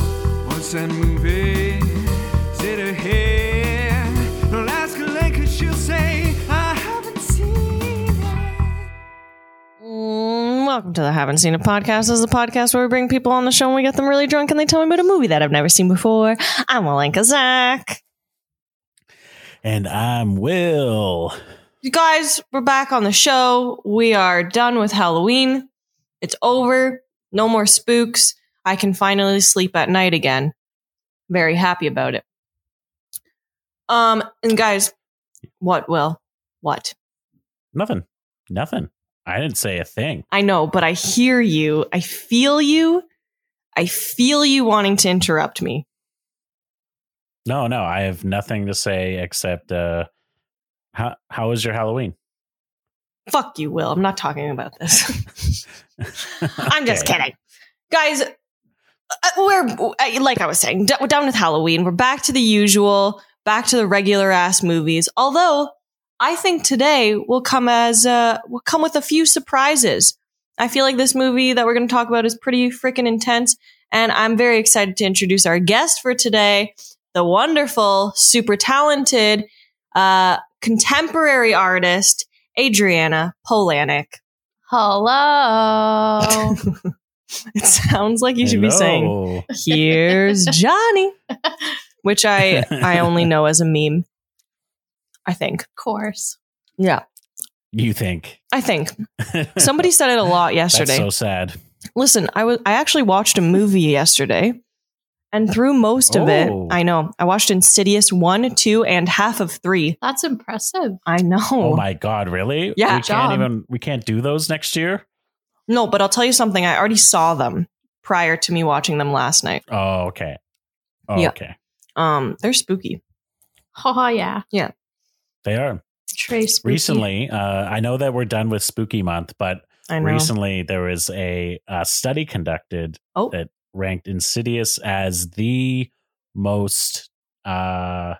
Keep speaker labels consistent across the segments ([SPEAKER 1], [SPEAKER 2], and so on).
[SPEAKER 1] books and movies sit here. I'll ask Lincoln, she'll say, I haven't seen it.
[SPEAKER 2] Mm, Welcome to the Haven't Seen It podcast. This is a podcast where we bring people on the show and we get them really drunk and they tell me about a movie that I've never seen before. I'm Walenka Zach.
[SPEAKER 3] And I'm Will.
[SPEAKER 2] You guys, we're back on the show. We are done with Halloween. It's over. No more spooks. I can finally sleep at night again. Very happy about it. Um, and guys, what will? What?
[SPEAKER 3] Nothing. Nothing. I didn't say a thing.
[SPEAKER 2] I know, but I hear you. I feel you. I feel you wanting to interrupt me.
[SPEAKER 3] No, no, I have nothing to say except uh how how was your Halloween?
[SPEAKER 2] Fuck you, Will. I'm not talking about this. I'm just
[SPEAKER 3] Okay.
[SPEAKER 2] kidding. Guys, uh, we're, uh, like I was saying, d- we're done with Halloween. We're back to the usual, back to the regular ass movies. Although, I think today will come as, uh, will come with a few surprises. I feel like this movie that we're going to talk about is pretty freaking intense. And I'm very excited to introduce our guest for today, the wonderful, super talented, uh, contemporary artist, Adriana Polanic.
[SPEAKER 4] Hello.
[SPEAKER 2] It sounds like you should be saying,
[SPEAKER 3] Hello.
[SPEAKER 2] "Here's Johnny," which I I only know as a meme. I think.
[SPEAKER 4] of course.
[SPEAKER 2] Yeah,
[SPEAKER 3] You think.
[SPEAKER 2] I think somebody said it a lot
[SPEAKER 3] That's
[SPEAKER 2] yesterday.
[SPEAKER 3] so sad.
[SPEAKER 2] Listen, I was I actually watched a movie yesterday, and through most of it,
[SPEAKER 3] Oh.
[SPEAKER 2] I know I watched Insidious one, two, and half of three.
[SPEAKER 4] That's impressive.
[SPEAKER 2] I know.
[SPEAKER 3] Oh my god, really?
[SPEAKER 2] Yeah.
[SPEAKER 3] We
[SPEAKER 4] Job.
[SPEAKER 3] can't even we can't do those next year?
[SPEAKER 2] No, but I'll tell you something. I already saw them prior to me watching them last night.
[SPEAKER 3] Oh, okay. Oh,
[SPEAKER 2] Yeah.
[SPEAKER 3] okay.
[SPEAKER 2] Um, they're spooky.
[SPEAKER 4] Oh yeah.
[SPEAKER 3] They are.
[SPEAKER 4] Trey spooky.
[SPEAKER 3] Recently, uh I know that we're done with spooky month, but
[SPEAKER 2] I know.
[SPEAKER 3] recently there was a, uh study conducted
[SPEAKER 2] Oh.
[SPEAKER 3] that ranked insidious as the most uh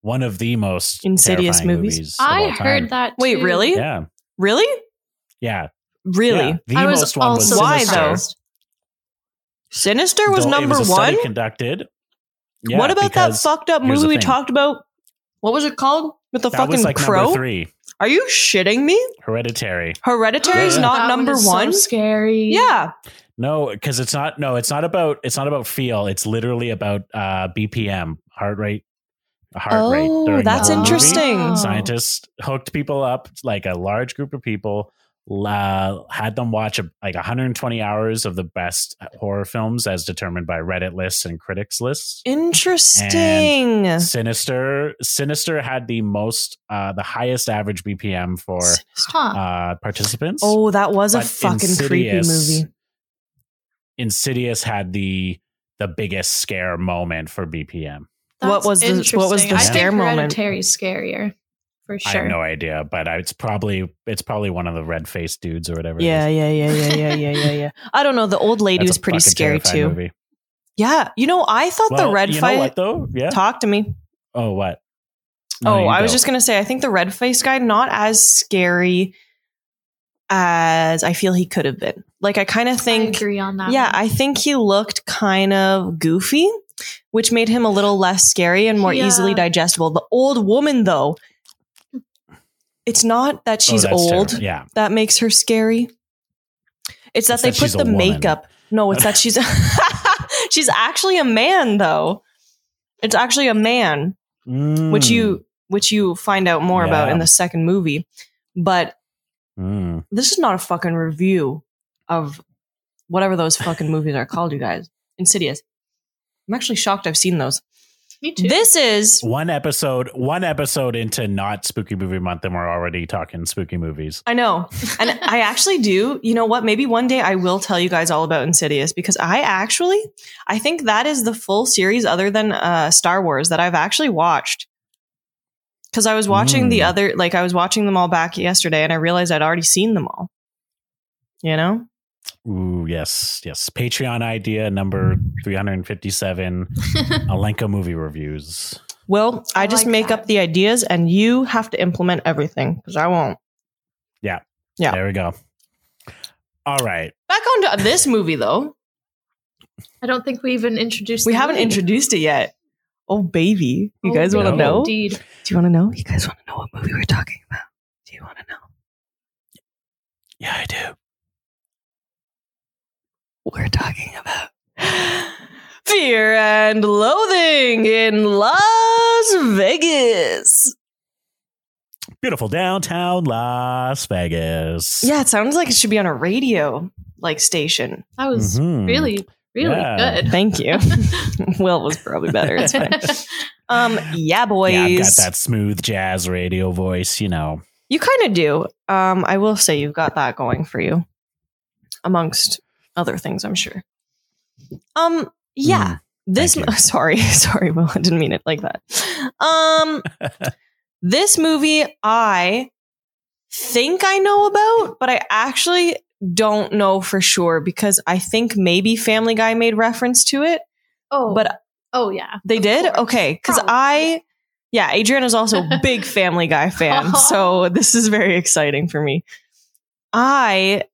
[SPEAKER 3] one of the most
[SPEAKER 2] Insidious
[SPEAKER 3] terrifying
[SPEAKER 2] movies?
[SPEAKER 3] of all
[SPEAKER 4] I
[SPEAKER 3] time.
[SPEAKER 4] heard that.
[SPEAKER 2] Wait,
[SPEAKER 4] too.
[SPEAKER 2] really?
[SPEAKER 3] yeah
[SPEAKER 2] Really?
[SPEAKER 3] yeah
[SPEAKER 2] Really?
[SPEAKER 3] yeah. the
[SPEAKER 4] I was
[SPEAKER 3] most one was
[SPEAKER 4] also
[SPEAKER 2] Why,
[SPEAKER 3] Sinister.
[SPEAKER 2] though? Sinister was
[SPEAKER 3] Though it
[SPEAKER 2] number
[SPEAKER 3] a
[SPEAKER 2] one.
[SPEAKER 3] study conducted Yeah,
[SPEAKER 2] what about that
[SPEAKER 3] because
[SPEAKER 2] fucked up
[SPEAKER 3] here's
[SPEAKER 2] movie
[SPEAKER 3] the
[SPEAKER 2] we
[SPEAKER 3] thing.
[SPEAKER 2] talked about? What was it called? With the
[SPEAKER 3] that
[SPEAKER 2] fucking
[SPEAKER 3] was like
[SPEAKER 2] crow?
[SPEAKER 3] number three
[SPEAKER 2] Are you shitting me?
[SPEAKER 3] hereditary
[SPEAKER 2] Hereditary is
[SPEAKER 3] Yeah.
[SPEAKER 2] not
[SPEAKER 4] That one
[SPEAKER 2] number
[SPEAKER 4] is
[SPEAKER 2] one.
[SPEAKER 4] So scary.
[SPEAKER 2] yeah.
[SPEAKER 3] no because it's not no it's not about it's not about feel it's literally about uh bpm heart rate heart rate
[SPEAKER 2] Oh,
[SPEAKER 3] during the
[SPEAKER 2] that's
[SPEAKER 3] whole movie.
[SPEAKER 2] interesting.
[SPEAKER 4] Oh.
[SPEAKER 3] scientists hooked people up like a large group of people la had them watch a, like 120 hours of the best horror films as determined by reddit lists and critics lists
[SPEAKER 2] Interesting.
[SPEAKER 3] sinister sinister had the most uh the highest average bpm for
[SPEAKER 4] Huh.
[SPEAKER 3] uh participants
[SPEAKER 2] Oh, that was a
[SPEAKER 3] but
[SPEAKER 2] fucking creepy
[SPEAKER 3] Insidious-
[SPEAKER 2] movie.
[SPEAKER 3] insidious had the the biggest scare moment for bpm
[SPEAKER 2] what was the- what was the
[SPEAKER 4] interesting.
[SPEAKER 3] scare
[SPEAKER 4] I think
[SPEAKER 2] moment?
[SPEAKER 4] Hereditary's scarier, for
[SPEAKER 3] i
[SPEAKER 4] sure.
[SPEAKER 3] have no idea but I, it's probably it's probably one of the red faced dudes or whatever it
[SPEAKER 2] Yeah,
[SPEAKER 3] is.
[SPEAKER 2] yeah, yeah, yeah, yeah, yeah, yeah, yeah. I don't know. The old lady
[SPEAKER 3] That's
[SPEAKER 2] was
[SPEAKER 3] a
[SPEAKER 2] pretty
[SPEAKER 3] fucking
[SPEAKER 2] scary
[SPEAKER 3] terrifying
[SPEAKER 2] too.
[SPEAKER 3] movie.
[SPEAKER 2] Yeah. You know, I thought the red
[SPEAKER 3] you
[SPEAKER 2] fight
[SPEAKER 3] Know what though? Yeah.
[SPEAKER 2] talk to me.
[SPEAKER 3] oh, what?
[SPEAKER 2] oh,
[SPEAKER 3] you
[SPEAKER 2] I was
[SPEAKER 3] go.
[SPEAKER 2] just gonna say, I think the red face guy not as scary as I feel he could have been. Like I kind of
[SPEAKER 4] I
[SPEAKER 2] think,
[SPEAKER 4] agree on that.
[SPEAKER 2] yeah,
[SPEAKER 4] one.
[SPEAKER 2] I think he looked kind of goofy, which made him a little less scary and more
[SPEAKER 4] Yeah.
[SPEAKER 2] easily digestible. The old woman, though, it's not that
[SPEAKER 3] Oh,
[SPEAKER 2] she's
[SPEAKER 3] that's
[SPEAKER 2] old
[SPEAKER 3] terrible. Yeah.
[SPEAKER 2] that makes her scary. It's that
[SPEAKER 3] It's
[SPEAKER 2] they
[SPEAKER 3] that
[SPEAKER 2] put
[SPEAKER 3] she's a
[SPEAKER 2] the
[SPEAKER 3] woman.
[SPEAKER 2] makeup. No, it's that she's she's actually a man though. It's actually a man which you which you find out more about
[SPEAKER 3] Yeah.
[SPEAKER 2] in the second movie. But
[SPEAKER 3] Mm.
[SPEAKER 2] this is not a fucking review of whatever those fucking movies are called, you guys. Insidious. I'm actually shocked I've seen those.
[SPEAKER 4] Me too.
[SPEAKER 2] This is
[SPEAKER 3] one episode, one episode into not spooky movie month, and we're already talking spooky movies.
[SPEAKER 2] I know. And I actually do. You know what? Maybe one day I will tell you guys all about Insidious because I actually I think that is the full series other than uh Star Wars that I've actually watched. Cuz I was watching the
[SPEAKER 3] Mm.
[SPEAKER 2] other like I was watching them all back yesterday and I realized I'd already seen them all. You know?
[SPEAKER 3] Ooh, yes, yes. Patreon idea number three hundred and fifty-seven. Alenka movie reviews.
[SPEAKER 2] Well, I,
[SPEAKER 4] I
[SPEAKER 2] just
[SPEAKER 4] like
[SPEAKER 2] make
[SPEAKER 4] that.
[SPEAKER 2] up the ideas and you have to implement everything cuz I won't. Yeah.
[SPEAKER 3] There we go. All right.
[SPEAKER 2] Back onto this movie though.
[SPEAKER 4] I don't think we even introduced.
[SPEAKER 2] We
[SPEAKER 4] the
[SPEAKER 2] haven't
[SPEAKER 4] movie.
[SPEAKER 2] introduced it yet. Oh baby, you
[SPEAKER 4] Oh,
[SPEAKER 2] guys want to
[SPEAKER 3] no.
[SPEAKER 2] know? Do
[SPEAKER 4] Indeed.
[SPEAKER 2] you want to know? You guys want to know what movie we're talking about? Do you want to know?
[SPEAKER 3] Yeah, I do.
[SPEAKER 2] We're talking about Fear and Loathing in Las Vegas.
[SPEAKER 3] Beautiful downtown Las Vegas.
[SPEAKER 2] Yeah, it sounds like it should be on a radio like station.
[SPEAKER 4] That was
[SPEAKER 3] Mhm.
[SPEAKER 4] really, really
[SPEAKER 3] Yeah.
[SPEAKER 4] good.
[SPEAKER 2] Thank you. Will was probably better. It's fine. Um, yeah, boys.
[SPEAKER 3] Yeah, I've got that smooth jazz radio voice, you know.
[SPEAKER 2] You kind of do. Um, I will say you've got that going for you, amongst other things, I'm sure. Um, yeah. this
[SPEAKER 3] thank
[SPEAKER 2] mo- sorry, sorry, Will, I didn't mean it like that. Um, this movie I think I know about, but I actually don't know for sure because I think maybe Family Guy made reference to it.
[SPEAKER 4] oh,
[SPEAKER 2] But
[SPEAKER 4] oh yeah,
[SPEAKER 2] they
[SPEAKER 4] of
[SPEAKER 2] did?
[SPEAKER 4] course.
[SPEAKER 2] Okay. Because
[SPEAKER 4] Probably.
[SPEAKER 2] I, yeah, Adriana's also a big Family Guy fan. So this is very exciting for me. I,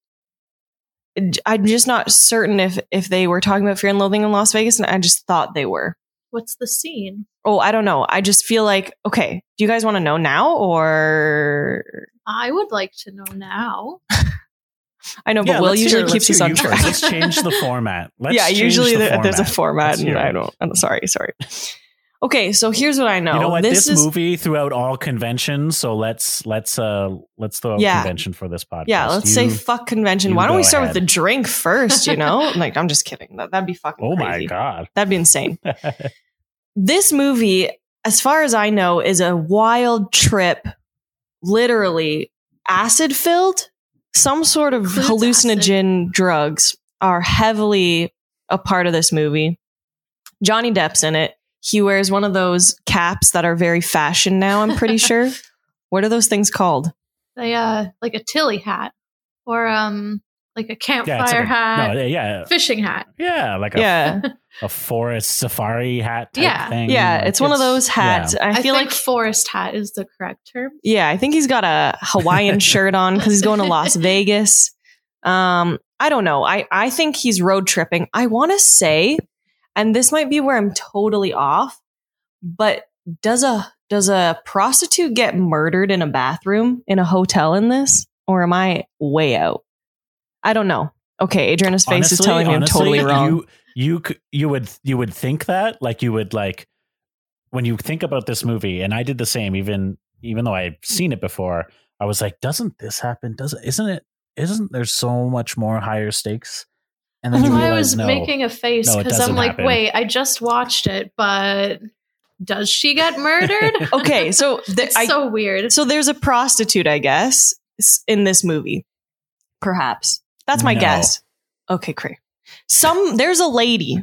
[SPEAKER 2] I'm just not certain if if they were talking about Fear and Loathing in Las Vegas, and I just thought they were.
[SPEAKER 4] What's the scene?
[SPEAKER 2] Oh, I don't know. I just feel like okay. Do you guys want to know now, or
[SPEAKER 4] I would like to know now.
[SPEAKER 2] I know, but
[SPEAKER 3] Yeah,
[SPEAKER 2] Will
[SPEAKER 3] let's
[SPEAKER 2] usually
[SPEAKER 3] hear-
[SPEAKER 2] keeps us
[SPEAKER 3] let's hear
[SPEAKER 2] on
[SPEAKER 3] you
[SPEAKER 2] track.
[SPEAKER 3] first. Let's change the format. Let's
[SPEAKER 2] yeah,
[SPEAKER 3] change
[SPEAKER 2] usually
[SPEAKER 3] the
[SPEAKER 2] there- there's a
[SPEAKER 3] format.
[SPEAKER 2] format,
[SPEAKER 3] Let's
[SPEAKER 2] and
[SPEAKER 3] hear
[SPEAKER 2] I
[SPEAKER 3] it.
[SPEAKER 2] don't. I'm sorry, sorry. Okay, so here's what I know.
[SPEAKER 3] You know what? This,
[SPEAKER 2] is
[SPEAKER 3] movie threw out all conventions, so let's let's uh let's throw out
[SPEAKER 2] Yeah.
[SPEAKER 3] convention for this podcast.
[SPEAKER 2] Yeah, let's say
[SPEAKER 3] You-
[SPEAKER 2] fuck convention.
[SPEAKER 3] you
[SPEAKER 2] Why don't we
[SPEAKER 3] go
[SPEAKER 2] start with
[SPEAKER 3] ahead.
[SPEAKER 2] the drink first? You know, like I'm just kidding. That, that'd be fucking.
[SPEAKER 3] Oh my
[SPEAKER 2] crazy.
[SPEAKER 3] god!
[SPEAKER 2] that'd be insane. this movie, as far as I know, is a wild trip. Literally acid filled. Some sort of
[SPEAKER 4] Includes
[SPEAKER 2] hallucinogen drugs are heavily a part of this movie. Johnny Depp's in it. He wears one of those caps that are very fashion now. I'm pretty sure. What are those things called?
[SPEAKER 4] They uh, like a tilly hat, or um, like a
[SPEAKER 3] Yeah, it's
[SPEAKER 4] campfire
[SPEAKER 3] like a-
[SPEAKER 4] hat,
[SPEAKER 3] no, yeah,
[SPEAKER 4] fishing hat.
[SPEAKER 3] yeah, like a,
[SPEAKER 2] Yeah,
[SPEAKER 3] a forest safari hat. Type
[SPEAKER 4] Yeah.
[SPEAKER 3] thing.
[SPEAKER 2] yeah.
[SPEAKER 3] Like,
[SPEAKER 2] It's one of those hats. I,
[SPEAKER 4] I,
[SPEAKER 2] feel
[SPEAKER 4] think
[SPEAKER 2] like
[SPEAKER 4] forest hat is the correct term.
[SPEAKER 2] Yeah, I think he's got a Hawaiian shirt on because he's going to Las Vegas. Um, I don't know. I I think he's road tripping. I want to say, and this might be where I'm totally off, but does a does a prostitute get murdered in a bathroom in a hotel in this, or am I way out? I don't know. Okay, Adriana's face
[SPEAKER 3] honestly,
[SPEAKER 2] is telling me
[SPEAKER 3] honestly,
[SPEAKER 2] I'm totally wrong.
[SPEAKER 3] You, you c- you would you would think that like you would like when you think about this movie, and I did the same. Even even though I've seen it before, I was like, doesn't this happen? Doesn't isn't it? Isn't there so much more higher stakes? And
[SPEAKER 4] That's
[SPEAKER 3] you
[SPEAKER 4] why I
[SPEAKER 3] realize,
[SPEAKER 4] was
[SPEAKER 3] no.
[SPEAKER 4] making a face
[SPEAKER 3] No, it
[SPEAKER 4] because
[SPEAKER 3] doesn't
[SPEAKER 4] I'm like,
[SPEAKER 3] happen.
[SPEAKER 4] wait, I just watched it, but does she get murdered?
[SPEAKER 2] okay, so th-
[SPEAKER 4] it's
[SPEAKER 2] I,
[SPEAKER 4] so weird.
[SPEAKER 2] So there's a prostitute, I guess, s- in this movie. Perhaps. That's my
[SPEAKER 3] No.
[SPEAKER 2] guess. Okay, great. Some there's a lady.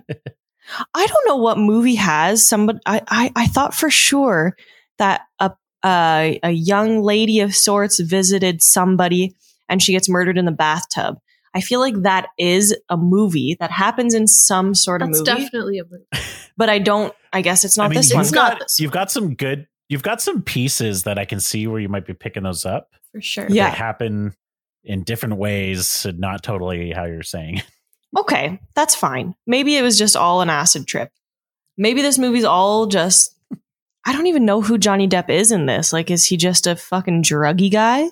[SPEAKER 2] I don't know what movie has somebody I, I I thought for sure that a uh, a young lady of sorts visited somebody and she gets murdered in the bathtub. I feel like that is a movie that happens in some sort of
[SPEAKER 4] That's
[SPEAKER 2] movie,
[SPEAKER 4] definitely a movie.
[SPEAKER 2] but I don't. I guess it's not
[SPEAKER 3] I mean,
[SPEAKER 2] this
[SPEAKER 3] you've
[SPEAKER 2] one.
[SPEAKER 4] It's
[SPEAKER 3] got-
[SPEAKER 4] not this
[SPEAKER 3] You've got some good. You've got some pieces that I can see where you might be picking those up.
[SPEAKER 4] for sure.
[SPEAKER 2] Yeah.
[SPEAKER 3] They happen in different ways, not totally how you're saying.
[SPEAKER 2] okay, that's fine. Maybe it was just all an acid trip. Maybe this movie's all just. I don't even know who Johnny Depp is in this. Like, is he just a fucking druggy guy?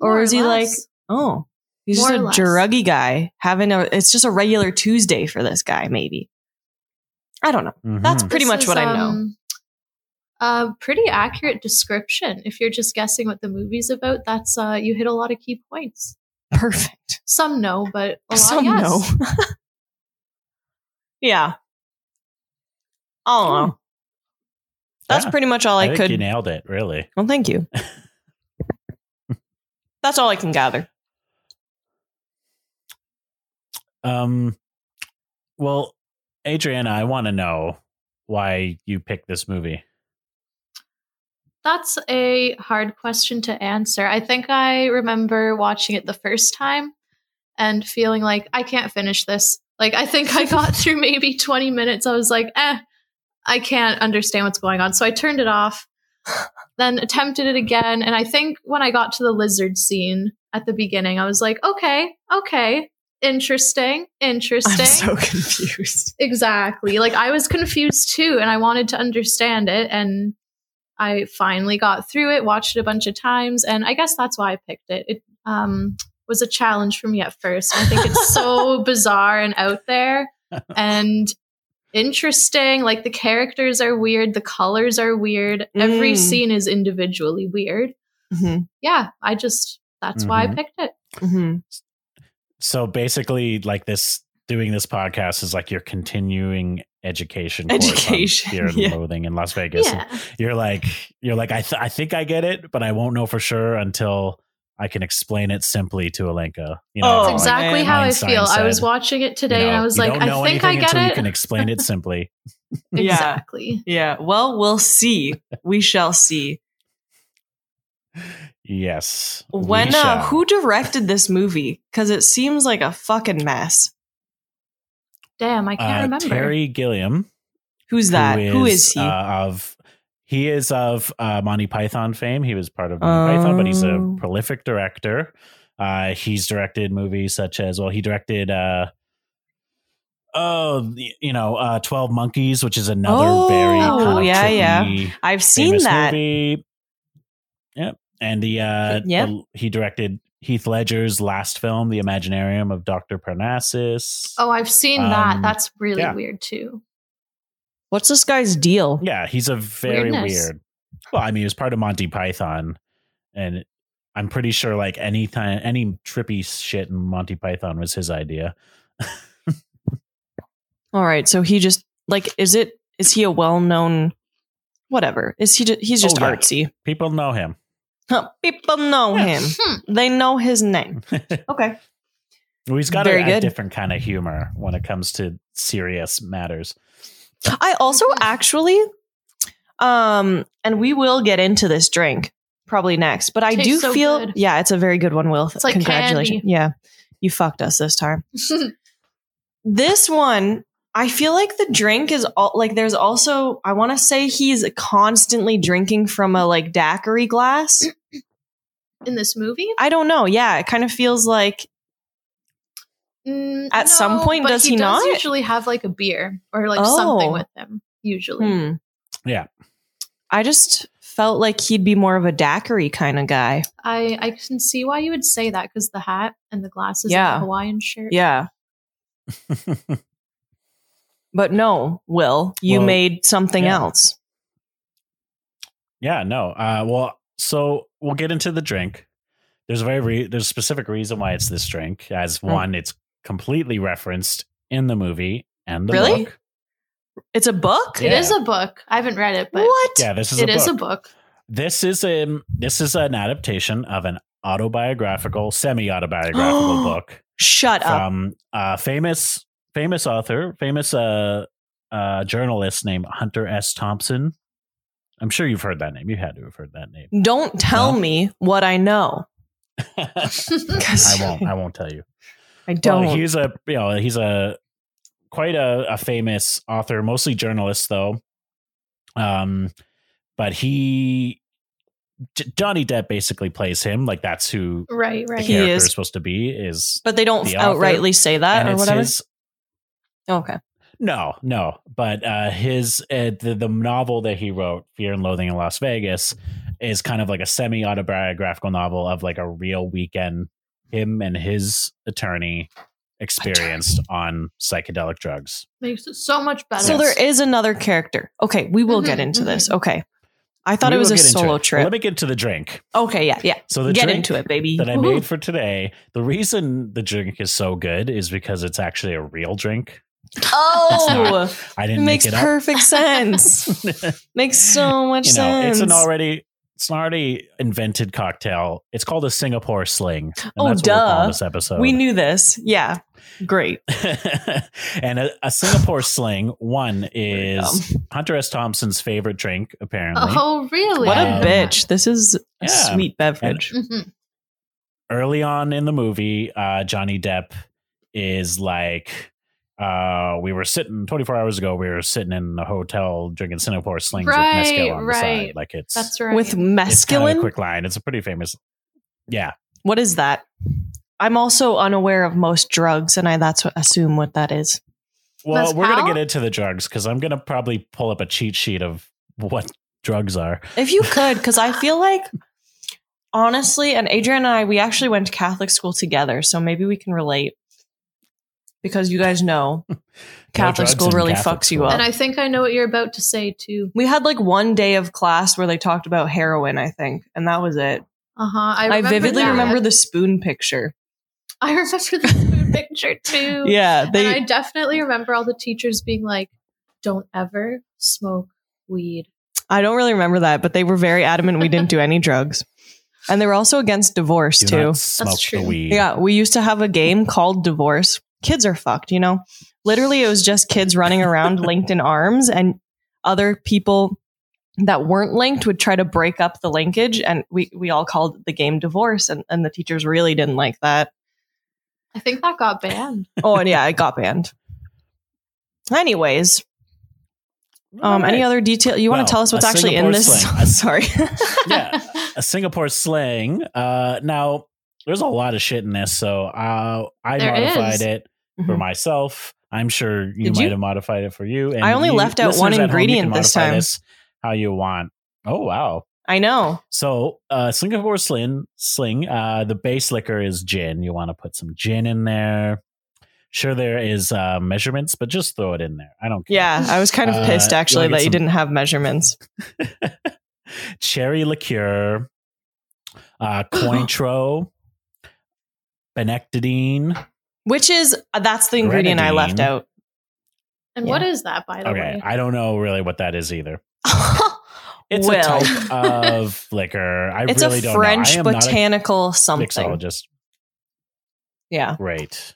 [SPEAKER 2] Or
[SPEAKER 4] More
[SPEAKER 2] is he
[SPEAKER 4] less.
[SPEAKER 2] like- Oh, he's
[SPEAKER 4] More
[SPEAKER 2] just a
[SPEAKER 4] or less.
[SPEAKER 2] druggy guy having a. It's just a regular Tuesday for this guy, maybe. I don't know. That's
[SPEAKER 3] Mhm.
[SPEAKER 2] pretty
[SPEAKER 4] This
[SPEAKER 2] much
[SPEAKER 4] is,
[SPEAKER 2] what I know.
[SPEAKER 4] um, A pretty accurate description. If you're just guessing what the movie's about, that's uh, you hit a lot of key points.
[SPEAKER 2] Perfect.
[SPEAKER 4] Some no, but a lot
[SPEAKER 2] Some
[SPEAKER 4] yes.
[SPEAKER 2] know. yeah. I don't know. That's
[SPEAKER 3] Hmm. Yeah.
[SPEAKER 2] pretty much all
[SPEAKER 3] I,
[SPEAKER 2] I,
[SPEAKER 3] think
[SPEAKER 2] could
[SPEAKER 3] you nailed it. Really.
[SPEAKER 2] Well, thank you. That's all I can gather.
[SPEAKER 3] Um. Well, Adriana, I want to know why you picked this movie.
[SPEAKER 4] That's a hard question to answer. I think I remember watching it the first time and feeling like I can't finish this. Like I think I got through maybe 20 minutes. I was like, "Eh, I can't understand what's going on." So I turned it off. Then attempted it again, and I think when I got to the lizard scene at the beginning, I was like, "Okay, okay." interesting, interesting.
[SPEAKER 2] I'm so confused.
[SPEAKER 4] exactly. Like I was confused too, and I wanted to understand it, and I finally got through it, watched it a bunch of times, and I guess that's why I picked it. It um, was a challenge for me at first. I think it's so bizarre and out there, and interesting. Like the characters are weird, the colors are weird. Every
[SPEAKER 2] Mm.
[SPEAKER 4] scene is individually weird.
[SPEAKER 2] Mhm,
[SPEAKER 3] Mm-hmm.
[SPEAKER 4] Yeah, I just that's why I
[SPEAKER 3] Mhm.
[SPEAKER 4] picked it.
[SPEAKER 2] mhm.
[SPEAKER 3] So basically, like this, doing this podcast is like your continuing education, course on
[SPEAKER 2] Education,
[SPEAKER 3] fear and
[SPEAKER 2] yeah.
[SPEAKER 3] loathing in Las Vegas.
[SPEAKER 4] yeah.
[SPEAKER 3] You're like, you're like, I, th- I think I get it, but I won't know for sure until I can explain it simply to Alenka. You
[SPEAKER 2] Oh,
[SPEAKER 3] know, like,
[SPEAKER 4] That's exactly
[SPEAKER 2] man.
[SPEAKER 4] how I
[SPEAKER 3] Einstein
[SPEAKER 4] feel. I was
[SPEAKER 3] said,
[SPEAKER 4] watching it today
[SPEAKER 3] you know,
[SPEAKER 4] and I was
[SPEAKER 3] you
[SPEAKER 4] like,
[SPEAKER 3] don't know
[SPEAKER 4] I think I
[SPEAKER 3] anything
[SPEAKER 4] get
[SPEAKER 3] until You
[SPEAKER 4] it.
[SPEAKER 3] can explain it simply.
[SPEAKER 2] Yeah.
[SPEAKER 4] Exactly.
[SPEAKER 2] Yeah. Well, we'll see. We shall see.
[SPEAKER 3] Yes. we
[SPEAKER 2] When uh,
[SPEAKER 3] shall.
[SPEAKER 2] who directed this movie? Because it seems like a fucking mess.
[SPEAKER 4] Damn, I can't
[SPEAKER 3] Uh,
[SPEAKER 4] remember.
[SPEAKER 3] Terry Gilliam.
[SPEAKER 2] Who's that? Who is, he?
[SPEAKER 3] Uh, of he is of uh, Monty Python fame. He was part of Monty Python, but he's a
[SPEAKER 2] Oh.
[SPEAKER 3] prolific director. Uh, he's directed movies such as well, he directed uh, oh, the- you know, uh, Twelve Monkeys, which is another very
[SPEAKER 2] Oh,
[SPEAKER 3] kind of
[SPEAKER 2] yeah, yeah.
[SPEAKER 3] trippy,
[SPEAKER 2] I've seen
[SPEAKER 3] famous
[SPEAKER 2] that.
[SPEAKER 3] movie. Yep, and the uh,
[SPEAKER 2] Yeah.
[SPEAKER 3] the- he directed Heath Ledger's last film, The Imaginarium of Doctor Parnassus.
[SPEAKER 4] Oh, I've seen that.
[SPEAKER 3] Um,
[SPEAKER 4] That's really
[SPEAKER 3] yeah.
[SPEAKER 4] weird too.
[SPEAKER 2] What's this guy's deal?
[SPEAKER 3] Yeah, he's a very
[SPEAKER 4] Weirdness.
[SPEAKER 3] weird. Well, I mean, he was part of Monty Python, and I'm pretty sure like any time any trippy shit in Monty Python was his idea.
[SPEAKER 2] All right. So he just like is it is he a well known whatever? Is he just, he's just
[SPEAKER 3] Oh, yeah.
[SPEAKER 2] artsy?
[SPEAKER 3] People know him.
[SPEAKER 2] Huh, people know
[SPEAKER 3] Yeah.
[SPEAKER 2] him.
[SPEAKER 4] Hmm.
[SPEAKER 2] They know his name. Okay.
[SPEAKER 3] Well, he's got
[SPEAKER 2] Very
[SPEAKER 3] a, a
[SPEAKER 2] good.
[SPEAKER 3] different kind of humor when it comes to serious matters.
[SPEAKER 2] I also actually, um, and we will get into this drink probably next, but I
[SPEAKER 4] Tastes
[SPEAKER 2] do
[SPEAKER 4] so
[SPEAKER 2] feel,
[SPEAKER 4] good.
[SPEAKER 2] yeah, it's a very good one, Will.
[SPEAKER 4] It's like
[SPEAKER 2] Congratulations.
[SPEAKER 4] candy.
[SPEAKER 2] Yeah. You fucked us this time. This one, I feel like the drink is all like there's also, I want to say he's constantly drinking from a like daiquiri glass.
[SPEAKER 4] In this movie?
[SPEAKER 2] I don't know. Yeah. It kind of feels like,
[SPEAKER 4] Mm,
[SPEAKER 2] At some point,
[SPEAKER 4] but
[SPEAKER 2] does he
[SPEAKER 4] does
[SPEAKER 2] not?
[SPEAKER 4] usually have like a beer or like
[SPEAKER 2] Oh.
[SPEAKER 4] something with him? Usually,
[SPEAKER 2] hmm.
[SPEAKER 3] Yeah.
[SPEAKER 2] I just felt like he'd be more of a daiquiri kind of guy.
[SPEAKER 4] I I can see why you would say that because the hat and the glasses,
[SPEAKER 2] Yeah.
[SPEAKER 4] and the Hawaiian shirt.
[SPEAKER 2] Yeah. But no, Will, you
[SPEAKER 3] Well,
[SPEAKER 2] made something
[SPEAKER 3] yeah.
[SPEAKER 2] else.
[SPEAKER 3] yeah, no. Uh, well, so we'll get into the drink. There's a very re- there's a specific reason why it's this drink. As
[SPEAKER 2] Mm.
[SPEAKER 3] one, it's completely referenced in the movie and the
[SPEAKER 2] Really?
[SPEAKER 3] book.
[SPEAKER 2] It's a book?
[SPEAKER 4] It
[SPEAKER 3] Yeah.
[SPEAKER 4] is a book. I haven't read it, but
[SPEAKER 2] What?
[SPEAKER 3] Yeah, this is
[SPEAKER 4] it
[SPEAKER 3] a
[SPEAKER 4] is
[SPEAKER 3] book.
[SPEAKER 4] a book.
[SPEAKER 3] this is a this is an adaptation of an autobiographical semi-autobiographical book
[SPEAKER 2] Shut up.
[SPEAKER 3] from a famous famous author famous uh, uh journalist named hunter s thompson i'm sure you've heard that name you had to have heard that name
[SPEAKER 2] Don't tell
[SPEAKER 3] No.
[SPEAKER 2] me what I know.
[SPEAKER 3] i
[SPEAKER 2] 'Cause
[SPEAKER 3] won't i won't tell you
[SPEAKER 2] I don't.
[SPEAKER 3] Well, he's a you know he's a quite a, a famous author, mostly journalist though. Um, but he J- Johnny Depp basically plays him. Like that's who
[SPEAKER 4] right,
[SPEAKER 3] the
[SPEAKER 4] right.
[SPEAKER 2] He
[SPEAKER 3] character
[SPEAKER 2] is.
[SPEAKER 3] is. supposed to be. Is
[SPEAKER 2] but they don't
[SPEAKER 3] the author,
[SPEAKER 2] outrightly say that
[SPEAKER 3] and
[SPEAKER 2] or
[SPEAKER 3] it's
[SPEAKER 2] whatever.
[SPEAKER 3] his
[SPEAKER 2] okay.
[SPEAKER 3] no, no. But uh, his uh, the the novel that he wrote, Fear and Loathing in Las Vegas, is kind of like a semi autobiographical novel of like a real weekend him and his attorney experienced on psychedelic drugs.
[SPEAKER 4] Makes it so much better.
[SPEAKER 2] So there is another character. Okay, we will get
[SPEAKER 4] Mhm,
[SPEAKER 2] into
[SPEAKER 4] mhm.
[SPEAKER 2] this. Okay. I thought
[SPEAKER 3] Mm-hmm, We
[SPEAKER 2] it was
[SPEAKER 3] will
[SPEAKER 2] a
[SPEAKER 3] get into
[SPEAKER 2] solo
[SPEAKER 3] it.
[SPEAKER 2] trip.
[SPEAKER 3] Let me get to the drink.
[SPEAKER 2] okay, yeah, yeah.
[SPEAKER 3] So the
[SPEAKER 2] get
[SPEAKER 3] drink
[SPEAKER 2] into it, baby.
[SPEAKER 3] that I
[SPEAKER 4] Woohoo.
[SPEAKER 3] made for today, the reason the drink is so good is because it's actually a real drink.
[SPEAKER 2] Oh,
[SPEAKER 3] I
[SPEAKER 2] it
[SPEAKER 3] didn't make
[SPEAKER 2] makes
[SPEAKER 3] it up.
[SPEAKER 2] perfect sense. makes so much
[SPEAKER 3] you know,
[SPEAKER 2] sense.
[SPEAKER 3] it's an already it's an already invented cocktail. It's called a Singapore sling. And
[SPEAKER 2] Oh,
[SPEAKER 3] that's what we're
[SPEAKER 2] duh.
[SPEAKER 3] calling this episode.
[SPEAKER 2] we knew this. Yeah. Great.
[SPEAKER 3] and a, a Singapore sling one
[SPEAKER 2] Very
[SPEAKER 3] is Hunter S. Thompson's favorite drink, apparently.
[SPEAKER 2] Uh-huh.
[SPEAKER 4] Oh, really?
[SPEAKER 2] What
[SPEAKER 3] Um,
[SPEAKER 2] a bitch. This is a
[SPEAKER 3] yeah.
[SPEAKER 2] sweet beverage.
[SPEAKER 4] Mhm.
[SPEAKER 3] early on in the movie, uh, Johnny Depp is like, uh, we were sitting 24 hours ago, we were sitting in the hotel drinking Singapore slings with
[SPEAKER 4] Right,
[SPEAKER 3] mezcal on the side.
[SPEAKER 4] right.
[SPEAKER 3] Like it's,
[SPEAKER 4] That's right.
[SPEAKER 2] With
[SPEAKER 3] it's kind of a
[SPEAKER 2] mescaline?
[SPEAKER 3] quick line. It's a pretty famous. Yeah.
[SPEAKER 2] What is that? I'm also unaware of most drugs, and I that's what assume what that is.
[SPEAKER 3] Well,
[SPEAKER 4] That's
[SPEAKER 3] we're
[SPEAKER 4] how?
[SPEAKER 3] gonna get into the drugs because I'm gonna probably pull up a cheat sheet of what drugs are.
[SPEAKER 2] If you could, because I feel like honestly, and Adrian and I, we actually went to Catholic school together, so maybe we can relate. Because you guys know Catholic
[SPEAKER 3] drugs
[SPEAKER 2] school
[SPEAKER 3] in
[SPEAKER 2] really
[SPEAKER 3] Catholic
[SPEAKER 2] fucks you
[SPEAKER 3] school.
[SPEAKER 2] up.
[SPEAKER 4] And I think I know what you're about to say too.
[SPEAKER 2] we had like one day of class where they talked about heroin, I think, and that was it.
[SPEAKER 4] Uh huh. I,
[SPEAKER 2] I,
[SPEAKER 4] remember
[SPEAKER 2] vividly
[SPEAKER 4] that.
[SPEAKER 2] remember the spoon picture.
[SPEAKER 4] I remember the food picture too.
[SPEAKER 2] Yeah,
[SPEAKER 4] and I
[SPEAKER 2] they
[SPEAKER 4] definitely remember all the teachers being like, "Don't ever smoke weed."
[SPEAKER 2] I don't really remember that, but they were very adamant we didn't do any drugs. And they were also against divorce
[SPEAKER 3] Do
[SPEAKER 2] too.
[SPEAKER 3] not smoke
[SPEAKER 4] true.
[SPEAKER 3] the weed.
[SPEAKER 2] Yeah, we used to have a game called Divorce. Kids are fucked, you know? Literally, it was just kids running around linked in arms, and other people that weren't linked would try to break up the linkage. And we, we all called the game Divorce, and, and the teachers really didn't like that.
[SPEAKER 4] I think that got banned.
[SPEAKER 2] Oh, and yeah, it got banned. Anyways, um, any other detail you want
[SPEAKER 3] Well,
[SPEAKER 2] to tell us what's
[SPEAKER 3] a
[SPEAKER 2] actually in
[SPEAKER 3] Singapore
[SPEAKER 2] this?
[SPEAKER 3] slang. A-
[SPEAKER 2] Sorry.
[SPEAKER 3] yeah, a Singapore slang. Uh, now there's a lot of shit in this, so uh, I
[SPEAKER 4] There
[SPEAKER 3] modified
[SPEAKER 4] is.
[SPEAKER 3] it for
[SPEAKER 2] Mhm.
[SPEAKER 3] myself. I'm sure you
[SPEAKER 2] Did
[SPEAKER 3] might
[SPEAKER 2] you?
[SPEAKER 3] have modified it for you. And
[SPEAKER 2] I only
[SPEAKER 3] you
[SPEAKER 2] left out
[SPEAKER 3] listeners
[SPEAKER 2] one
[SPEAKER 3] at home, you can
[SPEAKER 2] ingredient this
[SPEAKER 3] modify
[SPEAKER 2] time.
[SPEAKER 3] this how you want. Oh wow.
[SPEAKER 2] I know.
[SPEAKER 3] So uh, Singapore sling sling. Uh, the base liquor is gin. You want to put some gin in there. Sure, there is uh, measurements, but just throw it in there. I don't care.
[SPEAKER 2] Yeah, I was kind of
[SPEAKER 3] Uh,
[SPEAKER 2] pissed
[SPEAKER 3] you wanna
[SPEAKER 2] actually
[SPEAKER 3] get
[SPEAKER 2] that you
[SPEAKER 3] some-
[SPEAKER 2] didn't have measurements.
[SPEAKER 3] cherry liqueur, uh, cointreau, benectidine.
[SPEAKER 2] Which is uh, that's the ingredient I left
[SPEAKER 3] Grenadine.
[SPEAKER 2] out.
[SPEAKER 4] And
[SPEAKER 2] Yeah.
[SPEAKER 4] what is that, by the
[SPEAKER 3] Okay,
[SPEAKER 4] way?
[SPEAKER 3] I don't know really what that is either. It's
[SPEAKER 2] well,
[SPEAKER 3] a type of liquor. I
[SPEAKER 2] it's
[SPEAKER 3] really
[SPEAKER 2] a
[SPEAKER 3] don't
[SPEAKER 2] French
[SPEAKER 3] know. I am
[SPEAKER 2] botanical
[SPEAKER 3] not a
[SPEAKER 2] something.
[SPEAKER 3] mixologist.
[SPEAKER 2] Yeah.
[SPEAKER 3] Great,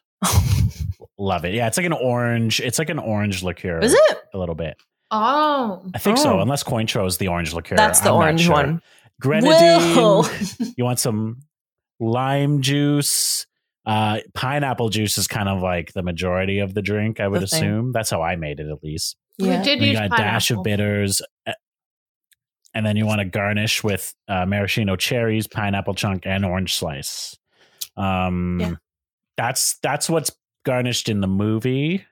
[SPEAKER 3] love it. Yeah, it's like an orange. It's like an orange liqueur.
[SPEAKER 2] Is it?
[SPEAKER 3] a little bit?
[SPEAKER 4] oh,
[SPEAKER 3] I think
[SPEAKER 2] Oh.
[SPEAKER 3] so. Unless Cointreau is the orange liqueur.
[SPEAKER 2] That's the
[SPEAKER 3] I'm not
[SPEAKER 2] orange
[SPEAKER 3] sure.
[SPEAKER 2] one.
[SPEAKER 3] Grenadine.
[SPEAKER 2] Whoa.
[SPEAKER 3] You want some lime juice. Uh, pineapple juice is kind of like the majority of the drink, I would
[SPEAKER 2] The thing.
[SPEAKER 3] assume. That's how I made it, at least.
[SPEAKER 4] we
[SPEAKER 2] Yeah.
[SPEAKER 4] did
[SPEAKER 3] you
[SPEAKER 4] use
[SPEAKER 3] got a
[SPEAKER 4] pineapple.
[SPEAKER 3] dash of bitters, uh, and then you want to garnish with uh, maraschino cherries, pineapple chunk, and orange slice. Um,
[SPEAKER 4] Yeah.
[SPEAKER 3] that's that's what's garnished in the movie,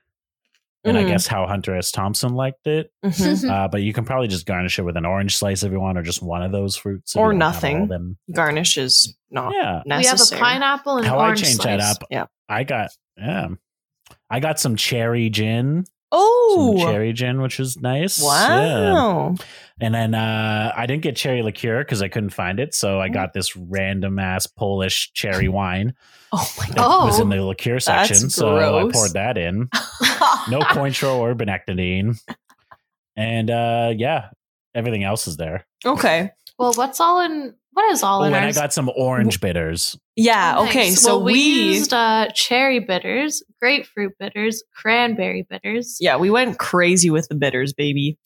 [SPEAKER 3] and I
[SPEAKER 2] Mhm.
[SPEAKER 3] guess how Hunter S. Thompson liked it.
[SPEAKER 4] Mm-hmm.
[SPEAKER 2] Mhm.
[SPEAKER 3] Uh, but you can probably just garnish it with an orange slice if you want, or just one of those fruits, if
[SPEAKER 2] Or
[SPEAKER 3] you don't have
[SPEAKER 2] nothing. Ah.
[SPEAKER 3] all of them.
[SPEAKER 2] Garnish is not
[SPEAKER 3] Yeah,
[SPEAKER 4] we have a
[SPEAKER 2] necessary.
[SPEAKER 4] pineapple and
[SPEAKER 3] How I
[SPEAKER 4] orange
[SPEAKER 3] changed that
[SPEAKER 4] slice.
[SPEAKER 3] up.
[SPEAKER 2] Yeah.
[SPEAKER 3] I got yeah, I got some cherry gin, some
[SPEAKER 2] Oh.
[SPEAKER 3] cherry gin, which was nice. Yeah.
[SPEAKER 2] Wow.
[SPEAKER 3] And then uh, I didn't get cherry liqueur because I couldn't find it, so I got this random ass Polish cherry wine
[SPEAKER 2] Oh my
[SPEAKER 3] that
[SPEAKER 2] god.
[SPEAKER 4] Oh,
[SPEAKER 3] was in the liqueur section.
[SPEAKER 2] that's
[SPEAKER 3] so I
[SPEAKER 2] gross.
[SPEAKER 3] poured that in. No cointreau or benectidine, and uh, yeah, everything else is there.
[SPEAKER 2] Okay.
[SPEAKER 4] Well, what's all in? What is all
[SPEAKER 3] Oh,
[SPEAKER 4] in
[SPEAKER 3] and
[SPEAKER 4] ours?
[SPEAKER 3] I got some orange bitters.
[SPEAKER 2] Yeah,
[SPEAKER 4] Oh, Nice.
[SPEAKER 2] okay. So
[SPEAKER 4] Well,
[SPEAKER 2] we,
[SPEAKER 4] used uh, cherry bitters, grapefruit bitters, cranberry bitters.
[SPEAKER 2] Yeah, we went crazy with the bitters, baby.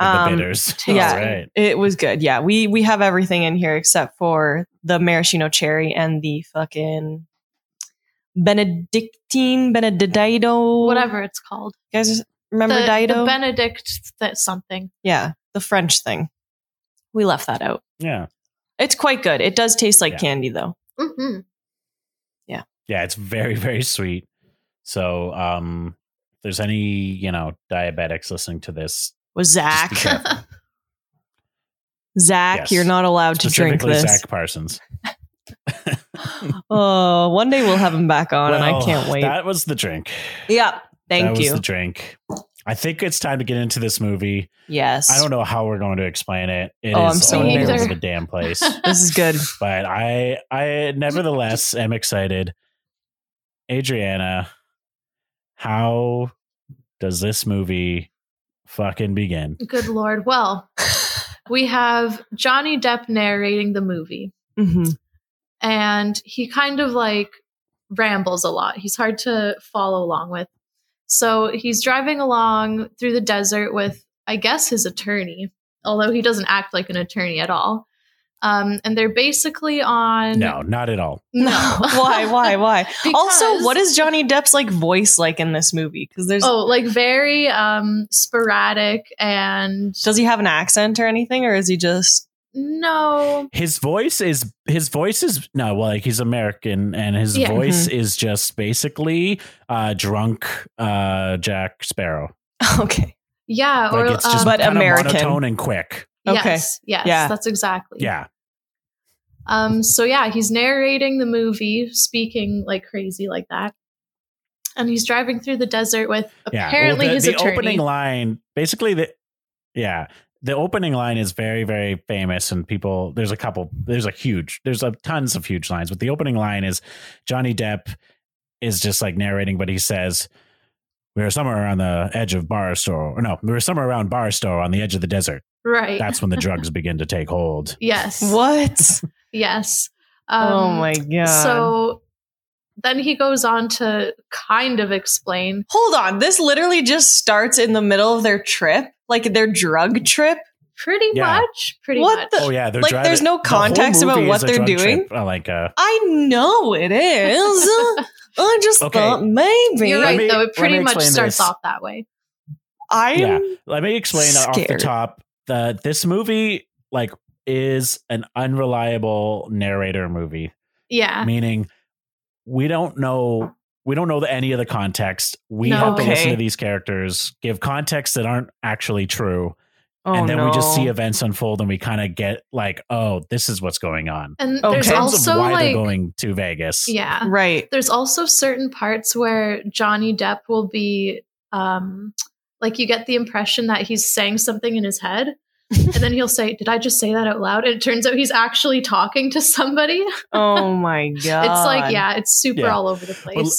[SPEAKER 3] with
[SPEAKER 2] Um,
[SPEAKER 3] the bitters.
[SPEAKER 2] yeah.
[SPEAKER 3] All right.
[SPEAKER 2] It was good. Yeah, we we have everything in here except for the maraschino cherry and the fucking Benedictine Benedictino
[SPEAKER 4] Whatever it's called.
[SPEAKER 2] You guys remember
[SPEAKER 4] the,
[SPEAKER 2] Dido?
[SPEAKER 4] the Benedict th- something.
[SPEAKER 2] yeah, the French thing. We left that out.
[SPEAKER 3] Yeah.
[SPEAKER 2] It's quite good. It does taste like
[SPEAKER 3] Yeah.
[SPEAKER 2] candy though.
[SPEAKER 4] hmm
[SPEAKER 3] Yeah, it's very, very sweet. So um if there's any, you know, diabetics listening to this.
[SPEAKER 2] With
[SPEAKER 3] just
[SPEAKER 2] Zach,
[SPEAKER 3] be careful.
[SPEAKER 2] Zach,
[SPEAKER 3] Yes.
[SPEAKER 2] you're not allowed to drink
[SPEAKER 3] Specifically
[SPEAKER 2] this.
[SPEAKER 3] Zach Parsons.
[SPEAKER 2] Oh, one day we'll have him back on, and I
[SPEAKER 3] Well,
[SPEAKER 2] can't wait.
[SPEAKER 3] That was the drink.
[SPEAKER 2] yeah,
[SPEAKER 3] that
[SPEAKER 2] thank
[SPEAKER 3] was
[SPEAKER 2] you.
[SPEAKER 3] the drink. I think it's time to get into this movie.
[SPEAKER 2] yes,
[SPEAKER 3] I don't know how we're going to explain it. It is
[SPEAKER 2] Oh, I'm so
[SPEAKER 3] all
[SPEAKER 4] Me
[SPEAKER 3] over
[SPEAKER 4] neither.
[SPEAKER 3] the damn place.
[SPEAKER 2] This is good.
[SPEAKER 3] but I I nevertheless am excited. Adriana, how does this movie fucking begin?
[SPEAKER 4] Good lord. Well, we have Johnny Depp narrating the movie,
[SPEAKER 2] hmm
[SPEAKER 4] and he kind of like rambles a lot. He's hard to follow along with. So he's driving along through the desert with, I guess, his attorney, although he doesn't act like an attorney at all. Um, and they're basically on
[SPEAKER 3] No, not at all.
[SPEAKER 4] No.
[SPEAKER 2] why? Why? Why? also,
[SPEAKER 4] Because-
[SPEAKER 2] what is Johnny Depp's like voice like in this movie? Because there's
[SPEAKER 4] Oh, like very um sporadic and
[SPEAKER 2] does he have an accent or anything, or is he just
[SPEAKER 4] No.
[SPEAKER 3] his voice is his voice is no well like he's american and his
[SPEAKER 4] Yeah.
[SPEAKER 3] voice
[SPEAKER 2] Mm-hmm.
[SPEAKER 3] is just basically uh drunk uh jack sparrow
[SPEAKER 2] Okay.
[SPEAKER 4] Yeah. Or
[SPEAKER 3] like it's just
[SPEAKER 4] um,
[SPEAKER 2] But
[SPEAKER 3] kinda
[SPEAKER 2] American.
[SPEAKER 3] monotone and quick
[SPEAKER 2] Okay.
[SPEAKER 4] yes. Yes.
[SPEAKER 2] Yeah.
[SPEAKER 4] That's exactly.
[SPEAKER 3] yeah
[SPEAKER 4] Um, so yeah, he's narrating the movie, speaking like crazy like that. And he's driving through the desert with
[SPEAKER 3] yeah
[SPEAKER 4] apparently
[SPEAKER 3] Well,
[SPEAKER 4] his
[SPEAKER 3] the, the
[SPEAKER 4] attorney.
[SPEAKER 3] opening line basically the yeah the opening line is very very famous and people there's a couple there's a huge there's a tons of huge lines but the opening line is johnny depp is just like narrating but he says we were somewhere on the edge of barstow or no we were somewhere around barstow on the edge of the desert
[SPEAKER 4] right.
[SPEAKER 3] that's when the drugs begin to take hold.
[SPEAKER 4] yes.
[SPEAKER 2] What?
[SPEAKER 4] Yes. Um,
[SPEAKER 2] oh my god.
[SPEAKER 4] So then he goes on to kind of explain.
[SPEAKER 2] hold on. This literally just starts in the middle of their trip, like their drug trip.
[SPEAKER 4] Pretty
[SPEAKER 3] Yeah.
[SPEAKER 4] much. Pretty
[SPEAKER 2] What
[SPEAKER 4] much.
[SPEAKER 2] the-
[SPEAKER 3] Oh yeah, they're
[SPEAKER 2] Like,
[SPEAKER 3] driving-
[SPEAKER 2] there's no
[SPEAKER 3] the whole
[SPEAKER 2] context about
[SPEAKER 3] movie
[SPEAKER 2] what
[SPEAKER 3] is a
[SPEAKER 2] they're
[SPEAKER 3] drug
[SPEAKER 2] doing?
[SPEAKER 3] trip, uh, like uh,
[SPEAKER 2] I know it
[SPEAKER 3] Oh,
[SPEAKER 2] is. I just
[SPEAKER 3] Okay.
[SPEAKER 2] thought maybe.
[SPEAKER 4] You're
[SPEAKER 3] Let
[SPEAKER 4] right,
[SPEAKER 3] me-
[SPEAKER 4] though. It
[SPEAKER 3] let
[SPEAKER 4] pretty
[SPEAKER 3] me
[SPEAKER 4] much
[SPEAKER 3] explain
[SPEAKER 4] starts
[SPEAKER 3] this.
[SPEAKER 4] off that way.
[SPEAKER 2] I'm
[SPEAKER 3] Yeah. let me explain off the
[SPEAKER 2] Scared.
[SPEAKER 3] top. The this movie like is an unreliable narrator movie,
[SPEAKER 4] Yeah.
[SPEAKER 3] meaning we don't know we don't know the, any of the context. We
[SPEAKER 4] No.
[SPEAKER 3] have to listen
[SPEAKER 2] Okay.
[SPEAKER 3] to these characters give context that aren't actually true,
[SPEAKER 2] Oh,
[SPEAKER 3] and then we just see
[SPEAKER 2] no.
[SPEAKER 3] events unfold, and we kind of get like, oh, this is what's going on.
[SPEAKER 4] And
[SPEAKER 2] Okay.
[SPEAKER 3] In
[SPEAKER 4] there's
[SPEAKER 3] terms
[SPEAKER 4] also
[SPEAKER 3] of Oh, why they're
[SPEAKER 4] like
[SPEAKER 3] going to Vegas,
[SPEAKER 4] Yeah.
[SPEAKER 2] right.
[SPEAKER 4] There's also certain parts where Johnny Depp will be um like you get the impression that he's saying something in his head. and then he'll say, Did I just say that out loud? And it turns out he's actually talking to somebody. It's
[SPEAKER 2] Oh my god.
[SPEAKER 4] like, yeah, it's super
[SPEAKER 3] Yeah.
[SPEAKER 4] all over the place.
[SPEAKER 3] Well,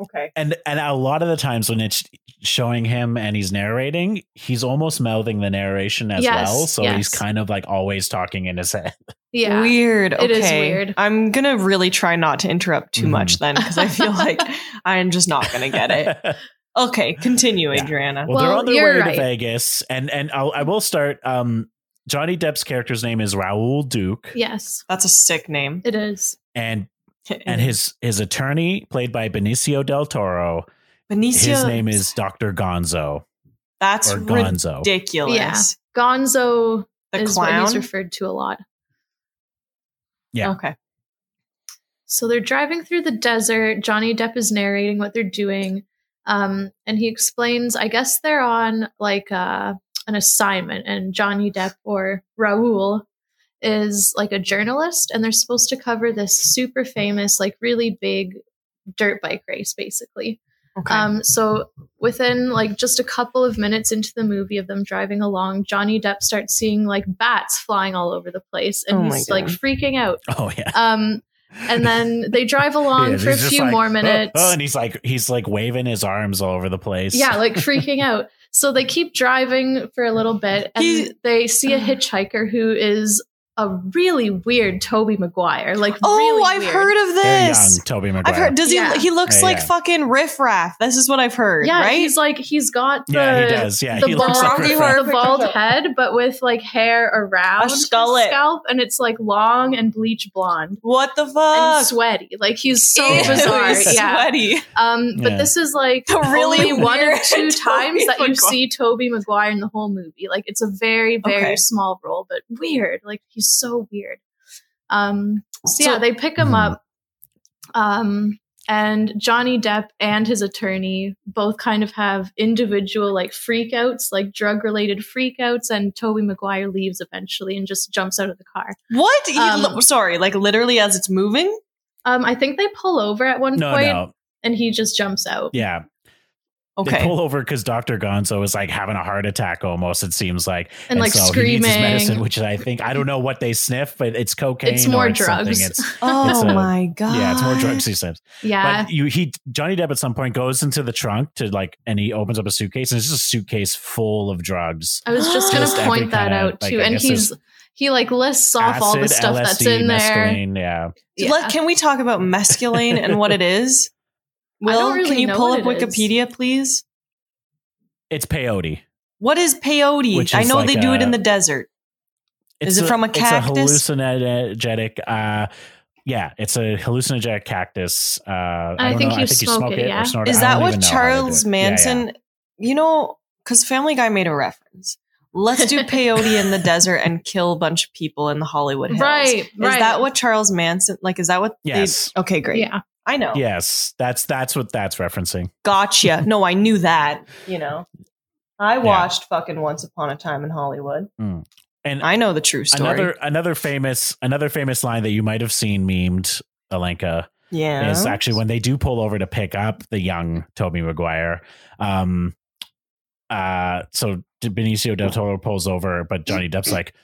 [SPEAKER 2] Okay.
[SPEAKER 3] and and a lot of the times when it's showing him and he's narrating, he's almost mouthing the narration as
[SPEAKER 4] Yes,
[SPEAKER 3] well. So he's
[SPEAKER 4] yes.
[SPEAKER 3] kind of like always talking in his head.
[SPEAKER 4] yeah.
[SPEAKER 2] Weird. Okay.
[SPEAKER 4] It is weird.
[SPEAKER 2] I'm gonna really try not to interrupt too
[SPEAKER 3] Mhm.
[SPEAKER 2] much then, because I feel like I'm just not gonna get it.
[SPEAKER 3] well,
[SPEAKER 2] Okay, continue,
[SPEAKER 3] Yeah.
[SPEAKER 2] Adriana.
[SPEAKER 3] they're
[SPEAKER 4] Well,
[SPEAKER 3] on their
[SPEAKER 4] you're
[SPEAKER 3] way
[SPEAKER 4] right.
[SPEAKER 3] to Vegas, and and I'll, I will start. Um, Johnny Depp's character's name is Raoul Duke,
[SPEAKER 4] Yes,
[SPEAKER 2] That's a sick name.
[SPEAKER 4] it is.
[SPEAKER 3] and and his his attorney, played by Benicio del Toro,
[SPEAKER 2] Benicio.
[SPEAKER 3] his name is Doctor Gonzo
[SPEAKER 2] That's
[SPEAKER 3] or Gonzo.
[SPEAKER 2] ridiculous.
[SPEAKER 4] Yeah. Gonzo
[SPEAKER 2] The
[SPEAKER 4] is
[SPEAKER 2] clown.
[SPEAKER 4] what he's referred to a lot.
[SPEAKER 3] Yeah.
[SPEAKER 2] Okay.
[SPEAKER 4] So they're driving through the desert. Johnny Depp is narrating what they're doing. Um, and he explains, I guess they're on like uh, an assignment, and Johnny Depp or Raoul is like a journalist, and they're supposed to cover this super famous, like really big dirt bike race, basically.
[SPEAKER 2] Okay.
[SPEAKER 4] Um, so within like just a couple of minutes into the movie of them driving along, Johnny Depp starts seeing like bats flying all over the place, and
[SPEAKER 2] Oh my
[SPEAKER 4] he's like
[SPEAKER 2] God.
[SPEAKER 4] freaking out.
[SPEAKER 3] Oh yeah.
[SPEAKER 4] Um, and then they drive along
[SPEAKER 3] Yeah,
[SPEAKER 4] for a
[SPEAKER 3] he's just
[SPEAKER 4] few
[SPEAKER 3] like,
[SPEAKER 4] more
[SPEAKER 3] "Oh,
[SPEAKER 4] minutes.
[SPEAKER 3] oh," and he's like he's like waving his arms all over the place.
[SPEAKER 4] yeah, like freaking out. So they keep driving for a little bit, and
[SPEAKER 2] He-
[SPEAKER 4] they see a hitchhiker who is a really weird Toby Maguire. Like,
[SPEAKER 2] oh,
[SPEAKER 4] really
[SPEAKER 2] I've
[SPEAKER 4] weird.
[SPEAKER 2] heard of
[SPEAKER 3] They're
[SPEAKER 2] this.
[SPEAKER 3] young, Toby Maguire.
[SPEAKER 2] I've heard. Does
[SPEAKER 4] Yeah.
[SPEAKER 2] he? He looks
[SPEAKER 3] Yeah,
[SPEAKER 2] like
[SPEAKER 3] yeah.
[SPEAKER 2] fucking riffraff. This is what I've heard.
[SPEAKER 4] Yeah,
[SPEAKER 2] Right.
[SPEAKER 4] he's like he's got the
[SPEAKER 3] yeah, he does. Yeah,
[SPEAKER 4] the
[SPEAKER 3] he
[SPEAKER 4] bald,
[SPEAKER 3] looks like
[SPEAKER 2] Rocky
[SPEAKER 3] Riff
[SPEAKER 2] Horror
[SPEAKER 3] Raff.
[SPEAKER 4] the bald head, but with like hair around
[SPEAKER 2] A skull
[SPEAKER 4] his
[SPEAKER 2] it.
[SPEAKER 4] scalp, and it's like long and bleach blonde
[SPEAKER 2] what the
[SPEAKER 4] and
[SPEAKER 2] fuck?
[SPEAKER 4] sweaty. Like he's so
[SPEAKER 2] Ew,
[SPEAKER 4] bizarre. Yeah.
[SPEAKER 2] Sweaty.
[SPEAKER 4] Um, but
[SPEAKER 3] Yeah.
[SPEAKER 4] this is like
[SPEAKER 2] The really
[SPEAKER 4] only one or
[SPEAKER 2] weird
[SPEAKER 4] two
[SPEAKER 2] Tobey
[SPEAKER 4] times that you
[SPEAKER 2] Maguire.
[SPEAKER 4] see Toby Maguire in the whole movie. Like it's a very, very
[SPEAKER 2] Okay.
[SPEAKER 4] small role, but weird. Like he's so weird. Um, so,
[SPEAKER 2] So-
[SPEAKER 4] yeah, they pick him
[SPEAKER 3] Hmm.
[SPEAKER 4] up. Um, and Johnny Depp and his attorney both kind of have individual like freakouts, like drug related freakouts, and Toby Maguire leaves eventually and just jumps out of the car.
[SPEAKER 2] What? He
[SPEAKER 4] Um,
[SPEAKER 2] li- sorry, like literally as it's moving.
[SPEAKER 4] Um, I think they pull over at one
[SPEAKER 3] No,
[SPEAKER 4] point
[SPEAKER 3] no,
[SPEAKER 4] and he just jumps out.
[SPEAKER 3] yeah. They
[SPEAKER 2] Okay.
[SPEAKER 3] pull over because Doctor Gonzo is like having a heart attack almost. It seems like,
[SPEAKER 4] And, like,
[SPEAKER 3] he needs his
[SPEAKER 4] screaming.
[SPEAKER 3] medicine, which I think I don't know what they sniff, but it's cocaine.
[SPEAKER 4] It's more
[SPEAKER 3] or something.
[SPEAKER 4] drugs.
[SPEAKER 3] It's,
[SPEAKER 2] Oh
[SPEAKER 3] It's a-
[SPEAKER 2] my god.
[SPEAKER 3] yeah, it's more drugs he sniffs.
[SPEAKER 4] yeah.
[SPEAKER 3] But you, he Johnny Depp at some point goes into the trunk to like, and he opens up a suitcase, and it's just a suitcase full of drugs.
[SPEAKER 4] I was just gonna
[SPEAKER 3] Just every
[SPEAKER 4] point that
[SPEAKER 3] kinda,
[SPEAKER 4] out
[SPEAKER 3] like,
[SPEAKER 4] too,
[SPEAKER 3] I
[SPEAKER 4] and
[SPEAKER 3] guess
[SPEAKER 4] he's he like lists off all the
[SPEAKER 3] Acid,
[SPEAKER 4] stuff
[SPEAKER 3] LSD,
[SPEAKER 4] that's in there.
[SPEAKER 3] mescaline, yeah.
[SPEAKER 4] Yeah.
[SPEAKER 2] Let- can we talk about mescaline and what it is?
[SPEAKER 4] I
[SPEAKER 2] Will,
[SPEAKER 4] don't really
[SPEAKER 2] can you
[SPEAKER 4] know
[SPEAKER 2] pull
[SPEAKER 4] what
[SPEAKER 2] up
[SPEAKER 4] it is.
[SPEAKER 2] Wikipedia, please?
[SPEAKER 3] It's peyote.
[SPEAKER 2] What is peyote?
[SPEAKER 3] Which
[SPEAKER 2] I
[SPEAKER 3] is
[SPEAKER 2] know
[SPEAKER 3] like
[SPEAKER 2] they do it
[SPEAKER 3] a-
[SPEAKER 2] in the desert.
[SPEAKER 3] It's
[SPEAKER 2] Is it from a cactus?
[SPEAKER 3] It's a hallucinogenic. Uh, yeah, it's a hallucinogenic cactus. Uh, I,
[SPEAKER 4] I
[SPEAKER 3] don't
[SPEAKER 4] think
[SPEAKER 3] know.
[SPEAKER 4] you
[SPEAKER 3] I think you
[SPEAKER 4] smoke
[SPEAKER 3] smoke
[SPEAKER 4] it,
[SPEAKER 3] it,
[SPEAKER 4] yeah?
[SPEAKER 3] or snort it.
[SPEAKER 2] Is
[SPEAKER 3] I
[SPEAKER 2] that
[SPEAKER 3] don't even
[SPEAKER 2] what
[SPEAKER 3] know how they do
[SPEAKER 2] Charles
[SPEAKER 3] it. Yeah, yeah.
[SPEAKER 2] Manson? You know, because Family Guy made a reference Let's do peyote in the desert and kill a bunch of people in the Hollywood Hills.
[SPEAKER 4] Right,
[SPEAKER 2] Is
[SPEAKER 4] right.
[SPEAKER 2] that what Charles Manson like is that what they-
[SPEAKER 3] Yes.
[SPEAKER 2] okay, great.
[SPEAKER 4] Yeah.
[SPEAKER 2] I know.
[SPEAKER 3] Yes, that's that's what that's referencing.
[SPEAKER 2] Gotcha. No, I knew that, you know. I
[SPEAKER 3] Yeah.
[SPEAKER 2] watched fucking Once Upon a Time in Hollywood.
[SPEAKER 3] Mm. And
[SPEAKER 2] I know the true story.
[SPEAKER 3] another another famous another famous line that you might have seen memed, Alenka,
[SPEAKER 2] yeah.
[SPEAKER 3] is actually when they do pull over to pick up the young Toby Maguire. Um, uh, so Benicio del Toro pulls over, but Johnny Depp's like,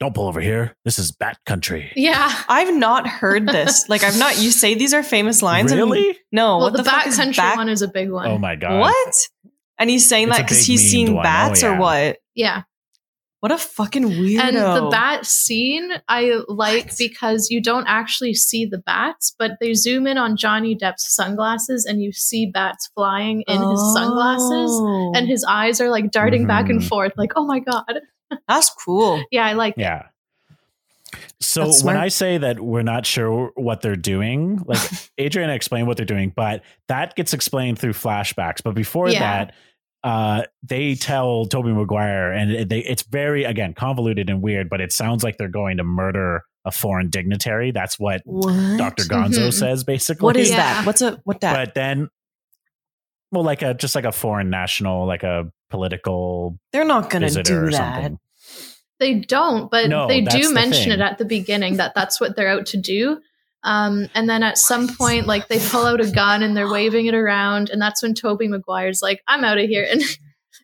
[SPEAKER 3] "Don't pull over here. This is Bat Country."
[SPEAKER 4] Yeah.
[SPEAKER 2] I've not heard this. Like I've not you say these are famous lines. and-
[SPEAKER 3] really?
[SPEAKER 2] no,
[SPEAKER 4] well,
[SPEAKER 2] Oh, what
[SPEAKER 4] the,
[SPEAKER 2] the, fuck
[SPEAKER 4] back
[SPEAKER 2] is
[SPEAKER 4] country
[SPEAKER 2] back-
[SPEAKER 4] one is a big one.
[SPEAKER 3] Oh my god!
[SPEAKER 2] What? And he's saying
[SPEAKER 3] It's
[SPEAKER 2] that
[SPEAKER 3] a
[SPEAKER 2] because
[SPEAKER 3] big
[SPEAKER 2] he's
[SPEAKER 3] memed
[SPEAKER 2] seeing
[SPEAKER 3] one. Oh,
[SPEAKER 2] bats
[SPEAKER 3] yeah.
[SPEAKER 2] or what?
[SPEAKER 4] Yeah.
[SPEAKER 2] What a fucking weirdo.
[SPEAKER 4] And the bat scene I like
[SPEAKER 2] What?
[SPEAKER 4] because you don't actually see the bats, but they zoom in on Johnny Depp's sunglasses and you see bats flying in his sunglasses
[SPEAKER 2] Oh.
[SPEAKER 4] and his eyes are like darting back and
[SPEAKER 3] Mhm.
[SPEAKER 4] forth like, "Oh my god."
[SPEAKER 2] That's cool.
[SPEAKER 4] Yeah, I like it.
[SPEAKER 3] Yeah. So
[SPEAKER 2] That's smart.
[SPEAKER 3] when I say that we're not sure what they're doing, like Adriana explained what they're doing, but that gets explained through flashbacks. But before
[SPEAKER 4] Yeah.
[SPEAKER 3] that, uh, they tell Toby Maguire, and it- they, it's very again convoluted and weird, but it sounds like they're going to murder a foreign dignitary. That's what
[SPEAKER 2] What? Mm-hmm.
[SPEAKER 3] Doctor Gonzo
[SPEAKER 4] Mhm.
[SPEAKER 3] says, basically.
[SPEAKER 2] What is
[SPEAKER 4] Yeah.
[SPEAKER 2] that? What's a what that?
[SPEAKER 3] But then, well, like a just like a foreign national, like a political
[SPEAKER 2] They're not gonna
[SPEAKER 3] visitor
[SPEAKER 2] do
[SPEAKER 3] or
[SPEAKER 2] that.
[SPEAKER 3] something.
[SPEAKER 4] They don't, but
[SPEAKER 3] No,
[SPEAKER 4] they
[SPEAKER 3] that's
[SPEAKER 4] do
[SPEAKER 3] the
[SPEAKER 4] mention
[SPEAKER 3] thing.
[SPEAKER 4] it at the beginning that that's what they're out to do. Um, and then at some point, like they pull out a gun and they're waving it around, and that's when Toby Maguire's like, "I'm out of here," and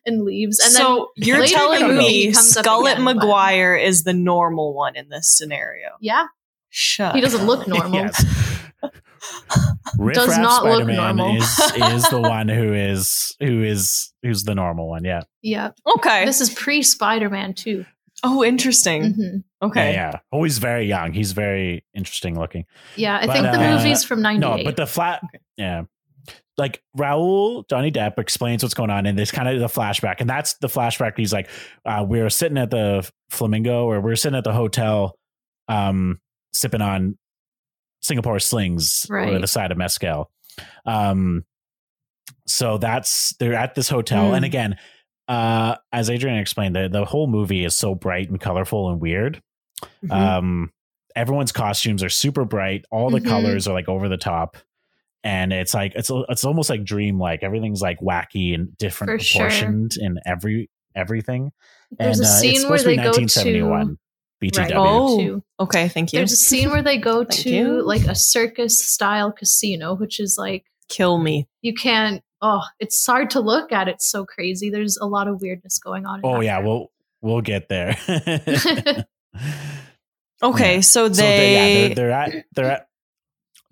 [SPEAKER 4] and leaves. And then
[SPEAKER 2] so you're
[SPEAKER 4] later
[SPEAKER 3] in the
[SPEAKER 2] telling
[SPEAKER 4] movie
[SPEAKER 2] me
[SPEAKER 4] he comes up
[SPEAKER 2] Scarlet
[SPEAKER 4] again, but-
[SPEAKER 2] Maguire is the normal one in this scenario?
[SPEAKER 4] yeah,
[SPEAKER 2] Shut.
[SPEAKER 4] he doesn't look
[SPEAKER 2] up.
[SPEAKER 4] normal.
[SPEAKER 3] Yes. Riff
[SPEAKER 4] Does
[SPEAKER 3] Raff
[SPEAKER 4] not look
[SPEAKER 3] Spider-Man
[SPEAKER 4] normal.
[SPEAKER 3] is is the one who is who is who's the normal one. Yeah.
[SPEAKER 4] Yeah,
[SPEAKER 2] Okay.
[SPEAKER 4] this is pre Spider Man too.
[SPEAKER 2] oh, interesting.
[SPEAKER 4] hmm
[SPEAKER 2] Okay.
[SPEAKER 3] Yeah, yeah. Oh, he's very young. He's very interesting looking.
[SPEAKER 4] Yeah, I
[SPEAKER 3] But,
[SPEAKER 4] think the
[SPEAKER 3] uh,
[SPEAKER 4] movie's from '98.
[SPEAKER 3] No, but the flat. Yeah. Like Raul, Johnny Depp explains what's going on, and there's kind of the flashback, and that's the flashback. He's like, uh, "We're sitting at the Flamingo, or we're sitting at the hotel, um, sipping on Singapore slings or
[SPEAKER 4] Right.
[SPEAKER 3] the side of mezcal." Um, so that's they're at this hotel,
[SPEAKER 2] Mm.
[SPEAKER 3] and again, uh, as Adrian explained, the the whole movie is so bright and colorful and weird.
[SPEAKER 4] Mm-hmm.
[SPEAKER 2] Mhm.
[SPEAKER 3] Um, everyone's costumes are super bright. All the
[SPEAKER 4] Mhm.
[SPEAKER 3] colors are like over the top, and it's like it's it's almost like dreamlike. Everything's like wacky and different
[SPEAKER 4] For sure.
[SPEAKER 3] proportioned in every everything.
[SPEAKER 4] There's
[SPEAKER 3] and
[SPEAKER 4] a
[SPEAKER 3] uh,
[SPEAKER 4] scene
[SPEAKER 3] it's
[SPEAKER 4] where
[SPEAKER 3] supposed
[SPEAKER 4] they
[SPEAKER 3] to be
[SPEAKER 4] go to-
[SPEAKER 3] 1971 BTW.
[SPEAKER 2] Oh.
[SPEAKER 4] Too.
[SPEAKER 2] okay. Thank you.
[SPEAKER 4] There's a scene where they go
[SPEAKER 2] Thank
[SPEAKER 4] to
[SPEAKER 2] you.
[SPEAKER 4] like a circus style casino, which is like
[SPEAKER 2] Kill me.
[SPEAKER 4] you can't. Oh, it's hard to look at. It's so crazy. There's a lot of weirdness going on. in
[SPEAKER 3] Oh
[SPEAKER 4] that
[SPEAKER 3] yeah,
[SPEAKER 4] film.
[SPEAKER 3] we'll we'll get there.
[SPEAKER 2] Okay.
[SPEAKER 3] Yeah.
[SPEAKER 2] So they.
[SPEAKER 3] So they, yeah, they're, they're at they're at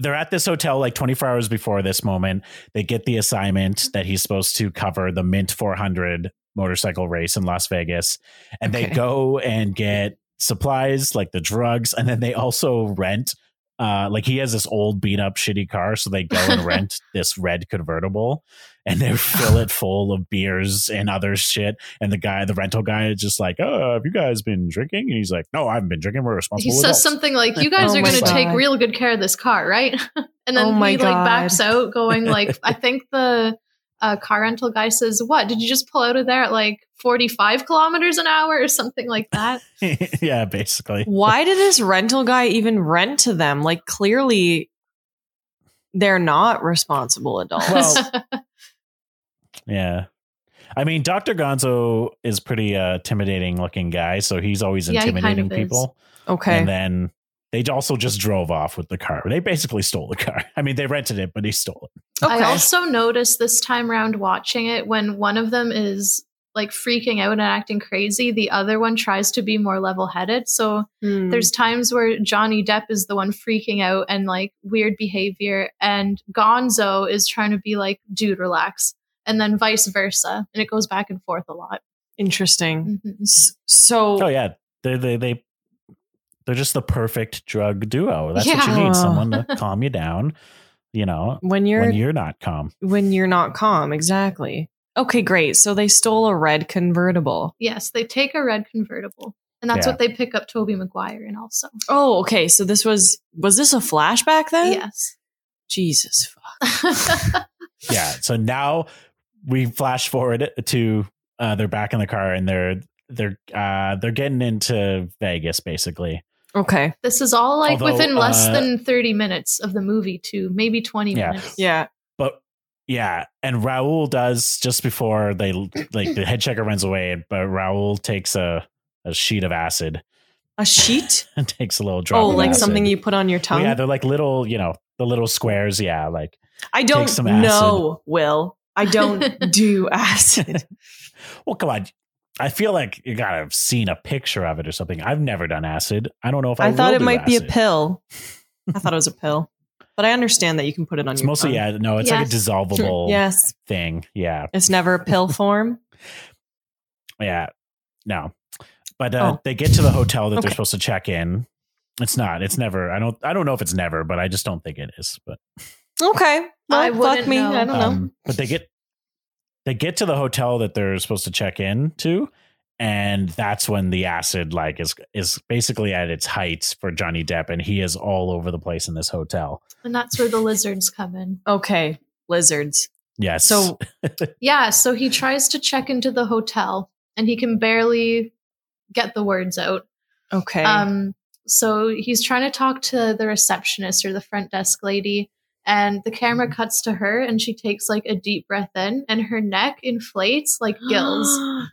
[SPEAKER 3] they're at this hotel like 24 hours before this moment. They get the assignment that he's supposed to cover the Mint 400 motorcycle race in Las Vegas, and
[SPEAKER 2] Okay.
[SPEAKER 3] they go and get supplies like the drugs, and then they also rent. Uh, like he has this old beat up shitty car, so they go and rent this red convertible, and they fill it full of beers and other shit. And the guy, the rental guy, is just like, "Oh, have you guys been drinking?" And he's like, "No, I haven't been drinking. We're responsible."
[SPEAKER 4] he says
[SPEAKER 3] adults."
[SPEAKER 4] something like, "You guys
[SPEAKER 3] Oh
[SPEAKER 4] are
[SPEAKER 3] my
[SPEAKER 4] going to
[SPEAKER 3] God.
[SPEAKER 4] take real good care of this car, right?" and then
[SPEAKER 2] Oh my
[SPEAKER 4] he like backs
[SPEAKER 2] God.
[SPEAKER 4] out, going like, "I think the uh, car rental guy says, what? Did you just pull out of there at like 45 kilometers an hour or something like that?'"
[SPEAKER 3] yeah, basically.
[SPEAKER 2] why did this rental guy even rent to them? Like clearly they're not responsible adults.
[SPEAKER 3] Well- Yeah. I mean, Dr. Gonzo is pretty uh, intimidating looking guy, so he's always
[SPEAKER 4] Yeah, he kind
[SPEAKER 3] intimidating
[SPEAKER 4] of is.
[SPEAKER 3] people.
[SPEAKER 2] okay.
[SPEAKER 3] And then they also just drove off with the car. They basically stole the car. I mean, they rented it, but he stole it.
[SPEAKER 2] okay.
[SPEAKER 4] I also noticed this time round watching it when one of them is like freaking out and acting crazy, the other one tries to be more level headed. So
[SPEAKER 3] Mm-hmm.
[SPEAKER 2] Hmm.
[SPEAKER 4] There's times where Johnny Depp is the one freaking out and like weird behavior, and Gonzo is trying to be like, dude, relax. And then vice versa. And it goes back and forth a lot.
[SPEAKER 2] interesting.
[SPEAKER 3] Mm-hmm.
[SPEAKER 4] Mhm.
[SPEAKER 2] S- So
[SPEAKER 3] Oh yeah, they they they they're just the perfect drug duo. That's what you
[SPEAKER 2] Yeah.
[SPEAKER 3] need. Someone to calm you down. You know,
[SPEAKER 2] when you're
[SPEAKER 3] when you're not calm.
[SPEAKER 2] not calm, exactly. Okay, great. So they stole a red convertible.
[SPEAKER 4] Yes, they take a red convertible. And that's
[SPEAKER 3] Yeah.
[SPEAKER 4] what they pick up Toby Maguire in also.
[SPEAKER 2] Oh, okay. So this was was this a flashback then?
[SPEAKER 4] Yes.
[SPEAKER 2] Jesus fuck.
[SPEAKER 3] yeah. So now we flash forward to uh, they're back in the car and they're they're uh they're getting into Vegas basically.
[SPEAKER 2] Okay.
[SPEAKER 4] This is all like
[SPEAKER 3] Although,
[SPEAKER 4] within less
[SPEAKER 3] uh,
[SPEAKER 4] than 30 minutes of the movie, too. Maybe 20
[SPEAKER 3] Yeah.
[SPEAKER 4] minutes.
[SPEAKER 2] Yeah.
[SPEAKER 3] But yeah, and Raoul does just before they like the head checker runs away, but Raoul takes a a sheet of acid
[SPEAKER 2] A sheet?
[SPEAKER 3] and takes a little drop.
[SPEAKER 2] oh,
[SPEAKER 3] of
[SPEAKER 2] like
[SPEAKER 3] acid.
[SPEAKER 2] something you put on your
[SPEAKER 3] Well,
[SPEAKER 2] tongue?
[SPEAKER 3] yeah, they're like little, you know, the little squares. Yeah, like
[SPEAKER 2] I don't
[SPEAKER 3] take some acid.
[SPEAKER 2] know, Will. I don't do acid.
[SPEAKER 3] well, come on. I feel like you gotta have seen a picture of it or something. I've never done acid. I don't know if I,
[SPEAKER 2] I thought
[SPEAKER 3] will
[SPEAKER 2] it
[SPEAKER 3] do
[SPEAKER 2] might be a
[SPEAKER 3] acid.
[SPEAKER 2] pill. I thought it was a pill. But I understand that you can put it on
[SPEAKER 3] It's
[SPEAKER 2] your
[SPEAKER 3] mostly
[SPEAKER 2] tongue.
[SPEAKER 3] yeah, no, it's like a
[SPEAKER 4] Yes.
[SPEAKER 3] dissolvable
[SPEAKER 2] Yes.
[SPEAKER 3] thing. Yeah,
[SPEAKER 2] It's never a pill form.
[SPEAKER 3] yeah, no. But uh,
[SPEAKER 2] Oh.
[SPEAKER 3] they get to the hotel that
[SPEAKER 2] Okay.
[SPEAKER 3] they're supposed to check in. It's not. It's never. I don't. I don't know if it's never, but I just don't think it is. But
[SPEAKER 2] Okay. Well,
[SPEAKER 4] I
[SPEAKER 2] fuck
[SPEAKER 4] wouldn't
[SPEAKER 2] me.
[SPEAKER 4] know.
[SPEAKER 2] I don't know.
[SPEAKER 3] Um, but they get they get to the hotel that they're supposed to check in to, and that's when the acid like is is basically at its heights for Johnny Depp, and he is all over the place in this hotel.
[SPEAKER 4] And that's where the lizards come in.
[SPEAKER 2] Okay. Lizards.
[SPEAKER 3] Yes.
[SPEAKER 2] So
[SPEAKER 4] Yeah. So he tries to check into the hotel and he can barely get the words out.
[SPEAKER 2] okay.
[SPEAKER 4] Um, so he's trying to talk to the receptionist or the front desk lady, and the
[SPEAKER 3] Mm-hmm.
[SPEAKER 4] camera cuts to her, and she takes like a deep breath in, and her neck inflates like gills,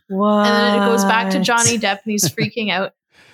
[SPEAKER 2] What?
[SPEAKER 4] and then it goes back to Johnny Depp, and he's freaking out.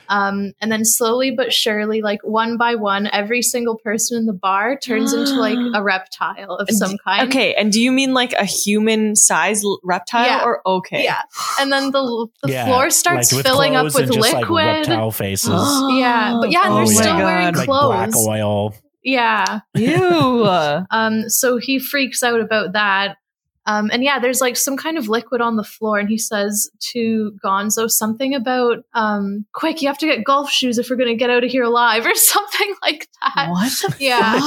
[SPEAKER 4] Um, and then slowly but surely, like one by one, every single person in the bar turns into like a reptile of
[SPEAKER 2] And-
[SPEAKER 4] some kind.
[SPEAKER 2] Okay, and do you mean like a human sized reptile
[SPEAKER 4] Yeah.
[SPEAKER 2] or okay?
[SPEAKER 4] Yeah. And then the, the
[SPEAKER 3] Yeah,
[SPEAKER 4] floor starts
[SPEAKER 3] like, with
[SPEAKER 4] filling up
[SPEAKER 3] clothes
[SPEAKER 4] with
[SPEAKER 3] and just,
[SPEAKER 4] liquid.
[SPEAKER 3] like, reptile faces,
[SPEAKER 4] Yeah, but yeah,
[SPEAKER 3] and they're
[SPEAKER 2] Oh my
[SPEAKER 3] still
[SPEAKER 4] wearing
[SPEAKER 3] like
[SPEAKER 4] clothes.
[SPEAKER 3] black oil.
[SPEAKER 4] yeah.
[SPEAKER 2] Ew.
[SPEAKER 4] Um, so he freaks out about that. Um, and yeah, there's like some kind of liquid on the floor, and he says to Gonzo something about, um, quick, you have to get golf shoes if we're going to get out of here alive, or something like that.
[SPEAKER 2] What? the
[SPEAKER 4] Yeah.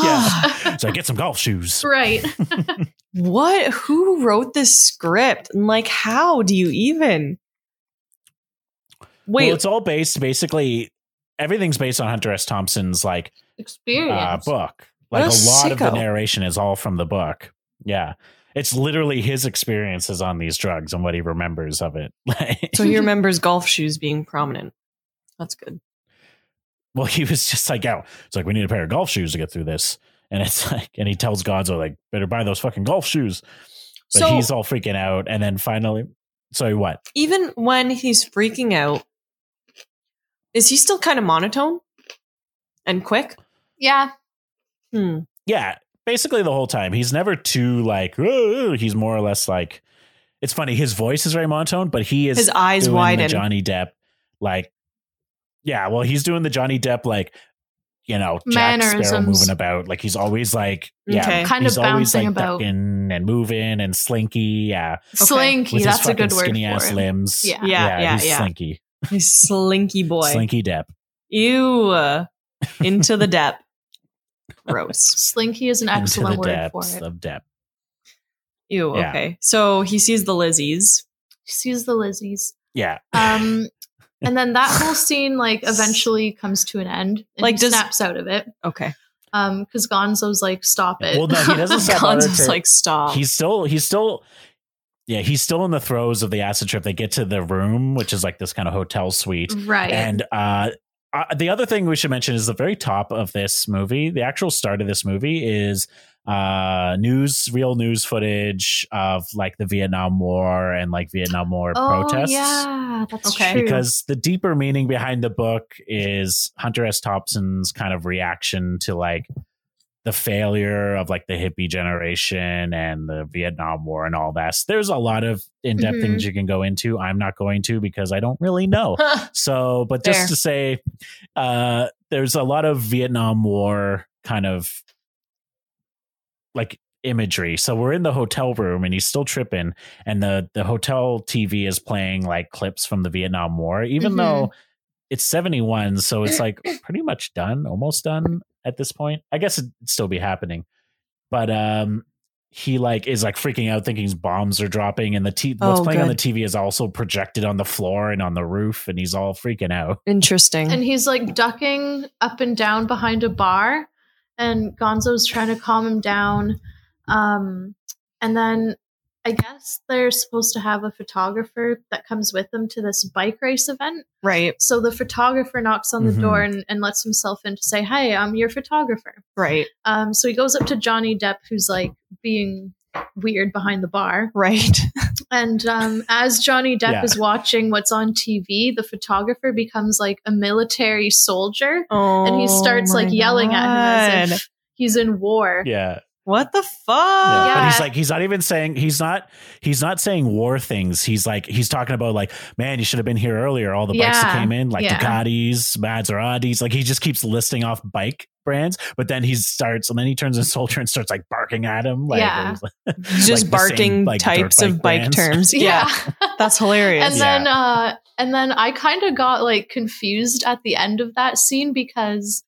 [SPEAKER 2] fuck?
[SPEAKER 3] So I get some golf shoes.
[SPEAKER 4] Right.
[SPEAKER 2] What? Who wrote this script? And like, how do you even? Wait.
[SPEAKER 3] Well, it's all based basically. Everything's based on Hunter S. Thompson's like uh,
[SPEAKER 4] Experience.
[SPEAKER 3] book.
[SPEAKER 2] What a
[SPEAKER 3] Like a lot of the
[SPEAKER 2] sicko.
[SPEAKER 3] narration is all from the book. Yeah. It's literally his experiences on these drugs and what he remembers of it. Like,
[SPEAKER 2] so he remembers golf shoes being prominent. That's good.
[SPEAKER 3] well, he was just like, "Oh, it's like we need a pair of golf shoes to get through this." And it's like, and he tells Gonzo like, "Better buy those fucking golf shoes." But
[SPEAKER 2] so
[SPEAKER 3] he's all freaking out, and then finally, sorry, what?
[SPEAKER 2] even when he's freaking out, is he still kind of monotone and quick?
[SPEAKER 4] yeah.
[SPEAKER 2] Hmm.
[SPEAKER 3] Yeah, basically the whole time he's never too like. "Ugh," he's more or less like. It's funny. His voice is very monotone, but he is
[SPEAKER 2] His eyes
[SPEAKER 3] doing the
[SPEAKER 2] widen.
[SPEAKER 3] Johnny Depp, like, yeah, well, he's doing the Johnny Depp, like, you know, Jack Sparrow
[SPEAKER 4] Mannerisms.
[SPEAKER 3] moving about. Like, he's always like, yeah,
[SPEAKER 2] Okay.
[SPEAKER 4] Kind
[SPEAKER 3] he's
[SPEAKER 4] of
[SPEAKER 3] always
[SPEAKER 4] bouncing
[SPEAKER 3] like
[SPEAKER 4] about.
[SPEAKER 3] ducking and moving and slinky. Yeah,
[SPEAKER 4] Slinky.
[SPEAKER 3] with his
[SPEAKER 4] That's a
[SPEAKER 3] fucking
[SPEAKER 4] good word.
[SPEAKER 3] skinny ass
[SPEAKER 4] for it.
[SPEAKER 3] limbs.
[SPEAKER 4] Yeah.
[SPEAKER 2] Yeah, yeah,
[SPEAKER 3] he's
[SPEAKER 2] yeah.
[SPEAKER 3] slinky,
[SPEAKER 2] He's slinky boy.
[SPEAKER 3] slinky Depp.
[SPEAKER 2] Ew. Into the depth. Gross.
[SPEAKER 4] Slinky is an
[SPEAKER 3] into
[SPEAKER 4] excellent
[SPEAKER 3] the
[SPEAKER 4] word for
[SPEAKER 3] depths
[SPEAKER 4] it.
[SPEAKER 3] of Depp.
[SPEAKER 2] Ew.
[SPEAKER 3] Yeah.
[SPEAKER 2] Okay. So he sees the Lizzies.
[SPEAKER 4] Excuse the Lizzies.
[SPEAKER 3] Yeah,
[SPEAKER 4] Um, and then that whole scene like eventually comes to an end. And
[SPEAKER 2] Like,
[SPEAKER 4] he
[SPEAKER 2] does-
[SPEAKER 4] snaps out of it.
[SPEAKER 2] Okay.
[SPEAKER 4] Um, because Gonzo's like, stop it.
[SPEAKER 3] Well, no, he doesn't stop out of
[SPEAKER 2] Gonzo's
[SPEAKER 3] it.
[SPEAKER 2] like, stop.
[SPEAKER 3] he's still, he's still. Yeah, he's still in the throes of the acid trip. They get to the room, which is like this kind of hotel suite,
[SPEAKER 4] right.
[SPEAKER 3] And uh, uh, the other thing we should mention is the very top of this movie, the actual start of this movie is uh, news, real news footage of like the Vietnam War and like Vietnam War
[SPEAKER 4] Oh,
[SPEAKER 3] protests.
[SPEAKER 4] Yeah, that's
[SPEAKER 2] Okay.
[SPEAKER 4] true.
[SPEAKER 3] Because the deeper meaning behind the book is Hunter S. Thompson's kind of reaction to like the failure of like the hippie generation and the Vietnam War and all that. There's a lot of in depth
[SPEAKER 4] Mhm.
[SPEAKER 3] things
[SPEAKER 2] Mm-hmm.
[SPEAKER 3] you can go into. I'm not going to because I don't really know. So, but just
[SPEAKER 2] Fair.
[SPEAKER 3] to say, uh, there's a lot of Vietnam War kind of like imagery. So we're in the hotel room and he's still tripping, and the the hotel TV is playing like clips from the Vietnam War, even
[SPEAKER 2] Mm-hmm.
[SPEAKER 4] Mhm.
[SPEAKER 3] though it's 71, so it's like pretty much done, almost done at this point. I guess it'd still be happening, but um. He like is like freaking out, thinking his bombs are dropping, and the t- what's
[SPEAKER 2] Oh,
[SPEAKER 3] playing on
[SPEAKER 2] good.
[SPEAKER 3] the TV is also projected on the floor and on the roof, and he's all freaking out.
[SPEAKER 2] Interesting.
[SPEAKER 4] and he's like ducking up and down behind a bar, and Gonzo's trying to calm him down. Um, and then I guess they're supposed to have a photographer that comes with them to this bike race event.
[SPEAKER 2] Right,
[SPEAKER 4] So the photographer knocks on the
[SPEAKER 3] Mhm.
[SPEAKER 4] door and, and lets himself in to say, Hey, I'm your photographer.
[SPEAKER 2] right,
[SPEAKER 4] Um, so he goes up to Johnny Depp, who's like being weird behind the bar.
[SPEAKER 2] right.
[SPEAKER 4] And um, as Johnny Depp
[SPEAKER 3] Yeah.
[SPEAKER 4] is watching what's on TV, the photographer becomes like a military soldier
[SPEAKER 2] Oh,
[SPEAKER 4] and he starts like
[SPEAKER 2] my
[SPEAKER 4] yelling at him
[SPEAKER 2] God.
[SPEAKER 4] as if he's in war.
[SPEAKER 3] Yeah.
[SPEAKER 2] What the fuck?
[SPEAKER 3] yeah. But he's
[SPEAKER 4] Yeah.
[SPEAKER 3] like, he's not even saying, he's not, he's not saying war things. He's like, he's talking about like, man, you should have been here earlier. All the bikes that
[SPEAKER 4] Yeah.
[SPEAKER 3] came in, like
[SPEAKER 4] Yeah.
[SPEAKER 3] Ducatis, Maseratis. Like he just keeps listing off bike brands, but then he starts, and then he turns in soldier and starts like barking at him. Like,
[SPEAKER 4] Yeah.
[SPEAKER 3] it was,
[SPEAKER 2] He's just
[SPEAKER 3] like, the same,
[SPEAKER 2] barking
[SPEAKER 3] like, dirt
[SPEAKER 2] types of bike
[SPEAKER 3] brands.
[SPEAKER 2] terms. Yeah.
[SPEAKER 4] Yeah.
[SPEAKER 2] That's
[SPEAKER 4] and
[SPEAKER 2] hilarious.
[SPEAKER 3] Yeah.
[SPEAKER 4] then uh and then I kind of got like confused at the end of that scene because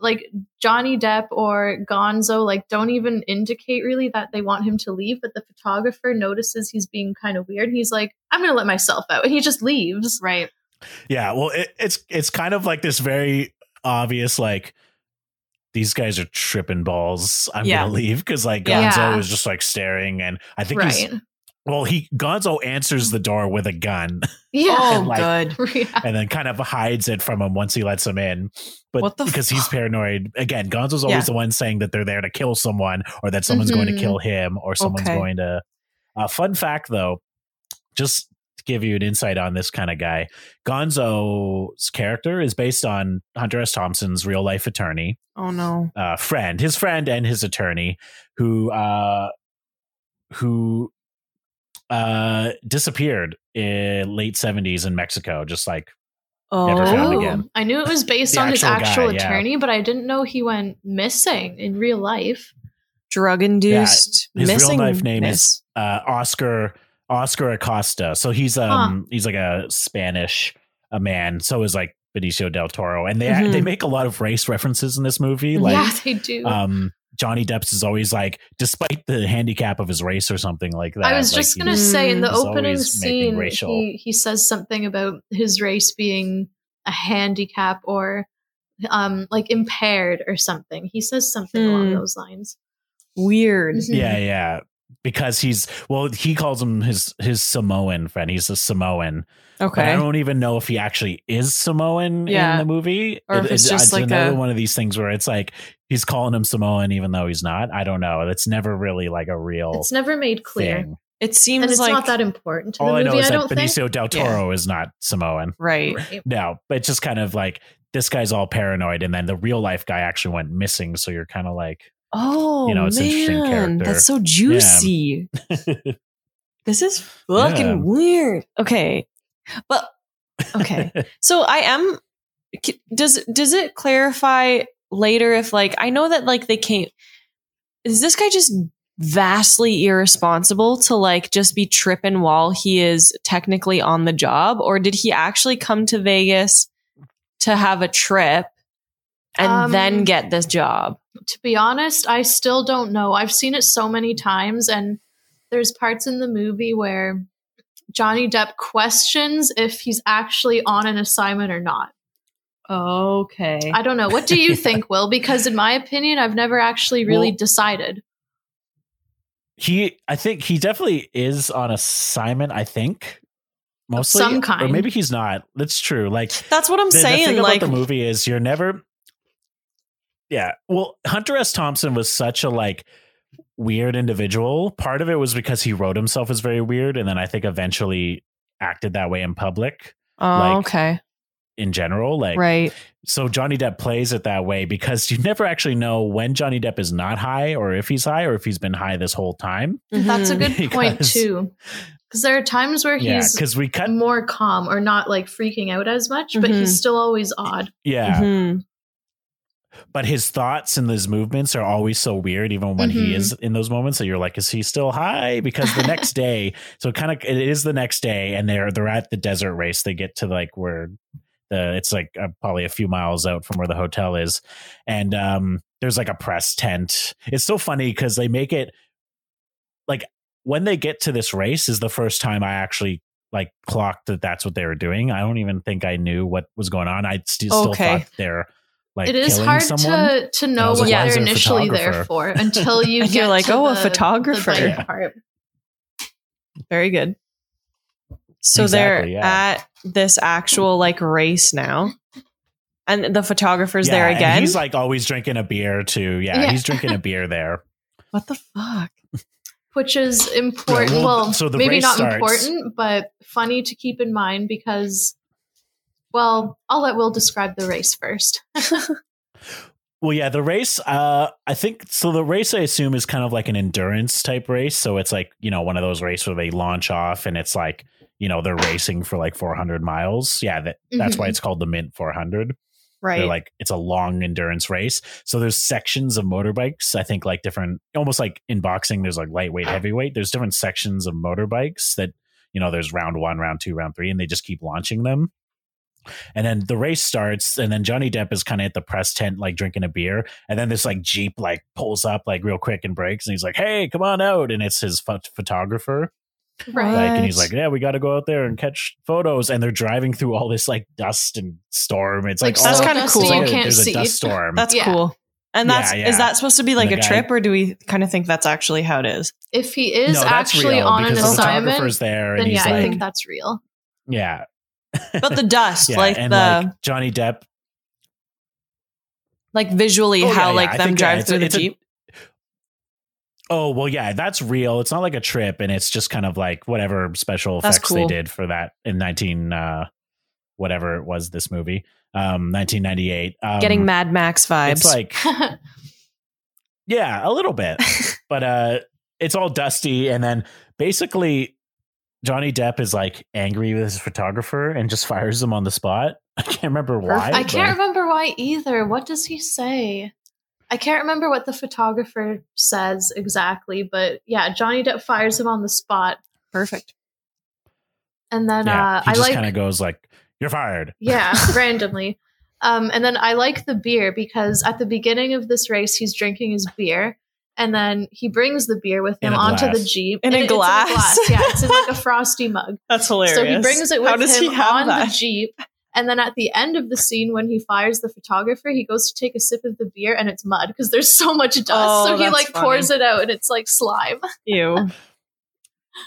[SPEAKER 4] like Johnny Depp or Gonzo like don't even indicate really that they want him to leave, but the photographer notices he's being kind of weird and he's like, I'm gonna let myself out and he just leaves.
[SPEAKER 2] right.
[SPEAKER 3] Yeah, well, it, it's it's kind of like this very obvious like these guys are tripping balls. I'm
[SPEAKER 2] Yeah.
[SPEAKER 3] gonna leave because like Gonzo
[SPEAKER 4] Yeah.
[SPEAKER 3] is just like staring, and I think he's
[SPEAKER 4] Right.
[SPEAKER 3] well. He Gonzo answers the door with a gun
[SPEAKER 4] Yeah.
[SPEAKER 2] Oh,
[SPEAKER 3] like-
[SPEAKER 2] good.
[SPEAKER 4] yeah.
[SPEAKER 3] and then kind of hides it from him once he lets him in. But
[SPEAKER 2] What the
[SPEAKER 3] because he's
[SPEAKER 2] fuck?
[SPEAKER 3] paranoid again, Gonzo's always
[SPEAKER 2] Yeah. Mm-hmm.
[SPEAKER 3] the one saying that they're there to kill someone or that someone's going to
[SPEAKER 4] Mhm.
[SPEAKER 3] kill him or someone's
[SPEAKER 2] Okay.
[SPEAKER 3] going to. Uh, fun fact though, just to give you an insight on this kind of guy, Gonzo's character is based on Hunter S. Thompson's real life attorney,
[SPEAKER 2] Oh no.
[SPEAKER 3] uh, friend, his friend and his attorney, who uh, who uh, disappeared in late seventies in Mexico, just like Never found
[SPEAKER 2] Oh.
[SPEAKER 3] again.
[SPEAKER 4] I knew it was based
[SPEAKER 3] The
[SPEAKER 4] on his
[SPEAKER 3] actual
[SPEAKER 4] actual
[SPEAKER 3] guy, yeah.
[SPEAKER 4] attorney, but I didn't know he went missing in real life.
[SPEAKER 2] Drug induced
[SPEAKER 3] Yeah, his real
[SPEAKER 2] missing.
[SPEAKER 3] life name is- uh, Oscar Oscar Acosta. So he's um he's like a Spanish a man. So is like Benicio del Toro, and they
[SPEAKER 2] Mhm.
[SPEAKER 4] Mm-hmm.
[SPEAKER 3] they make a lot of race references in this movie. Like
[SPEAKER 4] yeah, they do.
[SPEAKER 3] um Johnny Depp's is always like, despite the handicap of his race or something like that.
[SPEAKER 4] I was
[SPEAKER 3] like,
[SPEAKER 4] just
[SPEAKER 3] he-
[SPEAKER 4] gonna say in the
[SPEAKER 3] he's
[SPEAKER 4] opening
[SPEAKER 3] always making
[SPEAKER 4] scene,
[SPEAKER 3] racial-
[SPEAKER 4] he he says something about his race being a handicap or um like impaired or something. He says something along
[SPEAKER 2] Hmm.
[SPEAKER 4] those lines.
[SPEAKER 2] Weird.
[SPEAKER 4] Mhm.
[SPEAKER 3] yeah, yeah. Because he's well, he calls him his his Samoan friend. He's a Samoan, But I
[SPEAKER 2] Okay.
[SPEAKER 3] don't even know if he actually is Samoan
[SPEAKER 2] Yeah.
[SPEAKER 3] in the movie.
[SPEAKER 2] Or if it's just like
[SPEAKER 3] another
[SPEAKER 2] a-
[SPEAKER 3] one of these things where it's like he's calling him Samoan even though he's not. I don't know. That's never really like a real
[SPEAKER 4] It's never made clear,
[SPEAKER 3] thing.
[SPEAKER 2] It
[SPEAKER 4] and
[SPEAKER 2] seems
[SPEAKER 4] it's
[SPEAKER 2] like
[SPEAKER 4] not that important to
[SPEAKER 3] All
[SPEAKER 4] the
[SPEAKER 3] I
[SPEAKER 4] movie.
[SPEAKER 3] know is
[SPEAKER 4] I
[SPEAKER 3] that
[SPEAKER 4] don't think.
[SPEAKER 3] Benicio del Toro is not Samoan.
[SPEAKER 2] right.
[SPEAKER 4] Right.
[SPEAKER 3] No, but it's just kind of like this guy's all paranoid, and then the real life guy actually went missing. So you're kind of like,
[SPEAKER 2] Oh,
[SPEAKER 3] You know, it's an
[SPEAKER 2] man,
[SPEAKER 3] interesting character.
[SPEAKER 2] that's so juicy. This is fucking
[SPEAKER 3] Yeah.
[SPEAKER 2] weird. Okay, but okay. so I am. c- Does does it clarify later if like I know that like they came? Is this guy just vastly irresponsible to like just be tripping while he is technically on the job, or did he actually come to Vegas to have a trip and
[SPEAKER 4] Um,
[SPEAKER 2] then get this job?
[SPEAKER 4] to be honest, I still don't know. I've seen it so many times, and there's parts in the movie where Johnny Depp questions if he's actually on an assignment or not.
[SPEAKER 2] Okay.
[SPEAKER 4] I don't know. What do you think, Will? Because in my opinion, I've never actually really
[SPEAKER 3] Well-
[SPEAKER 4] decided.
[SPEAKER 3] he i think he definitely is on assignment i think mostly
[SPEAKER 4] some kind.
[SPEAKER 3] or maybe he's not that's true like
[SPEAKER 2] That's what I'm
[SPEAKER 3] the, the
[SPEAKER 2] saying.
[SPEAKER 3] thing
[SPEAKER 2] like,
[SPEAKER 3] about the movie is you're never yeah well hunter s thompson was such a like weird individual part of it was because he wrote himself as very weird and then i think eventually acted that way in public
[SPEAKER 2] oh,
[SPEAKER 3] like,
[SPEAKER 2] okay,
[SPEAKER 3] in general like
[SPEAKER 2] right,
[SPEAKER 3] so Johnny Depp plays it that way because you never actually know when Johnny Depp is not high or if he's high or if he's been high this whole time.
[SPEAKER 4] That's a
[SPEAKER 2] Mhm.
[SPEAKER 4] good point
[SPEAKER 3] Mm-hmm. Because-
[SPEAKER 4] too, because there are times where
[SPEAKER 3] yeah,
[SPEAKER 4] he's
[SPEAKER 3] because we cut.
[SPEAKER 4] more calm or not like freaking out as much, but
[SPEAKER 3] Mm-hmm.
[SPEAKER 4] he's still always odd.
[SPEAKER 3] Yeah,
[SPEAKER 2] Mhm.
[SPEAKER 3] but his thoughts and his movements are always so weird, even when he
[SPEAKER 4] Mhm.
[SPEAKER 3] is in those moments. So you're like, is he still high? Because the next day, so kind of it is the next day, and they're they're at the desert race. They get to like where the it's like uh, probably a few miles out from where the hotel is, and um, there's like a press tent. It's so funny because they make it like when they get to this race is the first time I actually like clocked that that's what they were doing. I don't even think I knew what was going on. I st- still
[SPEAKER 2] Okay.
[SPEAKER 3] thought they're like
[SPEAKER 4] it is
[SPEAKER 3] killing
[SPEAKER 4] hard
[SPEAKER 3] someone.
[SPEAKER 4] to to
[SPEAKER 3] I
[SPEAKER 4] know
[SPEAKER 3] was
[SPEAKER 4] what
[SPEAKER 2] like, why
[SPEAKER 4] they're
[SPEAKER 3] is there a
[SPEAKER 4] initially there
[SPEAKER 3] photographer?
[SPEAKER 4] for until you
[SPEAKER 2] And
[SPEAKER 4] get
[SPEAKER 2] you're like,
[SPEAKER 4] to
[SPEAKER 2] oh, a
[SPEAKER 4] the- the
[SPEAKER 2] photographer.
[SPEAKER 4] bike
[SPEAKER 3] Yeah.
[SPEAKER 4] part.
[SPEAKER 2] Very good. So they're
[SPEAKER 3] Exactly, yeah.
[SPEAKER 2] at this actual like race now. And the photographer's
[SPEAKER 3] Yeah,
[SPEAKER 2] there
[SPEAKER 3] and
[SPEAKER 2] again.
[SPEAKER 3] He's like always drinking a beer too. Yeah,
[SPEAKER 4] Yeah.
[SPEAKER 3] he's drinking a beer there.
[SPEAKER 2] what the fuck?
[SPEAKER 4] which is important.
[SPEAKER 3] Yeah, well,
[SPEAKER 4] well,
[SPEAKER 3] so the
[SPEAKER 4] maybe
[SPEAKER 3] race
[SPEAKER 4] not
[SPEAKER 3] starts-
[SPEAKER 4] important, but funny to keep in mind because, well, I'll let Will describe the race first.
[SPEAKER 3] Well, yeah, the race. Uh, I think so. The race I assume is kind of like an endurance type race. So it's like you know one of those races where they launch off and it's like you know they're racing for like 400 miles. Yeah, that, that's why
[SPEAKER 4] Mhm.
[SPEAKER 3] it's called the Mint 400.
[SPEAKER 2] Right.
[SPEAKER 3] They're like it's a long endurance race. So there's sections of motorbikes. I think like different, almost like in boxing, there's like lightweight, heavyweight. There's different sections of motorbikes that you know there's round one, round two, round three, and they just keep launching them. And then the race starts, and then Johnny Depp is kind of at the press tent, like drinking a beer, and then this like jeep like pulls up like real quick and breaks, and he's like, "Hey, come on out!" And it's his phot- photographer, like, and he's
[SPEAKER 2] What?
[SPEAKER 3] like, "Yeah, we got to go out there and catch photos." And they're driving through all this like dust and storm. It's like,
[SPEAKER 4] Like,
[SPEAKER 3] all
[SPEAKER 2] That's
[SPEAKER 4] so
[SPEAKER 2] kinda
[SPEAKER 4] dusty
[SPEAKER 2] cool.
[SPEAKER 4] You
[SPEAKER 3] yeah,
[SPEAKER 4] can't
[SPEAKER 3] there's
[SPEAKER 4] see.
[SPEAKER 3] a dust storm.
[SPEAKER 2] That's
[SPEAKER 4] Yeah.
[SPEAKER 2] cool. And
[SPEAKER 3] mm. Yeah,
[SPEAKER 2] that's
[SPEAKER 3] yeah.
[SPEAKER 2] is that supposed to be like
[SPEAKER 3] the
[SPEAKER 2] a
[SPEAKER 3] guy-
[SPEAKER 2] trip or do we kind of think that's actually how it is?
[SPEAKER 4] if he is
[SPEAKER 3] No, that's
[SPEAKER 4] actually
[SPEAKER 3] real,
[SPEAKER 4] on an
[SPEAKER 3] because the photographer's
[SPEAKER 4] assignment,
[SPEAKER 3] there, and
[SPEAKER 4] then yeah,
[SPEAKER 3] he's
[SPEAKER 4] I
[SPEAKER 3] like,
[SPEAKER 4] think that's real.
[SPEAKER 3] yeah,
[SPEAKER 2] But the dust,
[SPEAKER 3] yeah,
[SPEAKER 2] like the
[SPEAKER 3] and
[SPEAKER 2] like,
[SPEAKER 3] like Johnny Depp.
[SPEAKER 2] visually
[SPEAKER 3] Oh, yeah,
[SPEAKER 2] how
[SPEAKER 3] yeah,
[SPEAKER 2] like
[SPEAKER 3] I
[SPEAKER 2] them
[SPEAKER 3] think, yeah,
[SPEAKER 2] drive
[SPEAKER 3] it's a-
[SPEAKER 2] through the
[SPEAKER 3] it's a-
[SPEAKER 2] jeep.
[SPEAKER 3] Oh well, yeah, that's real. It's not like a trip, and it's just kind of like whatever special
[SPEAKER 2] That's
[SPEAKER 3] effects
[SPEAKER 2] cool.
[SPEAKER 3] they did for that in nineteen, uh, whatever it was, this movie, um, nineteen ninety eight. Um,
[SPEAKER 2] Getting Mad Max vibes.
[SPEAKER 3] It's like Yeah, a little bit. but uh it's all dusty and then basically Johnny Depp is like angry with his photographer and just fires him on the spot. I can't remember why.
[SPEAKER 4] I
[SPEAKER 3] but-
[SPEAKER 4] can't remember why either. What does he say? I can't remember what the photographer says exactly, but yeah, Johnny Depp fires him on the spot,
[SPEAKER 2] perfect.
[SPEAKER 4] and then
[SPEAKER 3] yeah,
[SPEAKER 4] uh,
[SPEAKER 3] he
[SPEAKER 4] I
[SPEAKER 3] just
[SPEAKER 4] like
[SPEAKER 3] kind of goes like, "You're fired."
[SPEAKER 4] Yeah, randomly. Um, and then I like the beer because at the beginning of this race, he's drinking his beer, and then he brings the beer with
[SPEAKER 3] In
[SPEAKER 4] him
[SPEAKER 3] a
[SPEAKER 4] onto the
[SPEAKER 3] glass.
[SPEAKER 4] jeep
[SPEAKER 2] In a
[SPEAKER 4] And it's
[SPEAKER 2] glass.
[SPEAKER 4] Yeah, it's in like a frosty mug.
[SPEAKER 2] That's hilarious.
[SPEAKER 4] So he brings it with
[SPEAKER 2] how does
[SPEAKER 4] him
[SPEAKER 2] he have
[SPEAKER 4] on
[SPEAKER 2] that?
[SPEAKER 4] the jeep, and then at the end of the scene when he fires the photographer, he goes to take a sip of the beer, and it's mud because there's so much dust.
[SPEAKER 2] Oh,
[SPEAKER 4] so he
[SPEAKER 2] that's
[SPEAKER 4] like
[SPEAKER 2] funny.
[SPEAKER 4] pours it out, and it's like slime.
[SPEAKER 2] Ew.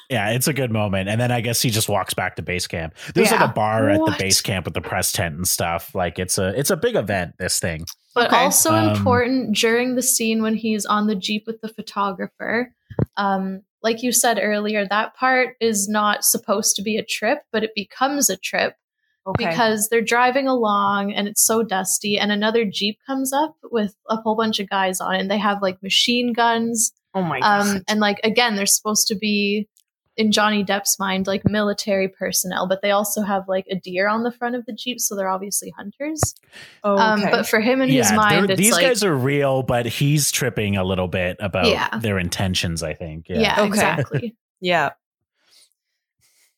[SPEAKER 3] Yeah, it's a good moment. And then I guess he just walks back to base camp. There's
[SPEAKER 4] Yeah.
[SPEAKER 3] like a bar at
[SPEAKER 2] What?
[SPEAKER 3] the base camp with the press tent and stuff. Like it's a it's a big event this thing.
[SPEAKER 4] but
[SPEAKER 2] Okay.
[SPEAKER 4] also
[SPEAKER 3] Um,
[SPEAKER 4] important during the scene when he's on the jeep with the photographer um like you said earlier that part is not supposed to be a trip but it becomes a trip because they're driving along and it's so dusty and another jeep comes up with a whole bunch of guys on it and they have like machine guns
[SPEAKER 2] oh my
[SPEAKER 4] um and like again they're supposed to be in Johnny Depp's mind like military personnel but they also have like a deer on the front of the jeep so they're obviously hunters um, but for him in his
[SPEAKER 3] they're-
[SPEAKER 4] mind, it's
[SPEAKER 3] these
[SPEAKER 4] like,
[SPEAKER 3] guys are real, but he's tripping a little bit about
[SPEAKER 4] Yeah.
[SPEAKER 3] their intentions, I think.
[SPEAKER 4] yeah,
[SPEAKER 2] Okay.
[SPEAKER 4] exactly.
[SPEAKER 2] yeah.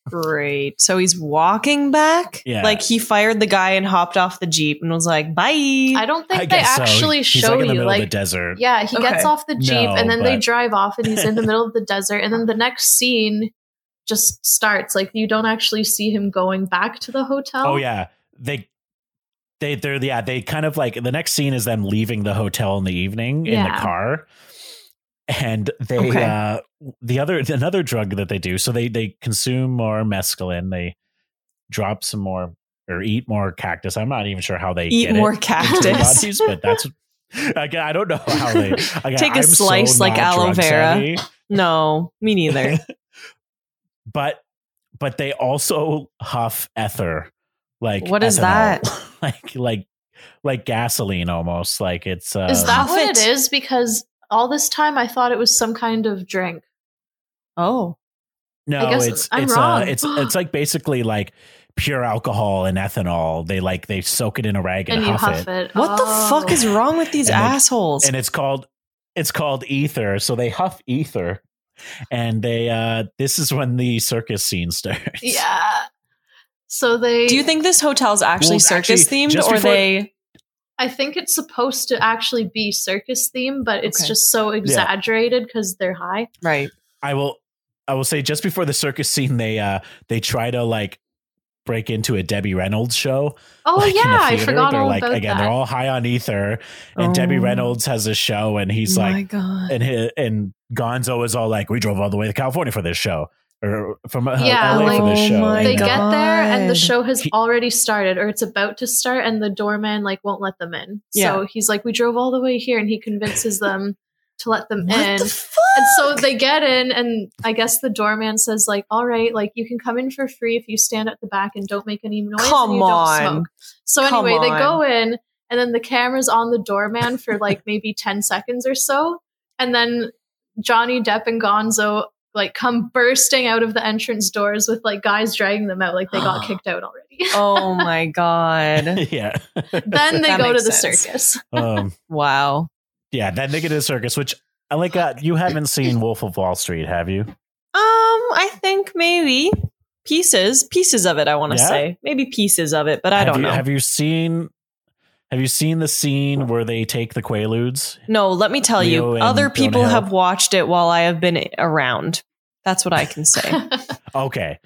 [SPEAKER 2] Great. So he's walking back.
[SPEAKER 3] Yeah.
[SPEAKER 2] Like he fired the guy and hopped off the jeep and was like, "Bye."
[SPEAKER 4] I don't think they
[SPEAKER 3] guess so.
[SPEAKER 4] actually
[SPEAKER 3] He's
[SPEAKER 4] show
[SPEAKER 3] like in the
[SPEAKER 4] you
[SPEAKER 3] middle
[SPEAKER 4] like.
[SPEAKER 3] of the desert.
[SPEAKER 4] yeah, he gets
[SPEAKER 2] Okay.
[SPEAKER 4] off the jeep
[SPEAKER 3] No,
[SPEAKER 4] and then they
[SPEAKER 3] but-
[SPEAKER 4] drive off, and he's in the middle of the desert. And then the next scene just starts. Like you don't actually see him going back to the hotel.
[SPEAKER 3] Oh yeah, they they they're yeah they kind of like the next scene is them leaving the hotel in the evening in the
[SPEAKER 4] Yeah.
[SPEAKER 3] car, and they
[SPEAKER 2] Okay.
[SPEAKER 3] uh the other another drug that they do so they they consume more mescaline they drop some more or eat more cactus I'm not even sure how they
[SPEAKER 2] Eat
[SPEAKER 3] get
[SPEAKER 2] more
[SPEAKER 3] it into their
[SPEAKER 2] cactus.
[SPEAKER 3] bodies, but that's. Again, I don't know how they again,
[SPEAKER 2] Take a
[SPEAKER 3] I'm so
[SPEAKER 2] slice like
[SPEAKER 3] not
[SPEAKER 2] aloe
[SPEAKER 3] drug
[SPEAKER 2] vera.
[SPEAKER 3] savvy.
[SPEAKER 2] No, me neither.
[SPEAKER 3] but but they also huff ether like
[SPEAKER 2] What is
[SPEAKER 3] ethanol.
[SPEAKER 2] that?
[SPEAKER 3] like like like gasoline almost like it's uh
[SPEAKER 4] is that what
[SPEAKER 2] Huff
[SPEAKER 4] it
[SPEAKER 2] it.
[SPEAKER 4] is? Because all this time I thought it was some kind of drink.
[SPEAKER 2] oh,
[SPEAKER 3] no
[SPEAKER 4] I guess
[SPEAKER 3] it's
[SPEAKER 4] I'm
[SPEAKER 3] it's
[SPEAKER 4] wrong.
[SPEAKER 3] uh it's it's like basically like pure alcohol and ethanol they like they soak it in a rag and,
[SPEAKER 4] And you
[SPEAKER 3] huff,
[SPEAKER 4] huff
[SPEAKER 3] it.
[SPEAKER 4] it.
[SPEAKER 2] what
[SPEAKER 4] Oh.
[SPEAKER 2] the fuck is wrong with these
[SPEAKER 3] And it-
[SPEAKER 2] assholes?
[SPEAKER 3] and it's called it's called ether so they huff ether and they uh this is when the circus scene starts
[SPEAKER 4] Yeah. So they.
[SPEAKER 2] Do you think this hotel's actually
[SPEAKER 3] Well,
[SPEAKER 2] circus
[SPEAKER 3] actually,
[SPEAKER 2] themed,
[SPEAKER 3] just
[SPEAKER 2] or
[SPEAKER 3] before-
[SPEAKER 2] they?
[SPEAKER 4] I think it's supposed to actually be circus theme, but it's
[SPEAKER 2] Okay.
[SPEAKER 4] just so exaggerated because they're high.
[SPEAKER 2] Right.
[SPEAKER 3] I will I will say just before the circus scene they uh they try to like break into a Debbie Reynolds show.
[SPEAKER 4] Oh
[SPEAKER 3] like, in the
[SPEAKER 4] yeah, I
[SPEAKER 3] theater.
[SPEAKER 4] forgot
[SPEAKER 3] they're
[SPEAKER 4] all
[SPEAKER 3] like
[SPEAKER 4] about
[SPEAKER 3] again,
[SPEAKER 4] that.
[SPEAKER 3] they're all high on ether and Debbie
[SPEAKER 2] Oh.
[SPEAKER 3] Reynolds has a show and he's
[SPEAKER 2] my
[SPEAKER 3] like
[SPEAKER 2] God.
[SPEAKER 3] and hi and Gonzo is all like, We drove all the way to California for this show. or from uh,
[SPEAKER 4] Yeah,
[SPEAKER 3] LA for
[SPEAKER 4] like,
[SPEAKER 3] this show.
[SPEAKER 5] oh my
[SPEAKER 4] they
[SPEAKER 3] and
[SPEAKER 5] God.
[SPEAKER 4] get there and the
[SPEAKER 5] God.
[SPEAKER 4] show has
[SPEAKER 3] He-
[SPEAKER 4] already started or it's about to start and the doorman like won't let them in so
[SPEAKER 2] Yeah.
[SPEAKER 4] he's like we drove all the way here and he convinces them to let them in
[SPEAKER 5] What the fuck?
[SPEAKER 4] and so they get in and i guess the doorman says like all right like you can come in for free if you stand at the back and don't make any noise
[SPEAKER 2] Come
[SPEAKER 4] and you
[SPEAKER 2] on.
[SPEAKER 4] don't smoke so
[SPEAKER 2] Come
[SPEAKER 4] anyway they
[SPEAKER 2] on.
[SPEAKER 4] go in and then the camera's on the doorman for like maybe 10 seconds or so and then johnny depp and gonzo like come bursting out of the entrance doors with like guys dragging them out like they
[SPEAKER 2] Ah.
[SPEAKER 4] got kicked out already
[SPEAKER 2] Oh my god!
[SPEAKER 3] yeah.
[SPEAKER 4] then they
[SPEAKER 2] That
[SPEAKER 4] go to
[SPEAKER 2] makes
[SPEAKER 4] the
[SPEAKER 2] sense.
[SPEAKER 4] circus
[SPEAKER 3] um,
[SPEAKER 2] Wow.
[SPEAKER 3] yeah, that negative circus, which I like. Uh, you haven't seen Wolf of Wall Street, have you?
[SPEAKER 2] Um, I think maybe pieces, pieces of it. I want to
[SPEAKER 3] Yeah?
[SPEAKER 2] say maybe pieces of it, but I
[SPEAKER 3] have
[SPEAKER 2] don't
[SPEAKER 3] you,
[SPEAKER 2] know.
[SPEAKER 3] Have you seen? Have you seen the scene where they take the Quaaludes?
[SPEAKER 2] no, let me tell
[SPEAKER 3] Leo
[SPEAKER 2] you,
[SPEAKER 3] and
[SPEAKER 2] other
[SPEAKER 3] Jonah
[SPEAKER 2] people
[SPEAKER 3] Hill.
[SPEAKER 2] have watched it while I have been around. That's what I can say.
[SPEAKER 3] Okay,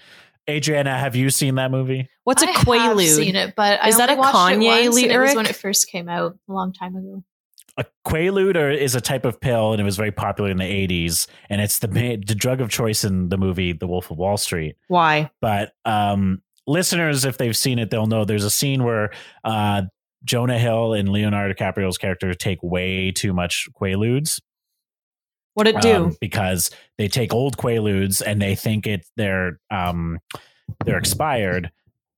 [SPEAKER 3] Adriana, have you seen that movie?
[SPEAKER 2] What's a
[SPEAKER 4] I have
[SPEAKER 2] quaalude?
[SPEAKER 4] seen it, but I
[SPEAKER 2] Is that
[SPEAKER 4] only
[SPEAKER 2] a
[SPEAKER 4] watched
[SPEAKER 2] Kanye
[SPEAKER 4] it once, and it was
[SPEAKER 2] lyric?
[SPEAKER 4] when it first came out a long time ago.
[SPEAKER 3] A Quaalude or is a type of pill, and it was very popular in the '80s, and it's the ma- the drug of choice in the movie The Wolf of Wall Street.
[SPEAKER 2] Why?
[SPEAKER 3] but um listeners if they've seen it they'll know there's a scene where uh Jonah Hill and Leonardo DiCaprio's character take way too much quaaludes
[SPEAKER 2] What it do?
[SPEAKER 3] um, because they take old quaaludes and they think it they're um they're expired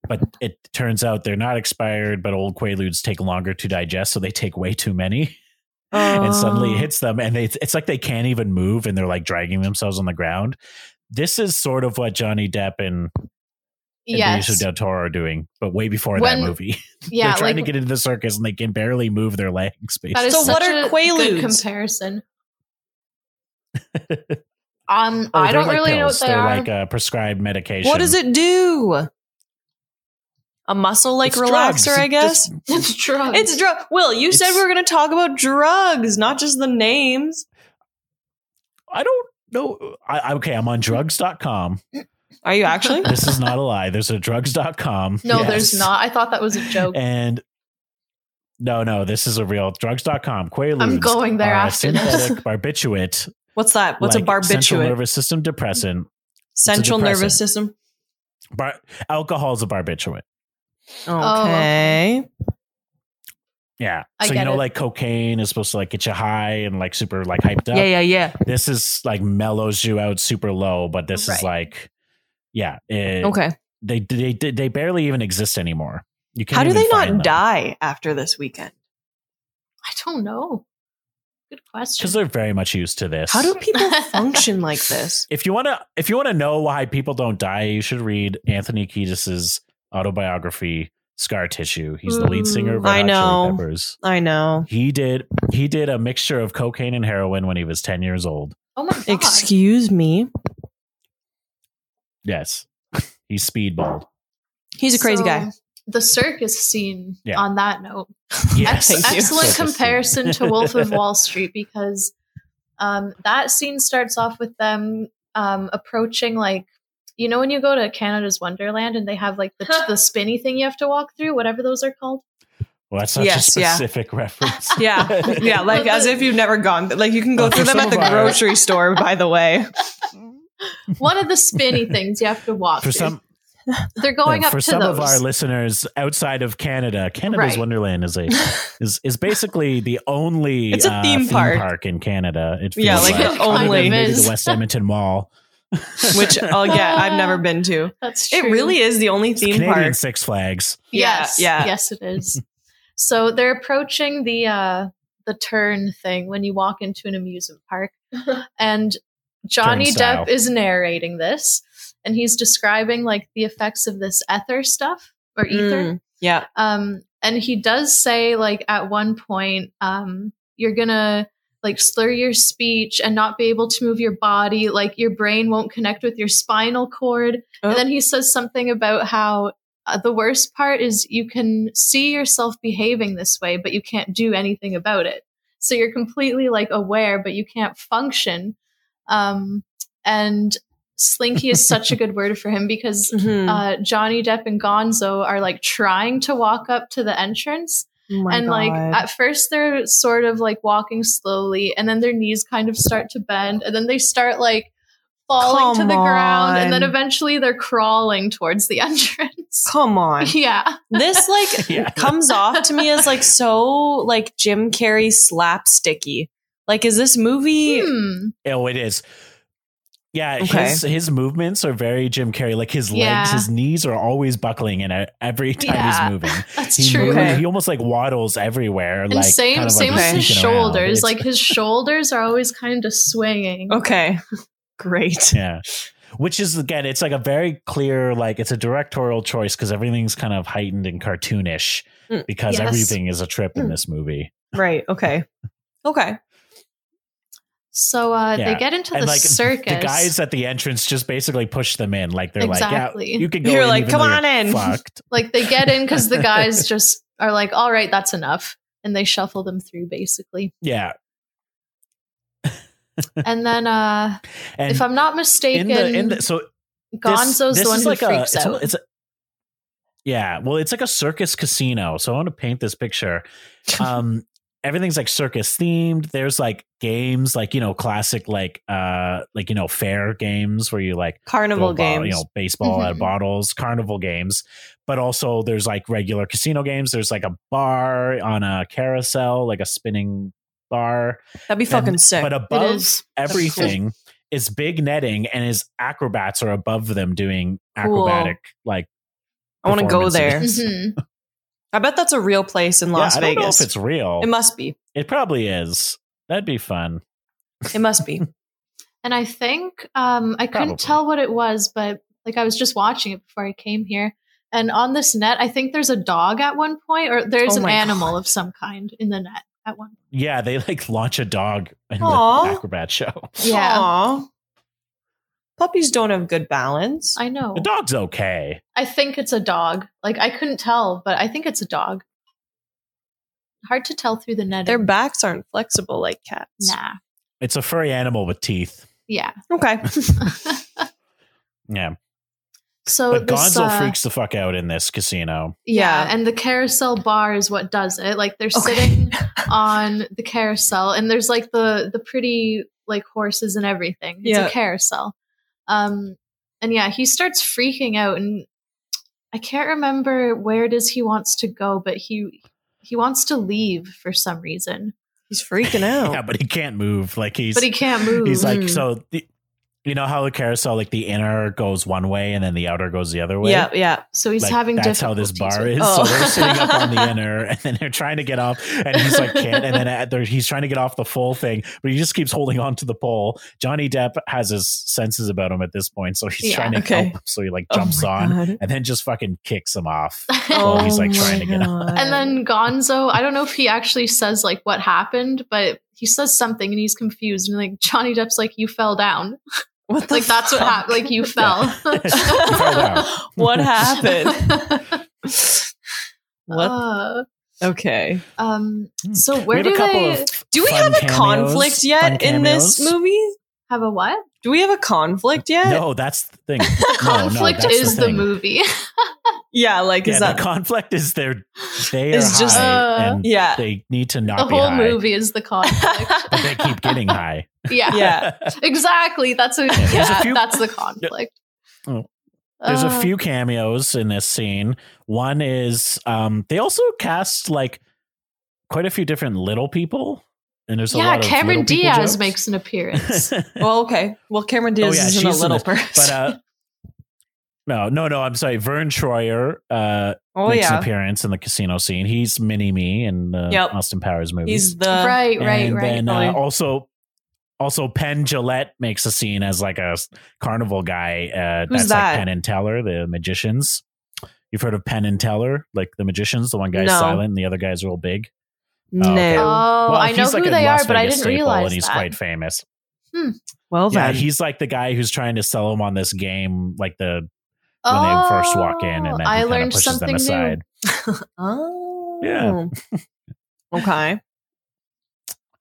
[SPEAKER 3] but it turns out they're not expired but old quaaludes take longer to digest so they take way too many Um, and suddenly it
[SPEAKER 2] Oh.
[SPEAKER 3] hits them and they, it's like they can't even move and they're like dragging themselves on the ground this is sort of what Johnny Depp and and Benicio
[SPEAKER 4] Yes,
[SPEAKER 3] del Toro are doing, but way before
[SPEAKER 4] When-
[SPEAKER 3] that movie.
[SPEAKER 4] yeah,
[SPEAKER 3] They're trying
[SPEAKER 4] like
[SPEAKER 3] to get into the circus and they can barely move their legs. Basically.
[SPEAKER 4] that is
[SPEAKER 2] So
[SPEAKER 4] such
[SPEAKER 2] what are
[SPEAKER 4] a good
[SPEAKER 2] Quaaludes?
[SPEAKER 4] comparison. Um, I
[SPEAKER 3] Oh, They're
[SPEAKER 4] don't
[SPEAKER 3] like
[SPEAKER 4] really know what
[SPEAKER 3] pills.
[SPEAKER 4] they
[SPEAKER 3] they're
[SPEAKER 4] are.
[SPEAKER 3] like uh, prescribed medication.
[SPEAKER 2] What does it do? A muscle like
[SPEAKER 3] It's
[SPEAKER 2] relaxer,
[SPEAKER 3] drugs.
[SPEAKER 2] I
[SPEAKER 3] It just-
[SPEAKER 2] guess.
[SPEAKER 4] it's drugs.
[SPEAKER 2] It's drug. Will, you said
[SPEAKER 3] It's-
[SPEAKER 2] we were going to talk about drugs, not just the names.
[SPEAKER 3] I don't know. I, I- okay, I'm on drugs.com.
[SPEAKER 2] Are you actually?
[SPEAKER 3] This is not a lie. There's a drugs.com.
[SPEAKER 4] no,
[SPEAKER 3] Yes.
[SPEAKER 4] there's not. I thought that was a
[SPEAKER 2] Oh.
[SPEAKER 4] joke.
[SPEAKER 3] And no, no, this is a real drugs.com. Quaaludes.
[SPEAKER 4] I'm going there
[SPEAKER 3] are a
[SPEAKER 4] after this.
[SPEAKER 3] synthetic barbiturate.
[SPEAKER 2] What's that? What's a
[SPEAKER 3] like
[SPEAKER 2] barbiturate?
[SPEAKER 3] Central
[SPEAKER 2] Central,
[SPEAKER 3] nervous system depressant. depressant.
[SPEAKER 2] nervous system.
[SPEAKER 3] Bar- alcohol is a barbiturate.
[SPEAKER 2] Okay.
[SPEAKER 4] Oh,
[SPEAKER 3] Yeah.
[SPEAKER 4] I
[SPEAKER 3] so
[SPEAKER 4] get
[SPEAKER 3] you know,
[SPEAKER 4] it.
[SPEAKER 3] like cocaine is supposed to like get you high and like super like hyped up.
[SPEAKER 2] Yeah, yeah, yeah.
[SPEAKER 3] This is like mellows you out super low, but this
[SPEAKER 4] Right.
[SPEAKER 3] is like, yeah. it-
[SPEAKER 2] Okay.
[SPEAKER 3] They they they- they barely even exist anymore. You can't.
[SPEAKER 2] How do
[SPEAKER 3] even
[SPEAKER 2] they
[SPEAKER 3] find them.
[SPEAKER 2] not die after this weekend?
[SPEAKER 4] I don't know. Good question.
[SPEAKER 3] Because they're very much used to this.
[SPEAKER 2] How do people function like this?
[SPEAKER 3] if you want to if you want to know why people don't die, you should read Anthony Kiedis's autobiography, Scar Tissue. He's the lead singer of Red
[SPEAKER 2] Ooh, Mm, I
[SPEAKER 3] Hot Chili
[SPEAKER 2] know.
[SPEAKER 3] Peppers.
[SPEAKER 2] I know.
[SPEAKER 3] He did he did a mixture of cocaine and heroin when he was ten years old.
[SPEAKER 4] Oh my god!
[SPEAKER 2] Excuse me.
[SPEAKER 3] Yes, he speedballed.
[SPEAKER 2] He's a crazy
[SPEAKER 4] So,
[SPEAKER 2] guy.
[SPEAKER 4] The circus scene.
[SPEAKER 3] Yeah.
[SPEAKER 4] On that note,
[SPEAKER 3] Yes.
[SPEAKER 2] Thank you.
[SPEAKER 4] excellent
[SPEAKER 3] Circus scene.
[SPEAKER 4] comparison to Wolf of Wall Street because um, that scene starts off with them um, approaching like you know when you go to Canada's Wonderland and they have like the, the spinny thing you have to walk through, whatever those are called.
[SPEAKER 3] Well, that's such
[SPEAKER 2] Yes,
[SPEAKER 3] a
[SPEAKER 2] yeah.
[SPEAKER 3] specific reference.
[SPEAKER 2] Yeah. Yeah. Like as if you've never gone. Like you can go
[SPEAKER 3] Well,
[SPEAKER 2] through
[SPEAKER 3] for
[SPEAKER 2] them
[SPEAKER 3] some
[SPEAKER 2] at the
[SPEAKER 3] of our-
[SPEAKER 2] grocery store, by the way.
[SPEAKER 4] One of the spinny things you have to walk.
[SPEAKER 3] For
[SPEAKER 4] through.
[SPEAKER 3] some
[SPEAKER 4] they're going
[SPEAKER 3] no,
[SPEAKER 4] up
[SPEAKER 3] for
[SPEAKER 4] to
[SPEAKER 3] some
[SPEAKER 4] those.
[SPEAKER 3] of our listeners outside of Canada, Canada's
[SPEAKER 4] Right.
[SPEAKER 3] Wonderland is a is is basically the only
[SPEAKER 2] It's a
[SPEAKER 3] uh,
[SPEAKER 2] theme park.
[SPEAKER 3] in Canada. It
[SPEAKER 2] Yeah,
[SPEAKER 3] feels
[SPEAKER 2] like the
[SPEAKER 3] other than
[SPEAKER 2] only-
[SPEAKER 3] maybe
[SPEAKER 4] Kind of
[SPEAKER 3] the
[SPEAKER 4] is.
[SPEAKER 3] West Edmonton Mall.
[SPEAKER 2] Which oh yeah, I've never been to.
[SPEAKER 4] That's
[SPEAKER 2] It
[SPEAKER 4] true.
[SPEAKER 2] really is the only
[SPEAKER 3] It's
[SPEAKER 2] theme
[SPEAKER 3] Canadian
[SPEAKER 2] park.
[SPEAKER 3] Six Flags.
[SPEAKER 4] Yes.
[SPEAKER 2] Yeah, yeah.
[SPEAKER 4] Yes, it is. so they're approaching the uh the turn thing when you walk into an amusement park. and Johnny
[SPEAKER 3] Turnstile.
[SPEAKER 4] Depp is narrating this and he's describing like the effects of this ether stuff or ether.
[SPEAKER 2] Mm, yeah.
[SPEAKER 4] Um, and he does say, like, at one point, um, you're gonna like slur your speech and not be able to move your body, like your brain won't connect with your spinal cord.
[SPEAKER 2] Oh.
[SPEAKER 4] And then he says something about how uh, the worst part is you can see yourself behaving this way, but you can't do anything about it. So you're completely like aware, but you can't function. Um, and slinky is such a good word for him because
[SPEAKER 3] Mm.
[SPEAKER 2] Mhm.
[SPEAKER 4] uh, Johnny Depp and Gonzo are like trying to walk up to the entrance.
[SPEAKER 2] Oh my
[SPEAKER 4] and like
[SPEAKER 2] God.
[SPEAKER 4] at first they're sort of like walking slowly and then their knees kind of start to bend and then they start like falling
[SPEAKER 2] Come
[SPEAKER 4] to the ground, and then
[SPEAKER 2] on.
[SPEAKER 4] eventually they're crawling towards the entrance.
[SPEAKER 2] Come on.
[SPEAKER 4] yeah.
[SPEAKER 2] This like
[SPEAKER 3] Yeah.
[SPEAKER 2] comes off to me as like so like Jim Carrey slapsticky. Like is this movie
[SPEAKER 4] Hmm.
[SPEAKER 3] Oh, it is. Yeah,
[SPEAKER 2] Okay.
[SPEAKER 3] his his movements are very Jim Carrey. Like his legs,
[SPEAKER 4] Yeah.
[SPEAKER 3] his knees are always buckling in it every time
[SPEAKER 4] Yeah.
[SPEAKER 3] he's moving.
[SPEAKER 4] That's
[SPEAKER 3] He,
[SPEAKER 4] true.
[SPEAKER 3] moves-
[SPEAKER 2] Okay.
[SPEAKER 3] he almost like waddles everywhere.
[SPEAKER 4] And
[SPEAKER 3] like,
[SPEAKER 4] same
[SPEAKER 3] kind of, like,
[SPEAKER 4] same with his
[SPEAKER 3] sneaking around.
[SPEAKER 4] shoulders.
[SPEAKER 3] It's- Oh,
[SPEAKER 4] Like his shoulders are always kind of swinging.
[SPEAKER 2] Okay. Great.
[SPEAKER 3] yeah. Which is again, it's like a very clear, like it's a directorial choice because everything's kind of heightened and cartoonish
[SPEAKER 2] Mm,
[SPEAKER 3] because
[SPEAKER 4] yes.
[SPEAKER 3] everything is a trip in
[SPEAKER 2] Mm.
[SPEAKER 3] this movie.
[SPEAKER 2] Right. Okay. Okay.
[SPEAKER 4] So uh,
[SPEAKER 3] Yeah.
[SPEAKER 4] they get into
[SPEAKER 3] And
[SPEAKER 4] the
[SPEAKER 3] like
[SPEAKER 4] circus.
[SPEAKER 3] the guys at the entrance just basically push them in. Like they're like,
[SPEAKER 4] Exactly.
[SPEAKER 3] yeah, you can go.
[SPEAKER 2] You're
[SPEAKER 3] in
[SPEAKER 2] like,
[SPEAKER 3] even
[SPEAKER 2] "Come
[SPEAKER 3] though
[SPEAKER 2] on
[SPEAKER 3] you're
[SPEAKER 2] in."
[SPEAKER 3] Fucked.
[SPEAKER 4] like they get in because the guys just are like, all right, that's enough. And they shuffle them through basically.
[SPEAKER 3] Yeah.
[SPEAKER 4] And then uh
[SPEAKER 3] And
[SPEAKER 4] if I'm not mistaken,
[SPEAKER 3] in the in the so
[SPEAKER 4] Gonzo's the one who
[SPEAKER 3] like a-
[SPEAKER 4] freaks
[SPEAKER 3] it's a-
[SPEAKER 4] out.
[SPEAKER 3] it's a- yeah, well, it's like a circus casino. So I want to paint this picture. Um, everything's like circus themed. There's like games, like you know, classic like uh, like you know, fair games where you like
[SPEAKER 2] Carnival
[SPEAKER 3] throw a bottle-
[SPEAKER 2] games.
[SPEAKER 3] you know, baseball out of
[SPEAKER 4] Mhm.
[SPEAKER 3] bottles, carnival games. But also there's like regular casino games. There's like a bar on a carousel, like a spinning bar.
[SPEAKER 2] That'd be fucking
[SPEAKER 3] And-
[SPEAKER 2] sick.
[SPEAKER 3] But above
[SPEAKER 4] is.
[SPEAKER 3] everything is big netting, and his acrobats are above them doing
[SPEAKER 2] Cool.
[SPEAKER 3] acrobatic like.
[SPEAKER 2] I want to go there.
[SPEAKER 3] performances.
[SPEAKER 4] Mhm.
[SPEAKER 2] I bet that's a real place in
[SPEAKER 3] Yeah,
[SPEAKER 2] Las
[SPEAKER 3] I don't know if
[SPEAKER 2] Vegas.
[SPEAKER 3] it's real.
[SPEAKER 2] it must be.
[SPEAKER 3] It probably is. That'd be fun.
[SPEAKER 2] It must be.
[SPEAKER 4] and I think um
[SPEAKER 3] Probably.
[SPEAKER 4] I couldn't tell what it was, but like I was just watching it before I came here. And on this net, I think there's a dog at one point, or there's
[SPEAKER 2] Oh
[SPEAKER 4] an
[SPEAKER 2] my
[SPEAKER 4] animal of some kind in the net at one point.
[SPEAKER 3] Yeah, they like launch a dog in
[SPEAKER 2] Aw.
[SPEAKER 3] the acrobat show.
[SPEAKER 4] Yeah.
[SPEAKER 2] Aw. Puppies don't have good balance.
[SPEAKER 4] I know.
[SPEAKER 3] The dog's okay.
[SPEAKER 4] I think it's a dog. Like I couldn't tell, but I think it's a dog. Hard to tell through the net.
[SPEAKER 2] Their backs aren't flexible like cats.
[SPEAKER 4] nah.
[SPEAKER 3] It's a furry animal with teeth.
[SPEAKER 4] Yeah.
[SPEAKER 2] Okay.
[SPEAKER 3] Yeah,
[SPEAKER 2] Oh,
[SPEAKER 4] so
[SPEAKER 3] but
[SPEAKER 4] this,
[SPEAKER 3] Gonzo
[SPEAKER 4] uh,
[SPEAKER 3] freaks the fuck out in this casino.
[SPEAKER 4] Yeah,
[SPEAKER 2] Yeah.
[SPEAKER 4] and the carousel bar is what does it. Like they're
[SPEAKER 2] Okay.
[SPEAKER 4] sitting on the carousel, and there's like the the pretty like horses and everything. It's
[SPEAKER 2] Yeah.
[SPEAKER 4] a carousel. Um, and yeah, he starts freaking out, and I can't remember where it is he wants to go, but he he wants to leave for some reason,
[SPEAKER 2] He's freaking out.
[SPEAKER 3] Yeah, but he can't move. Like he's
[SPEAKER 4] but he can't move.
[SPEAKER 3] he's like
[SPEAKER 2] Mhm.
[SPEAKER 3] so. The, you know how the carousel, like the inner goes one way and then the outer goes the other way.
[SPEAKER 2] yeah, yeah.
[SPEAKER 4] so he's
[SPEAKER 3] Like,
[SPEAKER 4] having
[SPEAKER 3] that's how this
[SPEAKER 4] difficulties
[SPEAKER 3] bar
[SPEAKER 4] with-
[SPEAKER 3] is.
[SPEAKER 2] Oh.
[SPEAKER 3] So they're sitting up on the inner, and then they're trying to get off, and he's like can't, and then at- they're- he's trying to get off the full thing, but he just keeps holding on to the pole. Johnny Depp has his senses about him at this point, so he's
[SPEAKER 4] Yeah.
[SPEAKER 3] trying to
[SPEAKER 2] Okay.
[SPEAKER 3] help, him, so he like
[SPEAKER 2] Oh
[SPEAKER 3] jumps
[SPEAKER 2] my
[SPEAKER 3] on,
[SPEAKER 2] God.
[SPEAKER 3] and then just fucking kicks him off.
[SPEAKER 4] Oh.
[SPEAKER 3] Well, he's, like,
[SPEAKER 2] my
[SPEAKER 3] trying to get up.
[SPEAKER 2] God.
[SPEAKER 4] And then Gonzo, I don't know if he actually says like what happened, but he says something and he's confused. And like Johnny Depp's like, you fell down.
[SPEAKER 2] what the
[SPEAKER 4] Like that's what
[SPEAKER 2] fuck?
[SPEAKER 4] happened. Like you fell.
[SPEAKER 3] fell
[SPEAKER 2] What happened? what?
[SPEAKER 4] Uh,
[SPEAKER 2] okay.
[SPEAKER 4] um,
[SPEAKER 3] Hmm.
[SPEAKER 4] so
[SPEAKER 3] We
[SPEAKER 4] where
[SPEAKER 3] have a
[SPEAKER 4] do
[SPEAKER 3] couple
[SPEAKER 4] they
[SPEAKER 3] of
[SPEAKER 2] Do we
[SPEAKER 3] fun
[SPEAKER 2] have a
[SPEAKER 3] cameos-
[SPEAKER 2] conflict
[SPEAKER 3] fun
[SPEAKER 2] yet in this
[SPEAKER 3] cameos.
[SPEAKER 2] movie?
[SPEAKER 4] have a what?
[SPEAKER 2] Do we have a conflict yet?
[SPEAKER 3] No, that's the thing. No, no,
[SPEAKER 4] Conflict
[SPEAKER 3] that's
[SPEAKER 4] is the,
[SPEAKER 3] thing.
[SPEAKER 4] movie.
[SPEAKER 2] Yeah, like
[SPEAKER 3] Yeah,
[SPEAKER 2] is that
[SPEAKER 3] the conflict is their they are
[SPEAKER 2] It's just-
[SPEAKER 3] high,
[SPEAKER 4] Uh,
[SPEAKER 3] and
[SPEAKER 2] Yeah.
[SPEAKER 3] they need to not
[SPEAKER 4] the
[SPEAKER 3] be
[SPEAKER 4] whole
[SPEAKER 3] high,
[SPEAKER 4] movie is the conflict.
[SPEAKER 3] but they keep getting high.
[SPEAKER 4] yeah.
[SPEAKER 2] Yeah.
[SPEAKER 4] Exactly. That's a,
[SPEAKER 3] there's a
[SPEAKER 4] yeah,
[SPEAKER 3] few-
[SPEAKER 4] that's the conflict.
[SPEAKER 3] Oh. There's
[SPEAKER 4] Uh,
[SPEAKER 3] a few cameos in this scene. One is um they also cast like quite a few different little people. And there's a
[SPEAKER 4] Yeah,
[SPEAKER 3] lot of
[SPEAKER 4] Cameron
[SPEAKER 3] little people
[SPEAKER 4] Diaz
[SPEAKER 3] jokes.
[SPEAKER 4] makes an appearance.
[SPEAKER 2] Well, okay. Well, Cameron Diaz
[SPEAKER 3] Oh, yeah,
[SPEAKER 2] isn't
[SPEAKER 3] she's
[SPEAKER 2] a
[SPEAKER 3] in
[SPEAKER 2] little
[SPEAKER 3] this,
[SPEAKER 2] person.
[SPEAKER 3] but uh no, no, no, I'm sorry. Vern Troyer uh
[SPEAKER 2] oh
[SPEAKER 3] makes an
[SPEAKER 2] yeah,
[SPEAKER 3] appearance in the casino scene. He's mini me in the
[SPEAKER 2] Yep.
[SPEAKER 3] Austin Powers movie.
[SPEAKER 2] he's the
[SPEAKER 4] right, right,
[SPEAKER 3] and
[SPEAKER 4] right.
[SPEAKER 3] then
[SPEAKER 2] Probably.
[SPEAKER 3] uh, also also Penn Gillette makes a scene as like a s- carnival guy. Uh,
[SPEAKER 2] Who's
[SPEAKER 3] that's
[SPEAKER 2] that?
[SPEAKER 3] like Penn and Teller, the magicians. You've heard of Penn and Teller, like the magicians. The one guy's
[SPEAKER 2] No.
[SPEAKER 3] silent, and the other guy's real big.
[SPEAKER 2] no.
[SPEAKER 3] okay.
[SPEAKER 4] Oh,
[SPEAKER 3] Well,
[SPEAKER 4] I know
[SPEAKER 3] he's, like,
[SPEAKER 4] who
[SPEAKER 3] a
[SPEAKER 4] they
[SPEAKER 3] Las
[SPEAKER 4] are, but I
[SPEAKER 3] Vegas
[SPEAKER 4] didn't
[SPEAKER 3] staple,
[SPEAKER 4] realize
[SPEAKER 3] and he's
[SPEAKER 4] that. Oh,
[SPEAKER 3] quite famous.
[SPEAKER 2] Well
[SPEAKER 3] yeah,
[SPEAKER 2] then,
[SPEAKER 3] he's like the guy who's trying to sell him on this game, like the when they first walk in, and then he
[SPEAKER 4] Oh, I
[SPEAKER 3] kinda
[SPEAKER 4] learned
[SPEAKER 3] pushes
[SPEAKER 4] something
[SPEAKER 3] them aside.
[SPEAKER 2] oh
[SPEAKER 3] Yeah.
[SPEAKER 2] okay.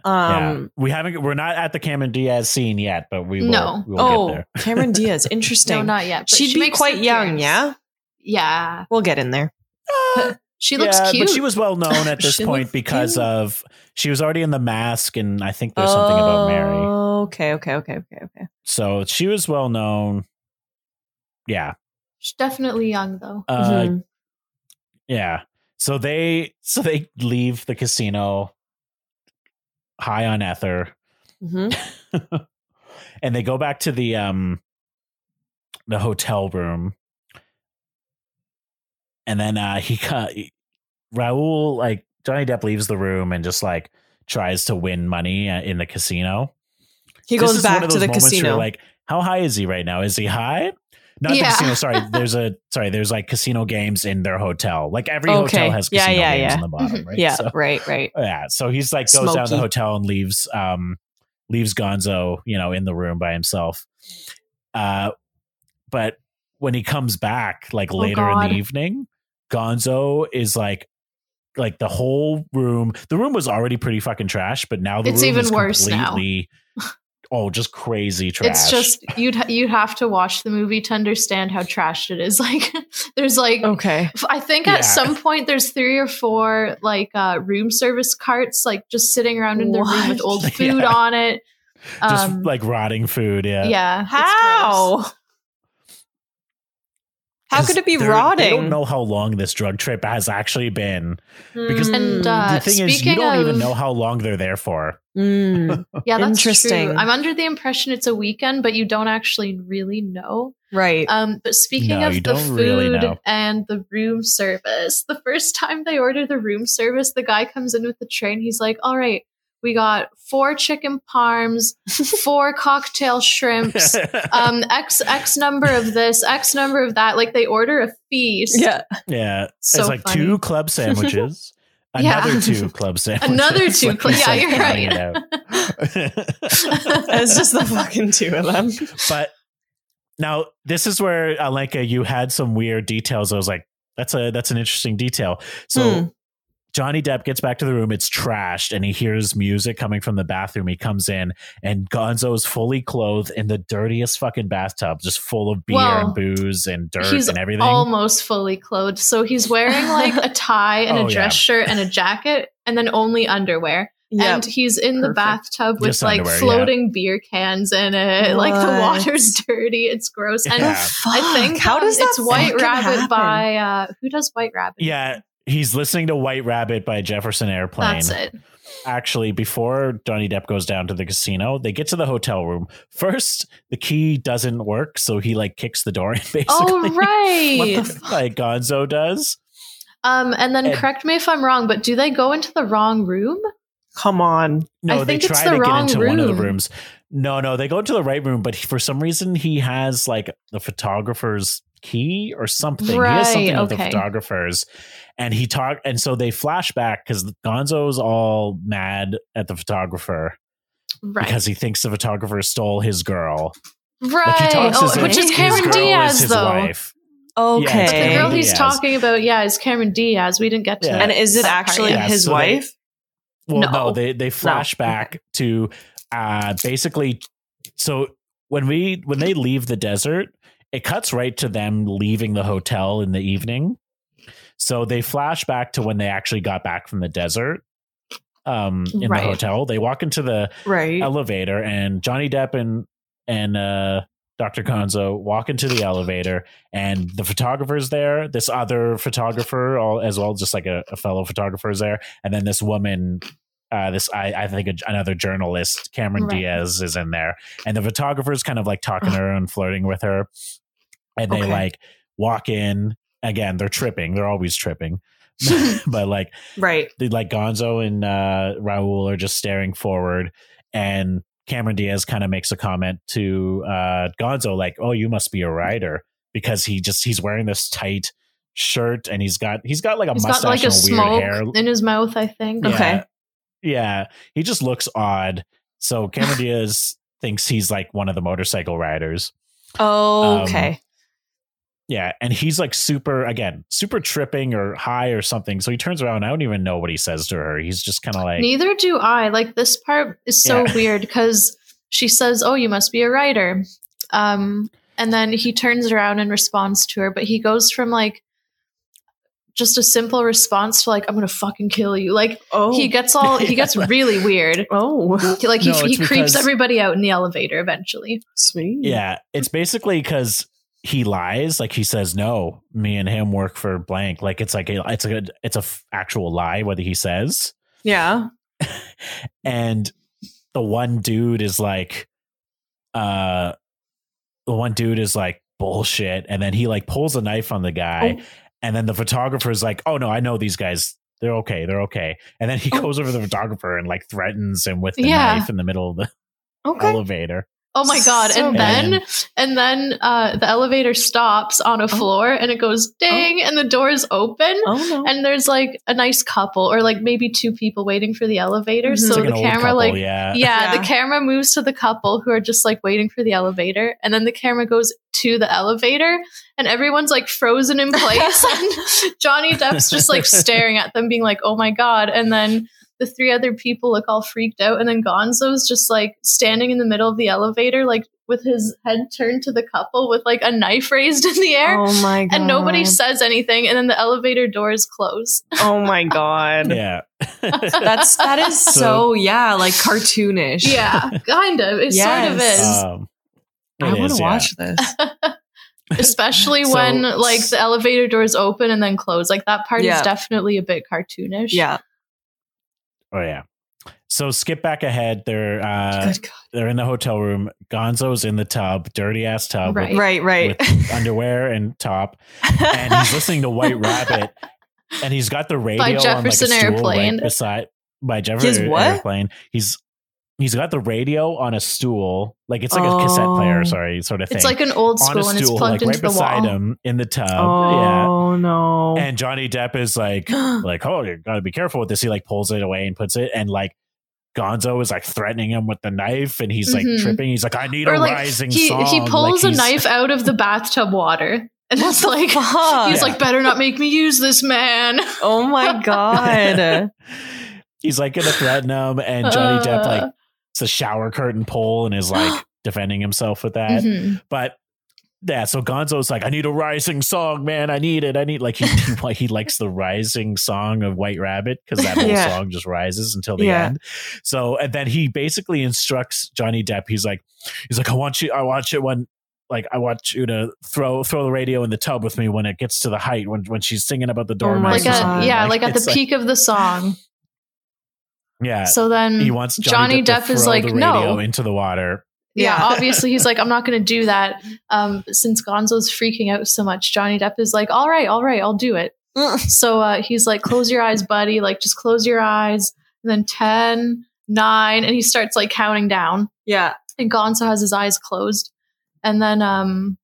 [SPEAKER 2] Um.
[SPEAKER 3] yeah, we haven't. We're not at the Cameron Diaz scene yet, but we will.
[SPEAKER 4] No.
[SPEAKER 3] We'll get
[SPEAKER 2] Oh,
[SPEAKER 3] there.
[SPEAKER 2] Cameron Diaz.
[SPEAKER 4] new. No,
[SPEAKER 2] Interesting.
[SPEAKER 4] not yet. but
[SPEAKER 2] She'd
[SPEAKER 4] she
[SPEAKER 2] be
[SPEAKER 4] makes
[SPEAKER 2] quite
[SPEAKER 4] an
[SPEAKER 2] young,
[SPEAKER 4] appearance.
[SPEAKER 2] yeah?
[SPEAKER 4] Yeah. Oh.
[SPEAKER 2] We'll get in there.
[SPEAKER 3] Ah,
[SPEAKER 4] She looks cute.
[SPEAKER 3] but she was well known at this
[SPEAKER 2] She
[SPEAKER 3] point
[SPEAKER 2] looks
[SPEAKER 3] because
[SPEAKER 2] cute.
[SPEAKER 3] of she was already in the mask, and I think there's something
[SPEAKER 2] Oh.
[SPEAKER 3] about Mary.
[SPEAKER 2] Okay, okay, okay, okay, okay.
[SPEAKER 3] So she was well known. Yeah,
[SPEAKER 4] She's definitely young though.
[SPEAKER 3] uh,
[SPEAKER 2] Mhm.
[SPEAKER 3] yeah. So they so they leave the casino high on ether,
[SPEAKER 2] Mhm.
[SPEAKER 3] and they go back to the um the hotel room and then uh he got raul like johnny depp leaves the room and just like tries to win money uh, in the casino
[SPEAKER 2] He
[SPEAKER 3] This
[SPEAKER 2] goes
[SPEAKER 3] is one
[SPEAKER 2] back
[SPEAKER 3] of
[SPEAKER 2] to
[SPEAKER 3] those
[SPEAKER 2] the
[SPEAKER 3] moments where you're
[SPEAKER 2] casino.
[SPEAKER 3] like how high is he right now is he high not
[SPEAKER 4] Yeah.
[SPEAKER 3] the casino sorry there's a sorry there's like casino games in their hotel like every
[SPEAKER 2] Okay.
[SPEAKER 3] hotel has
[SPEAKER 2] Yeah,
[SPEAKER 3] casino
[SPEAKER 2] yeah,
[SPEAKER 3] games
[SPEAKER 2] yeah. Mm-hmm.
[SPEAKER 3] on the bottom right
[SPEAKER 2] yeah,
[SPEAKER 3] So-
[SPEAKER 2] right, right.
[SPEAKER 3] yeah. So he's like goes down to the
[SPEAKER 2] Smoky.
[SPEAKER 3] hotel and leaves um leaves Gonzo, you know, in the room by himself. Uh but when he comes back like later in
[SPEAKER 4] Oh, God.
[SPEAKER 3] the evening, Gonzo is like like the whole room. The room was already pretty fucking trash, but now the
[SPEAKER 4] It's
[SPEAKER 3] room
[SPEAKER 4] even
[SPEAKER 3] is
[SPEAKER 4] worse now.
[SPEAKER 3] completely oh, just crazy trash.
[SPEAKER 4] It's just you'd ha- you'd have to watch the movie to understand how trashed it is. Like there's like
[SPEAKER 2] Okay.
[SPEAKER 4] f- I think
[SPEAKER 3] Oh, Yeah.
[SPEAKER 4] at some point there's three or four like uh, room service carts like just sitting around in the room
[SPEAKER 2] What?
[SPEAKER 4] with old food
[SPEAKER 3] Yeah.
[SPEAKER 4] on it.
[SPEAKER 3] just
[SPEAKER 4] Um,
[SPEAKER 3] like uh, rotting food, yeah.
[SPEAKER 4] yeah, it's gross.
[SPEAKER 2] How? How
[SPEAKER 3] 'Cause
[SPEAKER 2] could it be
[SPEAKER 3] they're-
[SPEAKER 2] rotting?
[SPEAKER 3] They don't know how long this drug trip has actually been. because-
[SPEAKER 2] Mm,
[SPEAKER 4] And uh,
[SPEAKER 3] the thing is,
[SPEAKER 4] speaking
[SPEAKER 3] you don't
[SPEAKER 4] of,
[SPEAKER 3] even know how long they're there for.
[SPEAKER 2] mm,
[SPEAKER 4] Yeah, that's
[SPEAKER 2] Interesting.
[SPEAKER 4] True. I'm under the impression it's a weekend, but you don't actually really know.
[SPEAKER 2] right.
[SPEAKER 4] Um, but speaking
[SPEAKER 3] No,
[SPEAKER 4] of
[SPEAKER 3] you
[SPEAKER 4] the
[SPEAKER 3] don't
[SPEAKER 4] food
[SPEAKER 3] really know.
[SPEAKER 4] and the room service, the first time they order the room service, the guy comes in with the tray and he's like, "All right, we got four chicken parms, four cocktail shrimps, um, x x number of this, x number of that." Like they order a feast.
[SPEAKER 2] yeah.
[SPEAKER 3] yeah,
[SPEAKER 4] so
[SPEAKER 3] it's like
[SPEAKER 4] funny.
[SPEAKER 3] two club sandwiches,
[SPEAKER 4] Yeah.
[SPEAKER 3] another two club sandwiches,
[SPEAKER 4] Another two
[SPEAKER 3] Like,
[SPEAKER 4] cl-
[SPEAKER 3] he's,
[SPEAKER 4] yeah,
[SPEAKER 3] like,
[SPEAKER 4] you're
[SPEAKER 3] counting
[SPEAKER 4] right.
[SPEAKER 3] it out.
[SPEAKER 2] It's just the fucking two of them.
[SPEAKER 3] but now this is where Alenka, you had some weird details. I was like, that's a that's an interesting detail. So.
[SPEAKER 2] Hmm.
[SPEAKER 3] Johnny Depp gets back to the room. It's trashed, and he hears music coming from the bathroom. He comes in, and Gonzo is fully clothed in the dirtiest fucking bathtub, just full of beer
[SPEAKER 4] Well,
[SPEAKER 3] and booze and dirt
[SPEAKER 4] he's
[SPEAKER 3] and everything.
[SPEAKER 4] Almost fully clothed. So he's wearing like a tie and
[SPEAKER 3] Oh,
[SPEAKER 4] a dress shirt and a jacket and then only underwear.
[SPEAKER 2] Yeah.
[SPEAKER 4] And he's in the
[SPEAKER 2] Perfect.
[SPEAKER 4] bathtub with
[SPEAKER 3] Just
[SPEAKER 4] like
[SPEAKER 3] underwear, yeah.
[SPEAKER 4] floating beer cans in it. Like the
[SPEAKER 2] What?
[SPEAKER 4] water's dirty. It's gross. And
[SPEAKER 3] Yeah.
[SPEAKER 4] I think
[SPEAKER 2] how
[SPEAKER 4] um,
[SPEAKER 2] does that
[SPEAKER 4] it's White
[SPEAKER 2] fucking
[SPEAKER 4] Rabbit
[SPEAKER 2] happen?
[SPEAKER 4] by uh, who does White Rabbit?
[SPEAKER 3] yeah, he's listening to White Rabbit by Jefferson Airplane.
[SPEAKER 4] That's it.
[SPEAKER 3] Actually, before Johnny Depp goes down to the casino, they get to the hotel room. First, the key doesn't work, so he like kicks the door in basically.
[SPEAKER 4] Oh
[SPEAKER 3] What
[SPEAKER 4] right.
[SPEAKER 3] the f- like Gonzo does.
[SPEAKER 4] um and then
[SPEAKER 3] And-
[SPEAKER 4] correct me if I'm wrong, but do they go into the wrong room?
[SPEAKER 2] Come on.
[SPEAKER 3] No,
[SPEAKER 4] I
[SPEAKER 3] they
[SPEAKER 4] think it's
[SPEAKER 3] try
[SPEAKER 4] the
[SPEAKER 3] to get
[SPEAKER 4] wrong
[SPEAKER 3] into one of the
[SPEAKER 4] room.
[SPEAKER 3] rooms. No, no, they go into the right room, but he- for some reason he has like the photographer's key or something. he has something
[SPEAKER 4] Right,
[SPEAKER 3] of the
[SPEAKER 4] okay.
[SPEAKER 3] photographers, and he talk, and so they flash back because Gonzo's all mad at the photographer
[SPEAKER 4] Right.
[SPEAKER 3] because he thinks the photographer stole his girl.
[SPEAKER 4] right.
[SPEAKER 3] Like he talks
[SPEAKER 4] oh,
[SPEAKER 3] as if
[SPEAKER 4] which is
[SPEAKER 2] his
[SPEAKER 3] his
[SPEAKER 4] Cameron
[SPEAKER 3] girl
[SPEAKER 4] Diaz
[SPEAKER 3] is his
[SPEAKER 4] though.
[SPEAKER 3] wife.
[SPEAKER 2] Okay.
[SPEAKER 3] it's
[SPEAKER 4] The
[SPEAKER 3] Cameron
[SPEAKER 4] girl he's
[SPEAKER 3] Diaz.
[SPEAKER 4] talking about, yeah, is Cameron Diaz. We didn't get to
[SPEAKER 3] Yeah.
[SPEAKER 4] that.
[SPEAKER 2] and is it
[SPEAKER 4] that part
[SPEAKER 2] actually
[SPEAKER 4] yet.
[SPEAKER 3] Yeah,
[SPEAKER 2] his
[SPEAKER 3] so they-
[SPEAKER 2] wife?
[SPEAKER 3] Well, no,
[SPEAKER 4] No.
[SPEAKER 3] they they flash back to uh basically so when we when they leave the desert, it cuts right to them leaving the hotel in the evening. So they flash back to when they actually got back from the desert. Um in
[SPEAKER 4] Right.
[SPEAKER 3] the hotel. They walk into the
[SPEAKER 2] right.
[SPEAKER 3] Um, elevator and Johnny Depp and and uh Dr. Gonzo walk into the elevator and the photographer's there, this other photographer all, as well, just like a, a fellow photographer is there, and then this woman uh, this I, I think a, another journalist Cameron
[SPEAKER 4] Right.
[SPEAKER 3] Diaz is in there, and the photographer's kind of like talking to her and flirting with her, and they
[SPEAKER 2] Uh-huh. Okay.
[SPEAKER 3] like walk in again. They're tripping. They're always tripping, but like
[SPEAKER 2] right.
[SPEAKER 3] they- like Gonzo and uh, Raul are just staring forward, and Cameron Diaz kind of makes a comment to uh, Gonzo like, "Oh, you must be a writer because he just he's wearing this tight shirt and he's got he's got like a
[SPEAKER 4] He's
[SPEAKER 3] mustache
[SPEAKER 4] got like a
[SPEAKER 3] and
[SPEAKER 4] smoke
[SPEAKER 3] weird hair.
[SPEAKER 4] in his mouth, I think.
[SPEAKER 3] Yeah.
[SPEAKER 2] Okay.
[SPEAKER 3] yeah, he just looks odd. So Cameron Diaz thinks he's like one of the motorcycle riders. um,
[SPEAKER 2] Okay.
[SPEAKER 3] Yeah, and he's like super again, super tripping or high or something. So he turns around. I don't even know what he says to her. He's just kind of like,
[SPEAKER 4] Neither do I. Like this part is so
[SPEAKER 3] Yeah.
[SPEAKER 4] weird because she says, "Oh, you must be a writer," um, and then he turns around and responds to her. But he goes from like just a simple response to like I'm gonna fucking kill you. Like
[SPEAKER 5] Oh,
[SPEAKER 4] he gets all he gets really weird.
[SPEAKER 5] oh,
[SPEAKER 4] He- Like he,
[SPEAKER 3] No, it's
[SPEAKER 4] he creeps
[SPEAKER 3] because-
[SPEAKER 4] everybody out in the elevator eventually.
[SPEAKER 5] sweet.
[SPEAKER 3] Yeah, it's basically because he lies. Like he says, "No, me and him work for blank." Like it's like a, it's a it's a f- actual lie whether he says.
[SPEAKER 5] yeah.
[SPEAKER 3] And the one dude is like, uh, the one dude is like bullshit, and then he like pulls a knife on the
[SPEAKER 4] Oh.
[SPEAKER 3] guy, and then the photographer is like, "Oh no, I know these guys." They're okay. They're okay. And then he
[SPEAKER 4] Oh.
[SPEAKER 3] goes over to the photographer and like threatens him with the
[SPEAKER 4] Yeah.
[SPEAKER 3] knife in the middle of the
[SPEAKER 2] Okay.
[SPEAKER 3] elevator.
[SPEAKER 4] Oh my god!
[SPEAKER 2] So
[SPEAKER 4] and
[SPEAKER 3] bad. Oh.
[SPEAKER 4] then and then uh, the elevator stops on a floor and it goes ding and the doors open.
[SPEAKER 5] Oh no.
[SPEAKER 4] And there's like a nice couple, or like maybe two people waiting for the elevator.
[SPEAKER 5] Mhm.
[SPEAKER 4] So
[SPEAKER 5] It's
[SPEAKER 3] Mm-hmm. Like an
[SPEAKER 4] the
[SPEAKER 3] old
[SPEAKER 4] camera,
[SPEAKER 3] couple,
[SPEAKER 4] like,
[SPEAKER 3] yeah.
[SPEAKER 4] yeah,
[SPEAKER 2] Yeah.
[SPEAKER 4] the camera moves to the couple who are just like waiting for the elevator, and then the camera goes to the elevator, and everyone's like frozen in place, and Johnny Depp's just like staring at them, being like, "Oh my god!" And then the three other people look all freaked out, and then Gonzo's just like standing in the middle of the elevator, like with his head turned to the couple, with like a knife raised in the air.
[SPEAKER 5] Oh my god.
[SPEAKER 4] And nobody says anything, and then the elevator doors close.
[SPEAKER 5] Oh my god.
[SPEAKER 3] Yeah.
[SPEAKER 5] That's that is so,
[SPEAKER 3] So-
[SPEAKER 5] yeah, like cartoonish.
[SPEAKER 4] Yeah, kind of. It sort of
[SPEAKER 5] Yes.
[SPEAKER 4] is.
[SPEAKER 3] um,
[SPEAKER 5] I
[SPEAKER 3] it
[SPEAKER 5] want
[SPEAKER 3] is,
[SPEAKER 5] to
[SPEAKER 3] yeah.
[SPEAKER 5] watch this.
[SPEAKER 4] especially
[SPEAKER 3] So-
[SPEAKER 4] when like the elevator doors open and then close like that part
[SPEAKER 5] Yeah.
[SPEAKER 4] is definitely a bit cartoonish
[SPEAKER 5] Yeah.
[SPEAKER 3] Oh yeah. So skip back ahead. They're uh,
[SPEAKER 5] Good god.
[SPEAKER 3] they're in the hotel room. Gonzo's in the tub, dirty ass tub,
[SPEAKER 4] Right.
[SPEAKER 2] Right, right.
[SPEAKER 3] with underwear and top, and he's listening to White Rabbit, and he's got the radio
[SPEAKER 4] Jefferson
[SPEAKER 3] on like a stool
[SPEAKER 4] Airplane.
[SPEAKER 3] right beside by Jefferson
[SPEAKER 2] His what?
[SPEAKER 3] Airplane. He's he's got the radio on a stool, like it's like a cassette player.
[SPEAKER 5] Oh.
[SPEAKER 3] Sorry, sort of thing.
[SPEAKER 4] it's like an old
[SPEAKER 3] on
[SPEAKER 4] school
[SPEAKER 3] a
[SPEAKER 4] and it's
[SPEAKER 3] stool, like
[SPEAKER 4] plugged
[SPEAKER 3] right
[SPEAKER 4] into the
[SPEAKER 3] beside
[SPEAKER 4] wall
[SPEAKER 3] him in the tub. Yeah.
[SPEAKER 5] oh no.
[SPEAKER 3] And Johnny Depp is like, like, oh, you gotta be careful with this. He like pulls it away and puts it, and like Gonzo is like threatening him with the knife, and he's like
[SPEAKER 4] Mhm.
[SPEAKER 3] tripping. He's like, I need
[SPEAKER 4] or
[SPEAKER 3] a
[SPEAKER 4] like
[SPEAKER 3] rising
[SPEAKER 4] he,
[SPEAKER 3] song.
[SPEAKER 4] he
[SPEAKER 3] Like,
[SPEAKER 4] pulls a
[SPEAKER 3] he's-
[SPEAKER 4] knife out of the bathtub water and it's like he's
[SPEAKER 2] Fuck.
[SPEAKER 3] Yeah.
[SPEAKER 4] like better not make me use this man
[SPEAKER 2] Oh my god.
[SPEAKER 3] he's like gonna threaten him, and Johnny Depp
[SPEAKER 4] Uh.
[SPEAKER 3] like it's a shower curtain pull and is like defending himself with that.
[SPEAKER 4] Mhm.
[SPEAKER 3] But yeah, so Gonzo's like, I need a rising song, man. I need it. I need like he he, he likes the rising song of White Rabbit because that whole
[SPEAKER 5] Yeah.
[SPEAKER 3] song just rises until the
[SPEAKER 5] Yeah.
[SPEAKER 3] end. So and then he basically instructs Johnny Depp. He's like, he's like, I want you. I want you when. Like I want you to throw throw the radio in the tub with me when it gets to the height when when she's singing about the
[SPEAKER 5] Oh my
[SPEAKER 3] dormouse.
[SPEAKER 4] like
[SPEAKER 3] or
[SPEAKER 5] God.
[SPEAKER 4] a,
[SPEAKER 3] something.
[SPEAKER 4] yeah like, at
[SPEAKER 3] it's
[SPEAKER 4] the peak of the song
[SPEAKER 3] Yeah,
[SPEAKER 4] so then
[SPEAKER 3] he wants Johnny,
[SPEAKER 4] Mm. Johnny
[SPEAKER 3] Depp,
[SPEAKER 4] Depp
[SPEAKER 3] to
[SPEAKER 4] is
[SPEAKER 3] throw
[SPEAKER 4] like,
[SPEAKER 3] the radio
[SPEAKER 4] "No."
[SPEAKER 3] into the water.
[SPEAKER 4] yeah,
[SPEAKER 2] Yeah.
[SPEAKER 4] obviously he's like, I'm not going to do that. Um, since Gonzo's freaking out so much, Johnny Depp is like, all right, all right, I'll do it. so uh, he's like, close your eyes, buddy. Like, just close your eyes. And then 10, 9, and he starts like counting down.
[SPEAKER 5] yeah.
[SPEAKER 4] And Gonzo has his eyes closed. And then, um,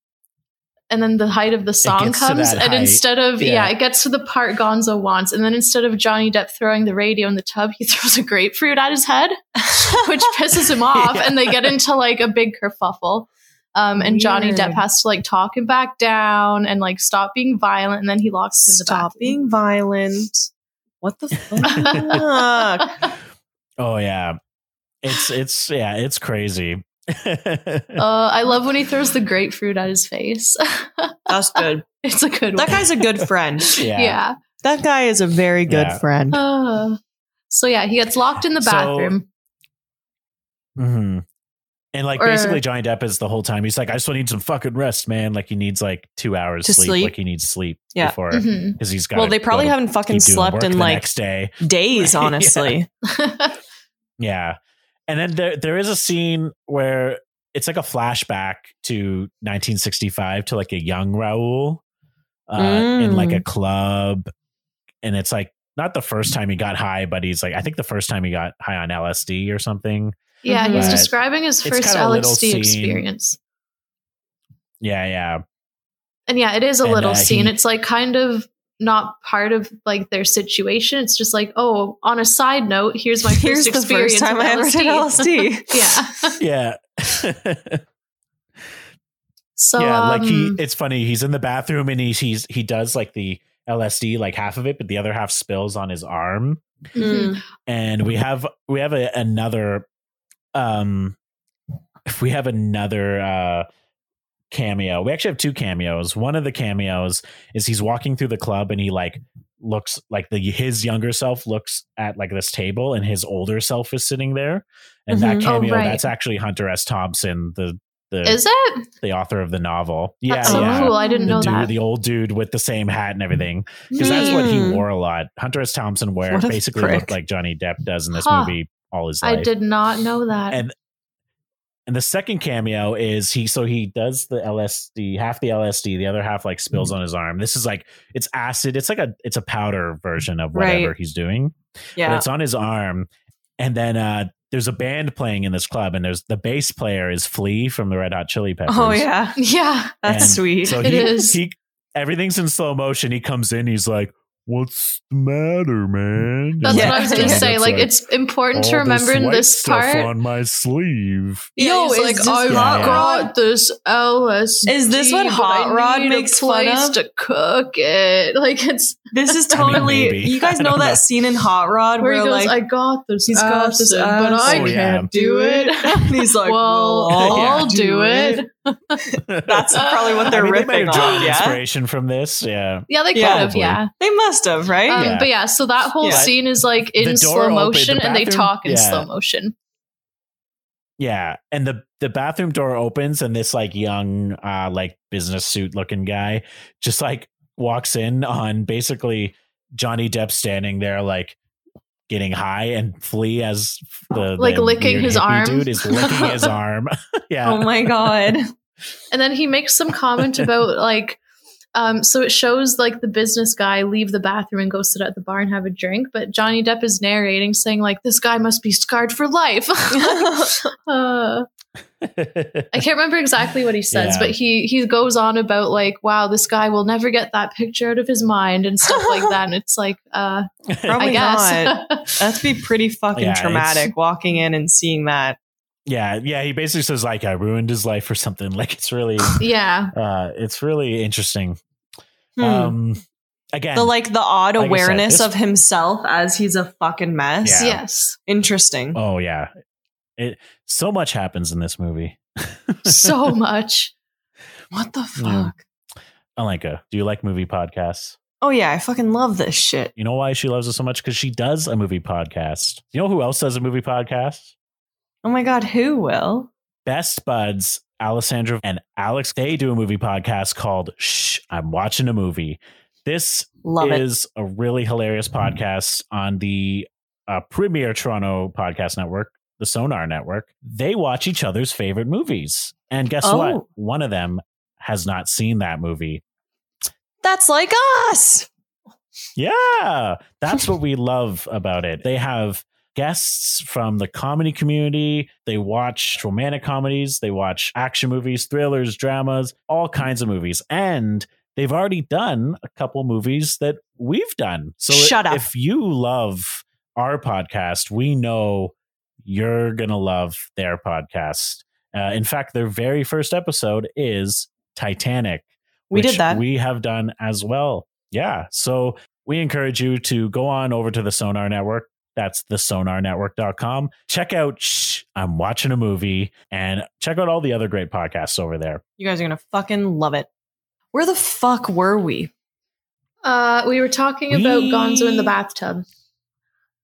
[SPEAKER 4] and then the height of the song
[SPEAKER 3] gets to
[SPEAKER 4] comes,
[SPEAKER 3] that
[SPEAKER 4] and
[SPEAKER 3] height.
[SPEAKER 4] instead of yeah.
[SPEAKER 3] Yeah.
[SPEAKER 4] it gets to the part Gonzo wants, and then instead of Johnny Depp throwing the radio in the tub, he throws a grapefruit at his head which pisses him off and they get into like a big kerfuffle um, and Johnny
[SPEAKER 5] Weird.
[SPEAKER 4] Depp has to like talk him back down and like stop being violent and then he locks him in the
[SPEAKER 5] Stop being violent. What the fuck?
[SPEAKER 4] bathroom.
[SPEAKER 3] Oh yeah, it's it's yeah, it's crazy.
[SPEAKER 4] uh, I love when he throws the grapefruit at his face.
[SPEAKER 5] That's good.
[SPEAKER 4] it's a good
[SPEAKER 2] That
[SPEAKER 4] one.
[SPEAKER 2] guy's a good friend.
[SPEAKER 3] yeah.
[SPEAKER 4] yeah.
[SPEAKER 2] That guy is a very good
[SPEAKER 3] Yeah.
[SPEAKER 2] friend.
[SPEAKER 4] Uh, so yeah, he gets locked in the
[SPEAKER 3] So-
[SPEAKER 4] bathroom.
[SPEAKER 3] hmm And like
[SPEAKER 4] Or-
[SPEAKER 3] basically Johnny Depp is the whole time. He's like, I just need some fucking rest, man. Like he needs like two hours
[SPEAKER 2] To
[SPEAKER 3] sleep.
[SPEAKER 2] sleep.
[SPEAKER 3] Like he needs sleep
[SPEAKER 2] Yeah. Mm-hmm.
[SPEAKER 3] before
[SPEAKER 4] Mhm.
[SPEAKER 3] because he's got.
[SPEAKER 2] Well, they probably haven't fucking slept in like
[SPEAKER 3] next day.
[SPEAKER 2] days,
[SPEAKER 3] Yeah.
[SPEAKER 2] honestly.
[SPEAKER 4] Mm-hmm.
[SPEAKER 3] Yeah, and then there there is a scene where it's like a flashback to 1965 to like a young Raul uh, in
[SPEAKER 2] Mm.
[SPEAKER 3] like a club, and it's like not the first time he got high, but he's like I think the first time he got high on LSD or something.
[SPEAKER 4] yeah, he's
[SPEAKER 3] But
[SPEAKER 4] describing his
[SPEAKER 3] it's
[SPEAKER 4] first
[SPEAKER 3] kinda a little
[SPEAKER 4] LSD
[SPEAKER 3] scene.
[SPEAKER 4] experience.
[SPEAKER 3] Yeah, yeah,
[SPEAKER 4] And yeah, it is a
[SPEAKER 3] And,
[SPEAKER 4] little
[SPEAKER 3] uh,
[SPEAKER 4] scene.
[SPEAKER 3] he-
[SPEAKER 4] it's like kind of not part of like their situation. It's just like, oh, on a side note, here's my first
[SPEAKER 2] Here's the
[SPEAKER 4] experience
[SPEAKER 2] first time
[SPEAKER 4] with
[SPEAKER 2] I ever did LSD.
[SPEAKER 4] yeah.
[SPEAKER 3] yeah.
[SPEAKER 4] So
[SPEAKER 3] yeah, like he
[SPEAKER 4] um,
[SPEAKER 3] it's funny, he's in the bathroom and he's he's he does like the LSD like half of it, but the other half spills on his arm.
[SPEAKER 5] Mm-hmm.
[SPEAKER 2] Mm.
[SPEAKER 4] mhm.
[SPEAKER 3] and we have we have a, another um we have another uh cameo. We actually have two cameos. One of the cameos is he's walking through the club and he like looks like the his younger self looks at like this table and his older self is sitting there. And that
[SPEAKER 2] Mhm.
[SPEAKER 4] Oh,
[SPEAKER 3] cameo,
[SPEAKER 4] right.
[SPEAKER 3] that's actually Hunter S. Thompson, the the
[SPEAKER 4] mm. Is it?
[SPEAKER 3] the author of the novel. Yeah,
[SPEAKER 4] That's so
[SPEAKER 3] yeah.
[SPEAKER 4] cool. I didn't
[SPEAKER 3] The
[SPEAKER 4] know
[SPEAKER 3] dude,
[SPEAKER 4] that. Mm.
[SPEAKER 3] the old dude with the same hat and everything, because that's what he
[SPEAKER 2] Hmm.
[SPEAKER 3] wore a lot. Hunter S. Thompson wore
[SPEAKER 2] What a
[SPEAKER 3] basically
[SPEAKER 2] prick.
[SPEAKER 3] looked like Johnny Depp does in this
[SPEAKER 4] Huh.
[SPEAKER 3] movie all his
[SPEAKER 4] I
[SPEAKER 3] life.
[SPEAKER 4] did not know that.
[SPEAKER 3] And And the second cameo is he so he does the LSD, half the LSD, the other half like
[SPEAKER 4] Hmm.
[SPEAKER 3] spills on his arm. This is like it's acid. It's like a it's a powder version of whatever
[SPEAKER 2] Right.
[SPEAKER 3] he's doing. But
[SPEAKER 2] Yeah.
[SPEAKER 3] it's on his arm. And then uh there's a band playing in this club and there's the bass player is Flea from the Red Hot Chili Peppers.
[SPEAKER 2] Oh yeah.
[SPEAKER 4] yeah.
[SPEAKER 2] That's
[SPEAKER 3] And
[SPEAKER 2] sweet.
[SPEAKER 3] So
[SPEAKER 4] It
[SPEAKER 3] he,
[SPEAKER 4] is.
[SPEAKER 3] he everything's in slow motion. He comes in, he's like, What's the matter, man?
[SPEAKER 4] That's
[SPEAKER 2] Yeah.
[SPEAKER 4] what I was gonna
[SPEAKER 2] Yeah.
[SPEAKER 4] say. Like, it's important to remember in this part.
[SPEAKER 3] on my sleeve.
[SPEAKER 4] Yeah,
[SPEAKER 2] Yo,
[SPEAKER 4] he's
[SPEAKER 2] is
[SPEAKER 4] like, oh,
[SPEAKER 2] this
[SPEAKER 4] I
[SPEAKER 3] Hot
[SPEAKER 4] got this LSD.
[SPEAKER 2] Is this what
[SPEAKER 4] but
[SPEAKER 2] Hot
[SPEAKER 4] I
[SPEAKER 2] Rod
[SPEAKER 4] need a
[SPEAKER 2] makes fun
[SPEAKER 4] place
[SPEAKER 2] of?
[SPEAKER 4] to cook it? Like, it's
[SPEAKER 2] This is
[SPEAKER 3] I mean,
[SPEAKER 2] totally.
[SPEAKER 3] maybe.
[SPEAKER 2] you guys
[SPEAKER 3] I
[SPEAKER 2] know
[SPEAKER 3] don't
[SPEAKER 2] that
[SPEAKER 3] know.
[SPEAKER 2] scene in Hot Rod
[SPEAKER 4] where
[SPEAKER 2] where,
[SPEAKER 4] he goes,
[SPEAKER 2] like
[SPEAKER 4] I got this.
[SPEAKER 2] he's got this,
[SPEAKER 4] acid, but I
[SPEAKER 2] acid.
[SPEAKER 3] Oh,
[SPEAKER 4] can't
[SPEAKER 3] yeah.
[SPEAKER 4] do it.
[SPEAKER 2] And he's like,
[SPEAKER 4] well,
[SPEAKER 2] "Well,
[SPEAKER 4] I'll do it.
[SPEAKER 2] That's probably what they're
[SPEAKER 3] I mean, they might
[SPEAKER 2] ripping
[SPEAKER 3] have drawn
[SPEAKER 2] on. Yeah,
[SPEAKER 3] inspiration from this. Yeah.
[SPEAKER 4] Yeah, they could
[SPEAKER 2] Yeah.
[SPEAKER 4] have. Yeah.
[SPEAKER 2] they must have, right?
[SPEAKER 4] Um,
[SPEAKER 3] Yeah.
[SPEAKER 4] But yeah, so that whole
[SPEAKER 2] Yeah.
[SPEAKER 4] scene is like in
[SPEAKER 3] door
[SPEAKER 4] slow
[SPEAKER 3] opened,
[SPEAKER 4] motion,
[SPEAKER 3] the
[SPEAKER 4] and they
[SPEAKER 3] bathroom-
[SPEAKER 4] talk in
[SPEAKER 3] yeah.
[SPEAKER 4] slow motion.
[SPEAKER 3] Yeah. And the the bathroom door opens and this like young uh like business suit looking guy just like walks in on basically Johnny Depp standing there like getting high and Flea as the
[SPEAKER 4] Like
[SPEAKER 3] the
[SPEAKER 4] licking
[SPEAKER 3] weird
[SPEAKER 4] his
[SPEAKER 3] hippie
[SPEAKER 4] arm.
[SPEAKER 3] dude is licking his arm. yeah.
[SPEAKER 2] Oh my god.
[SPEAKER 4] And then he makes some comment about like, um, so it shows like the business guy leave the bathroom and go sit at the bar and have a drink, but Johnny Depp is narrating, saying like, "This guy must be scarred for life." uh, I can't remember exactly what he says,
[SPEAKER 3] Yeah.
[SPEAKER 4] but he he goes on about like, "Wow, this guy will never get that picture out of his mind" and stuff like that. And it's like, uh,
[SPEAKER 2] Probably
[SPEAKER 4] I guess.
[SPEAKER 2] not. Uh, That'd be pretty fucking
[SPEAKER 3] Yeah, it's-
[SPEAKER 2] traumatic walking in and seeing that.
[SPEAKER 3] yeah, yeah. He basically says like I ruined his life or something. Like it's really
[SPEAKER 4] yeah.
[SPEAKER 3] uh it's really interesting.
[SPEAKER 2] Hmm.
[SPEAKER 3] Um again
[SPEAKER 2] the like the odd
[SPEAKER 3] like I said,
[SPEAKER 2] awareness
[SPEAKER 3] this-
[SPEAKER 2] of himself as he's a fucking mess.
[SPEAKER 3] Yeah.
[SPEAKER 4] Yes.
[SPEAKER 2] Interesting.
[SPEAKER 3] Oh yeah. It so much happens in this movie.
[SPEAKER 4] So much.
[SPEAKER 2] What the fuck?
[SPEAKER 3] Yeah. Alenka, do you like movie podcasts?
[SPEAKER 2] Oh yeah, I fucking love this shit.
[SPEAKER 3] You know why she loves us so much? Because she does a movie podcast. You know who else does a movie podcast?
[SPEAKER 2] Oh my god, who will?
[SPEAKER 3] Best buds, Alessandra and Alex. They do a movie podcast called Shh, I'm watching a movie. This
[SPEAKER 2] Love it.
[SPEAKER 3] is a really hilarious podcast on the uh, premier Toronto podcast network, the Sonar Network. They watch each other's favorite movies. And guess
[SPEAKER 2] Oh.
[SPEAKER 3] what? One of them has not seen that movie.
[SPEAKER 2] That's like us.
[SPEAKER 3] Yeah, that's what we love about it. They have guests from the comedy community. They watch romantic comedies, they watch action movies, thrillers, dramas, all kinds of movies. And they've already done a couple movies that we've done. So
[SPEAKER 2] Shut up.
[SPEAKER 3] if you love our podcast, we know you're going to love their podcast. Uh, in fact, their very first episode is Titanic.
[SPEAKER 2] We
[SPEAKER 3] which
[SPEAKER 2] did that.
[SPEAKER 3] We have done as well. Yeah. So we encourage you to go on over to the Sonar Network. That's the sonarnetwork.com. Check out Shh, I'm watching a movie and check out all the other great podcasts over there.
[SPEAKER 2] You guys are gonna fucking love it. Where the fuck were we?
[SPEAKER 4] Uh, we were talking about
[SPEAKER 3] We-
[SPEAKER 4] Gonzo in the bathtub.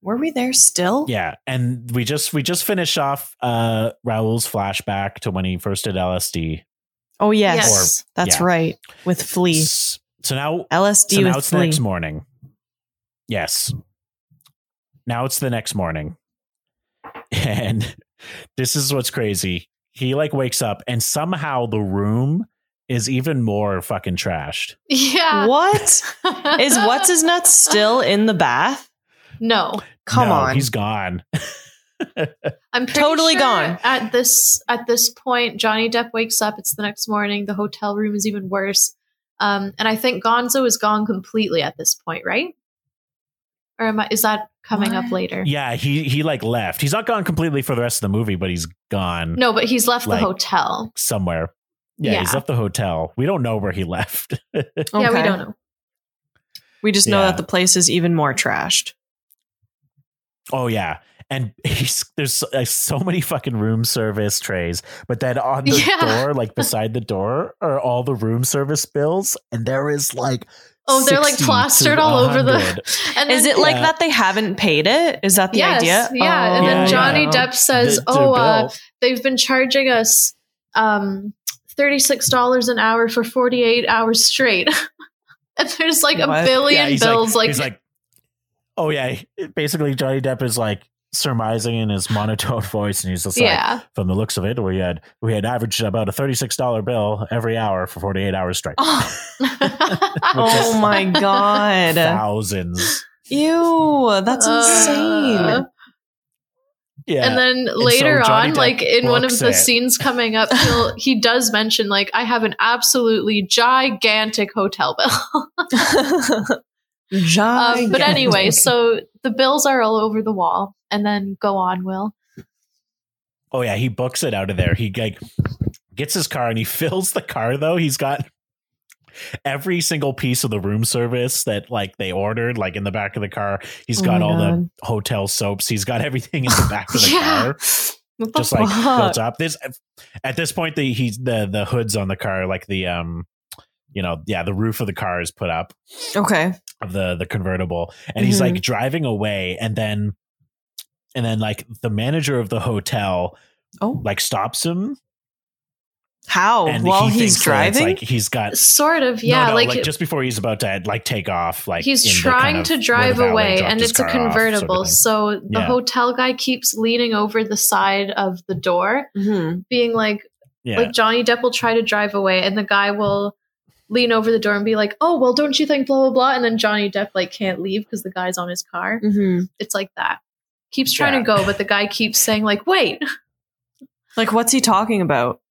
[SPEAKER 2] Were we there still?
[SPEAKER 3] Yeah. And we just we just finished off uh Raoul's flashback to when he first did LSD.
[SPEAKER 2] Oh yes,
[SPEAKER 4] Yes.
[SPEAKER 2] that's
[SPEAKER 3] yeah.
[SPEAKER 2] right. With flea,
[SPEAKER 3] S- So now
[SPEAKER 2] LSD
[SPEAKER 3] so now
[SPEAKER 2] with
[SPEAKER 3] it's the
[SPEAKER 2] flea.
[SPEAKER 3] next morning. Yes. Now it's the next morning. And this is what's crazy. He like wakes up and somehow the room is even more fucking trashed.
[SPEAKER 2] Ah.
[SPEAKER 4] Yeah.
[SPEAKER 2] What is what's his nuts still in the bath?
[SPEAKER 4] No,
[SPEAKER 2] Come
[SPEAKER 3] No,
[SPEAKER 2] on,
[SPEAKER 3] He's gone.
[SPEAKER 4] I'm pretty
[SPEAKER 2] Totally
[SPEAKER 4] sure
[SPEAKER 2] gone.
[SPEAKER 4] At this at this point, Johnny Depp wakes up. It's the next morning. The hotel room is even worse. Um, and I think Gonzo is gone completely at this point, right? Or am I, is that coming up
[SPEAKER 2] What?
[SPEAKER 4] later?
[SPEAKER 3] Yeah, he he like left. He's not gone completely for the rest of the movie, but he's gone
[SPEAKER 4] No, but he's left
[SPEAKER 3] Like-
[SPEAKER 4] the hotel.
[SPEAKER 3] somewhere. Yeah, he's
[SPEAKER 4] Yeah.
[SPEAKER 3] left the hotel. We don't know where he left.
[SPEAKER 4] Yeah, we
[SPEAKER 2] Okay.
[SPEAKER 4] don't know.
[SPEAKER 2] We just know
[SPEAKER 3] Yeah.
[SPEAKER 2] that the place is even more trashed.
[SPEAKER 3] oh yeah. and he's, there's uh, so many fucking room service trays, but then on the
[SPEAKER 4] Yeah.
[SPEAKER 3] door, like beside the door, are all the room service bills, and there is like
[SPEAKER 4] Oh, they're like
[SPEAKER 3] 60 to
[SPEAKER 4] plastered all over the.
[SPEAKER 3] 100.
[SPEAKER 4] And
[SPEAKER 2] Is
[SPEAKER 4] then-
[SPEAKER 2] it like
[SPEAKER 3] Yeah. Oh.
[SPEAKER 2] that they haven't paid it? Is that the
[SPEAKER 4] yes,
[SPEAKER 2] idea?
[SPEAKER 4] Yeah, and
[SPEAKER 3] Yeah,
[SPEAKER 4] then Johnny
[SPEAKER 3] yeah.
[SPEAKER 4] Depp says,
[SPEAKER 3] The- their
[SPEAKER 4] "Oh, uh,
[SPEAKER 3] bill.
[SPEAKER 4] they've been charging us um, thirty six dollars an hour for forty eight hours straight." and there's like
[SPEAKER 2] What?
[SPEAKER 4] a
[SPEAKER 3] Yeah,
[SPEAKER 4] billion
[SPEAKER 3] he's
[SPEAKER 4] bills. Like,
[SPEAKER 3] he's like, oh yeah. Basically, Johnny Depp is like surmising in his monotone voice, and he's just like,
[SPEAKER 4] yeah,
[SPEAKER 3] from the looks of it, we had we had averaged about a thirty six dollar bill every hour for forty eight hours straight.
[SPEAKER 2] Oh,
[SPEAKER 3] Which
[SPEAKER 2] oh
[SPEAKER 3] is
[SPEAKER 2] my god!
[SPEAKER 3] Thousands,
[SPEAKER 2] Ew, that's
[SPEAKER 4] Uh,
[SPEAKER 2] insane.
[SPEAKER 3] yeah.
[SPEAKER 4] And then later
[SPEAKER 3] so Johnny
[SPEAKER 4] on,
[SPEAKER 3] Depp
[SPEAKER 4] like in one of
[SPEAKER 3] books
[SPEAKER 4] the
[SPEAKER 3] it.
[SPEAKER 4] scenes coming up, he'll, he does mention like I have an absolutely gigantic hotel bill. Um, but anyway, so the bills are all over the wall, and then go on, Will.
[SPEAKER 3] oh yeah, he books it out of there. He like gets his car and he fills the car though. He's got every single piece of the room service that like they ordered, like in the back of the car. He's
[SPEAKER 2] Oh
[SPEAKER 3] got
[SPEAKER 2] my
[SPEAKER 3] all
[SPEAKER 2] God.
[SPEAKER 3] the hotel soaps. He's got everything in the back of the
[SPEAKER 4] Yeah.
[SPEAKER 3] car.
[SPEAKER 2] What the
[SPEAKER 3] just like
[SPEAKER 2] fuck?
[SPEAKER 3] built up. This at this point the he's the the hoods on the car, like the um you know, yeah, the roof of the car is put up
[SPEAKER 2] okay.
[SPEAKER 3] of the the convertible. And he's
[SPEAKER 2] Mm-hmm.
[SPEAKER 3] like driving away and then and then like the manager of the hotel
[SPEAKER 2] Oh.
[SPEAKER 3] like stops him
[SPEAKER 2] How
[SPEAKER 3] and
[SPEAKER 2] Oh, while
[SPEAKER 3] he
[SPEAKER 2] he's
[SPEAKER 3] thinks that it's,
[SPEAKER 2] driving?
[SPEAKER 3] like he's got
[SPEAKER 4] Sort of,
[SPEAKER 3] no,
[SPEAKER 4] yeah.
[SPEAKER 3] no,
[SPEAKER 4] like
[SPEAKER 3] just before he's about to like take off like in
[SPEAKER 4] he's
[SPEAKER 3] the kind
[SPEAKER 4] trying
[SPEAKER 3] of
[SPEAKER 4] to
[SPEAKER 3] where the
[SPEAKER 4] drive
[SPEAKER 3] valet
[SPEAKER 4] away,
[SPEAKER 3] dropped
[SPEAKER 4] and
[SPEAKER 3] his
[SPEAKER 4] it's a
[SPEAKER 3] car off sort of
[SPEAKER 4] convertible.
[SPEAKER 3] thing.
[SPEAKER 4] so the
[SPEAKER 3] Yeah.
[SPEAKER 4] hotel guy keeps leaning over the side of the door,
[SPEAKER 2] Mhm.
[SPEAKER 4] being like,
[SPEAKER 3] yeah.
[SPEAKER 4] like Johnny Depp will try to drive away, and the guy will lean over the door and be like, "Oh, well, don't you think blah blah blah?" And then Johnny Depp like can't leave because the guy's on his car.
[SPEAKER 2] Mhm.
[SPEAKER 4] It's like that. Keeps trying
[SPEAKER 3] Yeah.
[SPEAKER 4] to go, but the guy keeps saying like, "Wait,
[SPEAKER 2] Like, what's he talking about?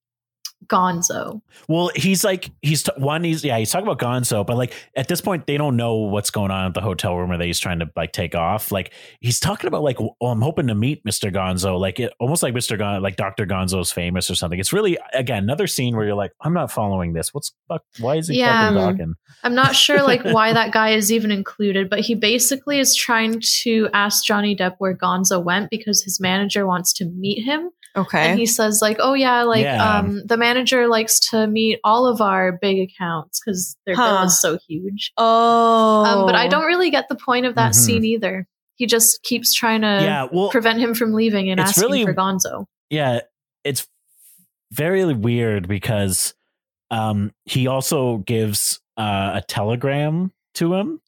[SPEAKER 4] Gonzo."
[SPEAKER 3] Well, he's like he's t- one. He's yeah. He's talking about Gonzo, but like at this point, they don't know what's going on at the hotel room or that he's trying to like take off. Like he's talking about like, well, I'm hoping to meet Mister Gonzo. Like it, almost like Mister Gon, like Doctor Gonzo's famous or something. It's really again another scene where you're like, I'm not following this. What's fuck? Why is he
[SPEAKER 4] Yeah. um,
[SPEAKER 3] fucking talking?
[SPEAKER 4] I'm not sure like why that guy is even included, but he basically is trying to ask Johnny Depp where Gonzo went because his manager wants to meet him. And
[SPEAKER 2] Okay.
[SPEAKER 4] he says like, "Oh yeah, like
[SPEAKER 3] Yeah.
[SPEAKER 4] um the manager likes to meet all of our big accounts cuz their bill
[SPEAKER 2] Huh.
[SPEAKER 4] is so huge."
[SPEAKER 2] oh,
[SPEAKER 4] Um, but I don't really get the point of that
[SPEAKER 3] Mhm.
[SPEAKER 4] scene either. He just keeps trying to
[SPEAKER 3] yeah. Well,
[SPEAKER 4] prevent him from leaving and
[SPEAKER 3] It's
[SPEAKER 4] asking
[SPEAKER 3] really-
[SPEAKER 4] for Gonzo.
[SPEAKER 3] yeah, it's very weird because um he also gives uh, a telegram to him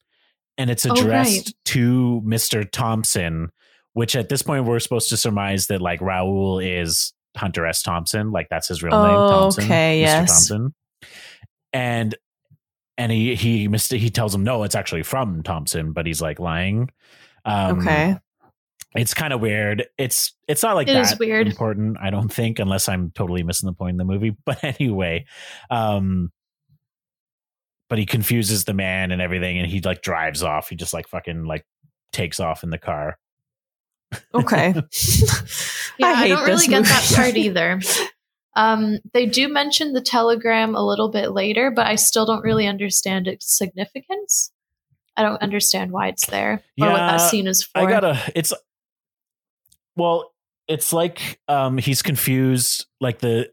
[SPEAKER 3] and it's
[SPEAKER 4] Oh, right.
[SPEAKER 3] addressed to Mr. Thompson, which at this point we're supposed to surmise that like Raoul is Hunter S. Thompson, like that's his real name,
[SPEAKER 2] Oh,
[SPEAKER 3] Thompson.
[SPEAKER 2] okay,
[SPEAKER 3] Mr.
[SPEAKER 2] yes.
[SPEAKER 3] Thompson. And and he he mist- he tells him no, it's actually from Thompson, but he's like lying. Um,
[SPEAKER 2] Okay.
[SPEAKER 3] it's kind of weird. It's it's not like
[SPEAKER 4] It is
[SPEAKER 3] that
[SPEAKER 4] weird.
[SPEAKER 3] important, I don't think, unless I'm totally missing the point in the movie. But anyway, um but he confuses the man and everything and he like drives off. He just like fucking like takes off in the car.
[SPEAKER 2] Okay.
[SPEAKER 4] Yeah, I,
[SPEAKER 2] hate
[SPEAKER 4] don't really
[SPEAKER 2] this
[SPEAKER 4] get
[SPEAKER 2] movie.
[SPEAKER 4] that part either. Um, they do mention the telegram a little bit later, but I still don't really understand its significance. I don't understand why it's there or what
[SPEAKER 3] Yeah,
[SPEAKER 4] that scene is for.
[SPEAKER 3] I gotta it's well, it's like um he's confused like the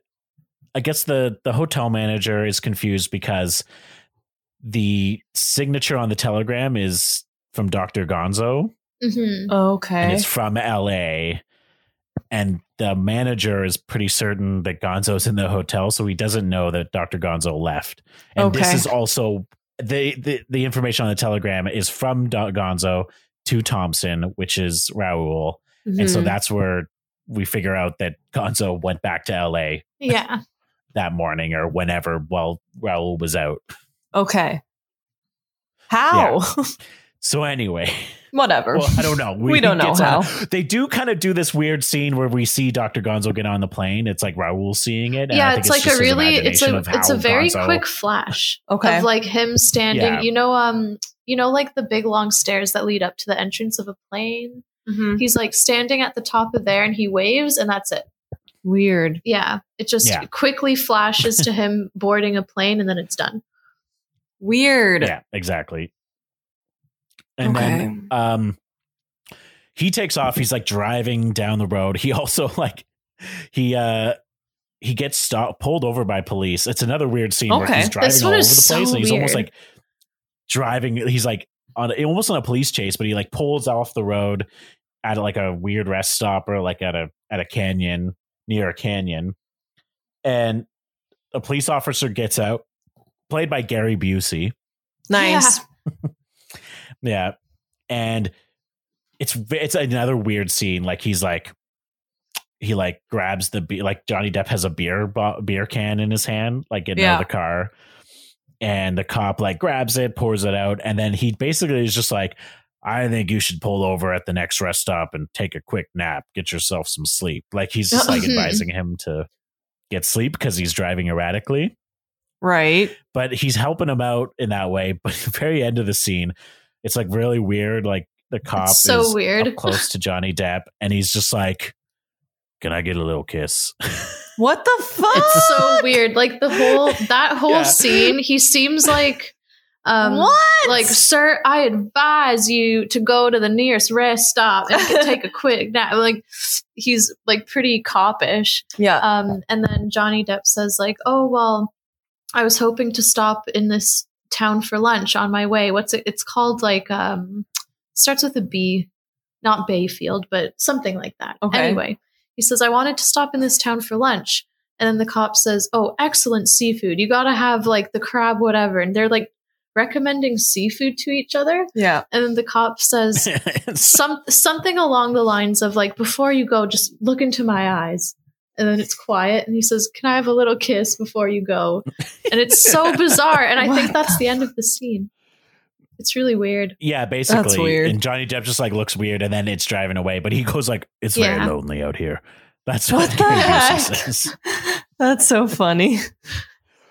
[SPEAKER 3] I guess the the hotel manager is confused because the signature on the telegram is from Dr. Gonzo.
[SPEAKER 4] Mhm.
[SPEAKER 2] Okay.
[SPEAKER 3] and it's from LA. And the manager is pretty certain that Gonzo's in the hotel, so he doesn't know that Dr. Gonzo left. And this
[SPEAKER 2] Okay.
[SPEAKER 3] is also the, the the information on the telegram is from Do- Gonzo to Thompson, which is Raoul. And so
[SPEAKER 4] Mm-hmm.
[SPEAKER 2] Mhm.
[SPEAKER 3] that's where we figure out that Gonzo went back to LA
[SPEAKER 4] Yeah.
[SPEAKER 3] that morning or whenever while Raoul was out.
[SPEAKER 2] okay. How?
[SPEAKER 3] So anyway,
[SPEAKER 2] Whatever.
[SPEAKER 3] well, I don't know.
[SPEAKER 2] we, don't know
[SPEAKER 3] it's on-
[SPEAKER 2] how.
[SPEAKER 3] They do kind of do this weird scene where we see Dr. Gonzo get on the plane. It's like Raul seeing it. and I
[SPEAKER 4] yeah,
[SPEAKER 3] think
[SPEAKER 4] it's like
[SPEAKER 3] just
[SPEAKER 4] a
[SPEAKER 3] his
[SPEAKER 4] really it's
[SPEAKER 3] imagination
[SPEAKER 4] a
[SPEAKER 3] of
[SPEAKER 4] it's a
[SPEAKER 3] how
[SPEAKER 4] very
[SPEAKER 3] Gonzo-
[SPEAKER 4] quick flash
[SPEAKER 2] Okay.
[SPEAKER 4] of like him standing,
[SPEAKER 3] Yeah.
[SPEAKER 4] you know, um, you know, like the big long stairs that lead up to the entrance of a plane.
[SPEAKER 2] Mhm.
[SPEAKER 4] He's like standing at the top of there and he waves and that's it.
[SPEAKER 2] Weird.
[SPEAKER 4] Yeah. It just
[SPEAKER 3] Yeah.
[SPEAKER 4] quickly flashes to him boarding a plane and then it's done.
[SPEAKER 2] Weird.
[SPEAKER 3] Yeah, exactly. And then um he takes off. He's like driving down the road. He also like he uh he gets stopped pulled over by police. It's another weird scene where
[SPEAKER 2] Okay.
[SPEAKER 3] he's
[SPEAKER 2] This
[SPEAKER 3] driving all
[SPEAKER 4] one
[SPEAKER 3] over the
[SPEAKER 4] is
[SPEAKER 3] place
[SPEAKER 4] so
[SPEAKER 3] and he's almost
[SPEAKER 4] weird.
[SPEAKER 3] like driving he's like on almost on a police chase, but he like pulls off the road at like a weird rest stop or like at a at a canyon near a canyon. And a police officer gets out, played by Gary Busey.
[SPEAKER 5] Nice.
[SPEAKER 3] Yeah, and it's v- it's another weird scene. Like he's like he like grabs the be- like Johnny Depp has a beer bo- beer can in his hand, like getting out
[SPEAKER 2] Yeah.
[SPEAKER 3] of the car, and the cop like grabs it, pours it out, and then he basically is just like. I think you should pull over at the next rest stop and take a quick nap, get yourself some sleep. Like he's just like
[SPEAKER 4] Mhm.
[SPEAKER 3] advising him to get sleep because he's driving erratically
[SPEAKER 2] Right.
[SPEAKER 3] but he's helping him out in that way. But at the very end of the scene, it's like really weird. Like the cop
[SPEAKER 4] It's so
[SPEAKER 3] is
[SPEAKER 4] weird.
[SPEAKER 3] up close to Johnny Depp, and he's just like, "Can I get a little kiss?"
[SPEAKER 2] What the fuck?
[SPEAKER 4] It's so weird. Like the whole that whole
[SPEAKER 3] Yeah.
[SPEAKER 4] scene, he seems like um
[SPEAKER 2] what?
[SPEAKER 4] like, sir, I advise you to go to the nearest rest stop and get- take a quick nap. Like he's like pretty copish.
[SPEAKER 2] yeah.
[SPEAKER 4] Um and then Johnny Depp says, like, oh well, I was hoping to stop in this town for lunch on my way. What's it it's called like um starts with a B, not Bayfield, but something like that.
[SPEAKER 2] Okay.
[SPEAKER 4] Anyway, he says, I wanted to stop in this town for lunch. And then the cop says, Oh, excellent seafood. You gotta have like the crab, whatever. And they're like recommending seafood to each other.
[SPEAKER 2] Yeah.
[SPEAKER 4] And then the cop says
[SPEAKER 3] It's-
[SPEAKER 4] some something along the lines of like, before you go, just look into my eyes. And then it's quiet, and he says, "Can I have a little kiss before you go?" And it's so bizarre, and I think
[SPEAKER 2] What
[SPEAKER 4] that's the end of the scene. It's really weird.
[SPEAKER 3] yeah, basically.
[SPEAKER 2] weird.
[SPEAKER 3] And Johnny Depp just like looks weird, and then it's driving away. But he goes like, "It's very
[SPEAKER 4] Yeah.
[SPEAKER 3] lonely out here." That's
[SPEAKER 2] What the
[SPEAKER 3] what, Gary Busey
[SPEAKER 2] heck?
[SPEAKER 3] says.
[SPEAKER 2] That's so funny.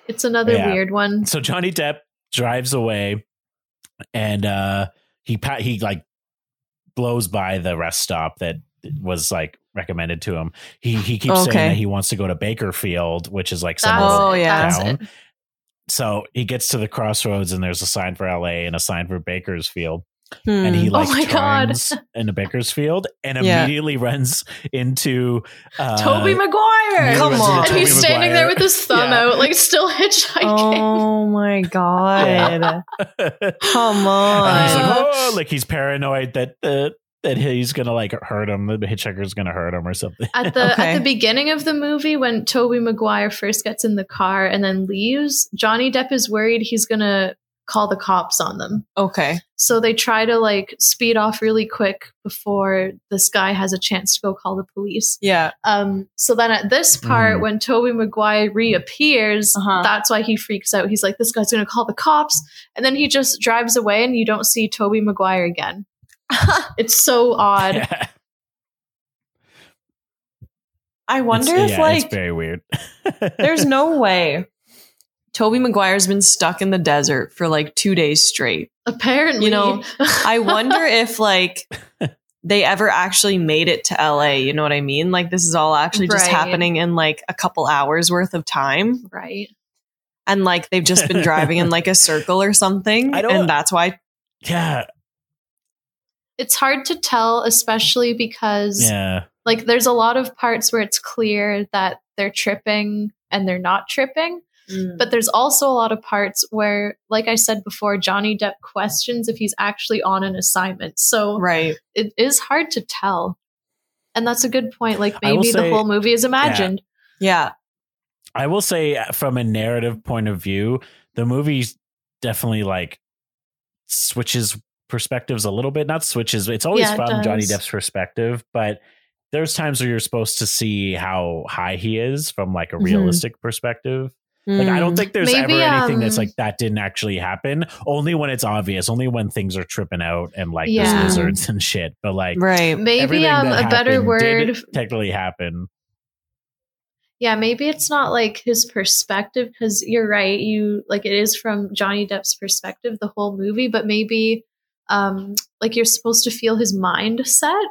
[SPEAKER 4] It's another
[SPEAKER 3] Yeah.
[SPEAKER 4] weird one.
[SPEAKER 3] so Johnny Depp drives away, and uh, he pa- he like blows by the rest stop that was like recommended to him. He he keeps
[SPEAKER 2] Okay.
[SPEAKER 3] saying that he wants to go to Bakerfield, which is like some
[SPEAKER 4] That's
[SPEAKER 3] little
[SPEAKER 2] Oh,
[SPEAKER 4] it.
[SPEAKER 2] yeah.
[SPEAKER 4] That's
[SPEAKER 3] town.
[SPEAKER 4] it.
[SPEAKER 3] So he gets to the crossroads, and there's a sign for L.A. and a sign for Bakersfield, and
[SPEAKER 2] Hmm.
[SPEAKER 3] he like
[SPEAKER 4] my God.
[SPEAKER 3] turns into Bakersfield and
[SPEAKER 2] Yeah.
[SPEAKER 3] immediately runs into uh,
[SPEAKER 4] Toby Maguire.
[SPEAKER 3] he
[SPEAKER 2] Come
[SPEAKER 3] runs into
[SPEAKER 2] on.
[SPEAKER 4] And
[SPEAKER 3] Tobey
[SPEAKER 4] he's standing
[SPEAKER 3] Maguire.
[SPEAKER 4] there with his thumb
[SPEAKER 3] Yeah.
[SPEAKER 4] out, like still hitchhiking.
[SPEAKER 2] oh my god. Come
[SPEAKER 3] And he's
[SPEAKER 2] on.
[SPEAKER 3] like,
[SPEAKER 4] Uh,
[SPEAKER 3] oh, like he's paranoid that uh, that he's gonna like hurt him. The hitchhiker's gonna hurt him or something.
[SPEAKER 4] At the
[SPEAKER 2] Okay.
[SPEAKER 4] at the beginning of the movie, when Toby Maguire first gets in the car and then leaves, Johnny Depp is worried he's gonna call the cops on them.
[SPEAKER 2] Okay.
[SPEAKER 4] So they try to like speed off really quick before this guy has a chance to go call the police.
[SPEAKER 2] Yeah.
[SPEAKER 4] Um, so then at this part,
[SPEAKER 3] Mhm.
[SPEAKER 4] when Toby Maguire reappears,
[SPEAKER 2] Uh-huh.
[SPEAKER 4] that's why he freaks out. He's like, "This guy's gonna call the cops," and then he just drives away, and you don't see Toby Maguire again. it's so odd.
[SPEAKER 3] Yeah.
[SPEAKER 2] I wonder
[SPEAKER 3] It's-
[SPEAKER 2] if
[SPEAKER 3] yeah,
[SPEAKER 2] like
[SPEAKER 3] it's very weird.
[SPEAKER 2] There's no way. Toby Maguire's been stuck in the desert for like two days straight.
[SPEAKER 4] Apparently,
[SPEAKER 2] You know, I wonder if like they ever actually made it to LA. You know what I mean? Like this is all actually just
[SPEAKER 4] Right.
[SPEAKER 2] happening in like a couple hours worth of time.
[SPEAKER 4] right?
[SPEAKER 2] And like they've just been driving in like a circle or something.
[SPEAKER 3] I don't-
[SPEAKER 2] And that's why
[SPEAKER 3] yeah,
[SPEAKER 4] It's hard to tell, especially because
[SPEAKER 3] yeah,
[SPEAKER 4] like there's a lot of parts where it's clear that they're tripping and they're not tripping. But there's also a lot of parts where, like I said before, Johnny Depp questions if he's actually on an assignment. So
[SPEAKER 2] right.
[SPEAKER 4] it is hard to tell. And that's a good point. Like
[SPEAKER 3] I will
[SPEAKER 4] maybe the
[SPEAKER 3] say-
[SPEAKER 4] whole movie is imagined.
[SPEAKER 2] Yeah.
[SPEAKER 3] I will say uh, from a narrative point of view, the movie definitely like switches perspectives a little bit. Not switches. It's always
[SPEAKER 4] Yeah, it
[SPEAKER 3] from Johnny
[SPEAKER 4] does.
[SPEAKER 3] Depp's perspective, but there's times where you're supposed to see how high he is from like a
[SPEAKER 2] Mhm.
[SPEAKER 3] realistic perspective. Like I
[SPEAKER 5] Mm.
[SPEAKER 3] don't think there's
[SPEAKER 4] Mm. Maybe,
[SPEAKER 3] ever anything that's
[SPEAKER 4] um,
[SPEAKER 3] like that didn't actually happen. Only when it's obvious. Only when things are tripping out and like
[SPEAKER 4] Yeah.
[SPEAKER 3] there's lizards and shit. But like
[SPEAKER 2] Right.
[SPEAKER 4] Maybe
[SPEAKER 3] everything
[SPEAKER 4] um,
[SPEAKER 3] that
[SPEAKER 4] a better
[SPEAKER 3] happened did
[SPEAKER 4] word
[SPEAKER 3] technically happen.
[SPEAKER 4] Yeah, maybe it's not like his perspective because you're right. You like it is from Johnny Depp's perspective the whole movie, but maybe um like you're supposed to feel his mindset.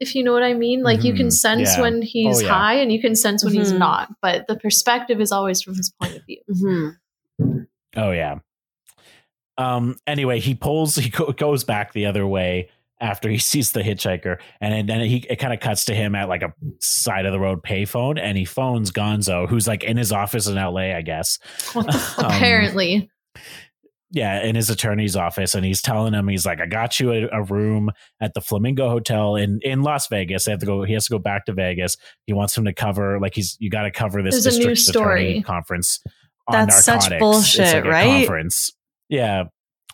[SPEAKER 4] If you know what I mean, like you can
[SPEAKER 3] Mhm,
[SPEAKER 4] sense
[SPEAKER 3] yeah.
[SPEAKER 4] when he's
[SPEAKER 3] Oh, yeah.
[SPEAKER 4] high and you can sense when he's
[SPEAKER 2] Mhm.
[SPEAKER 4] not, but the perspective is always from his point of view.
[SPEAKER 2] Mhm.
[SPEAKER 3] Oh yeah. Um. Anyway, he pulls. He go- goes back the other way after he sees the hitchhiker, and then- then he it kind of cuts to him at like a side of the road payphone, and he phones Gonzo, who's like in his office in L.A., I guess. Um,
[SPEAKER 4] Apparently,
[SPEAKER 3] yeah, in his attorney's office, and he's telling him, he's like, "I got you a, a room at the Flamingo Hotel in in Las Vegas. They have to go. He has to go back to Vegas. He wants him to cover, like, he's you got to cover this
[SPEAKER 4] There's a new
[SPEAKER 3] district's attorney
[SPEAKER 4] story.
[SPEAKER 3] conference on
[SPEAKER 2] That's such
[SPEAKER 3] narcotics. It's
[SPEAKER 2] bullshit,
[SPEAKER 3] like a
[SPEAKER 2] right?
[SPEAKER 3] Conference, yeah.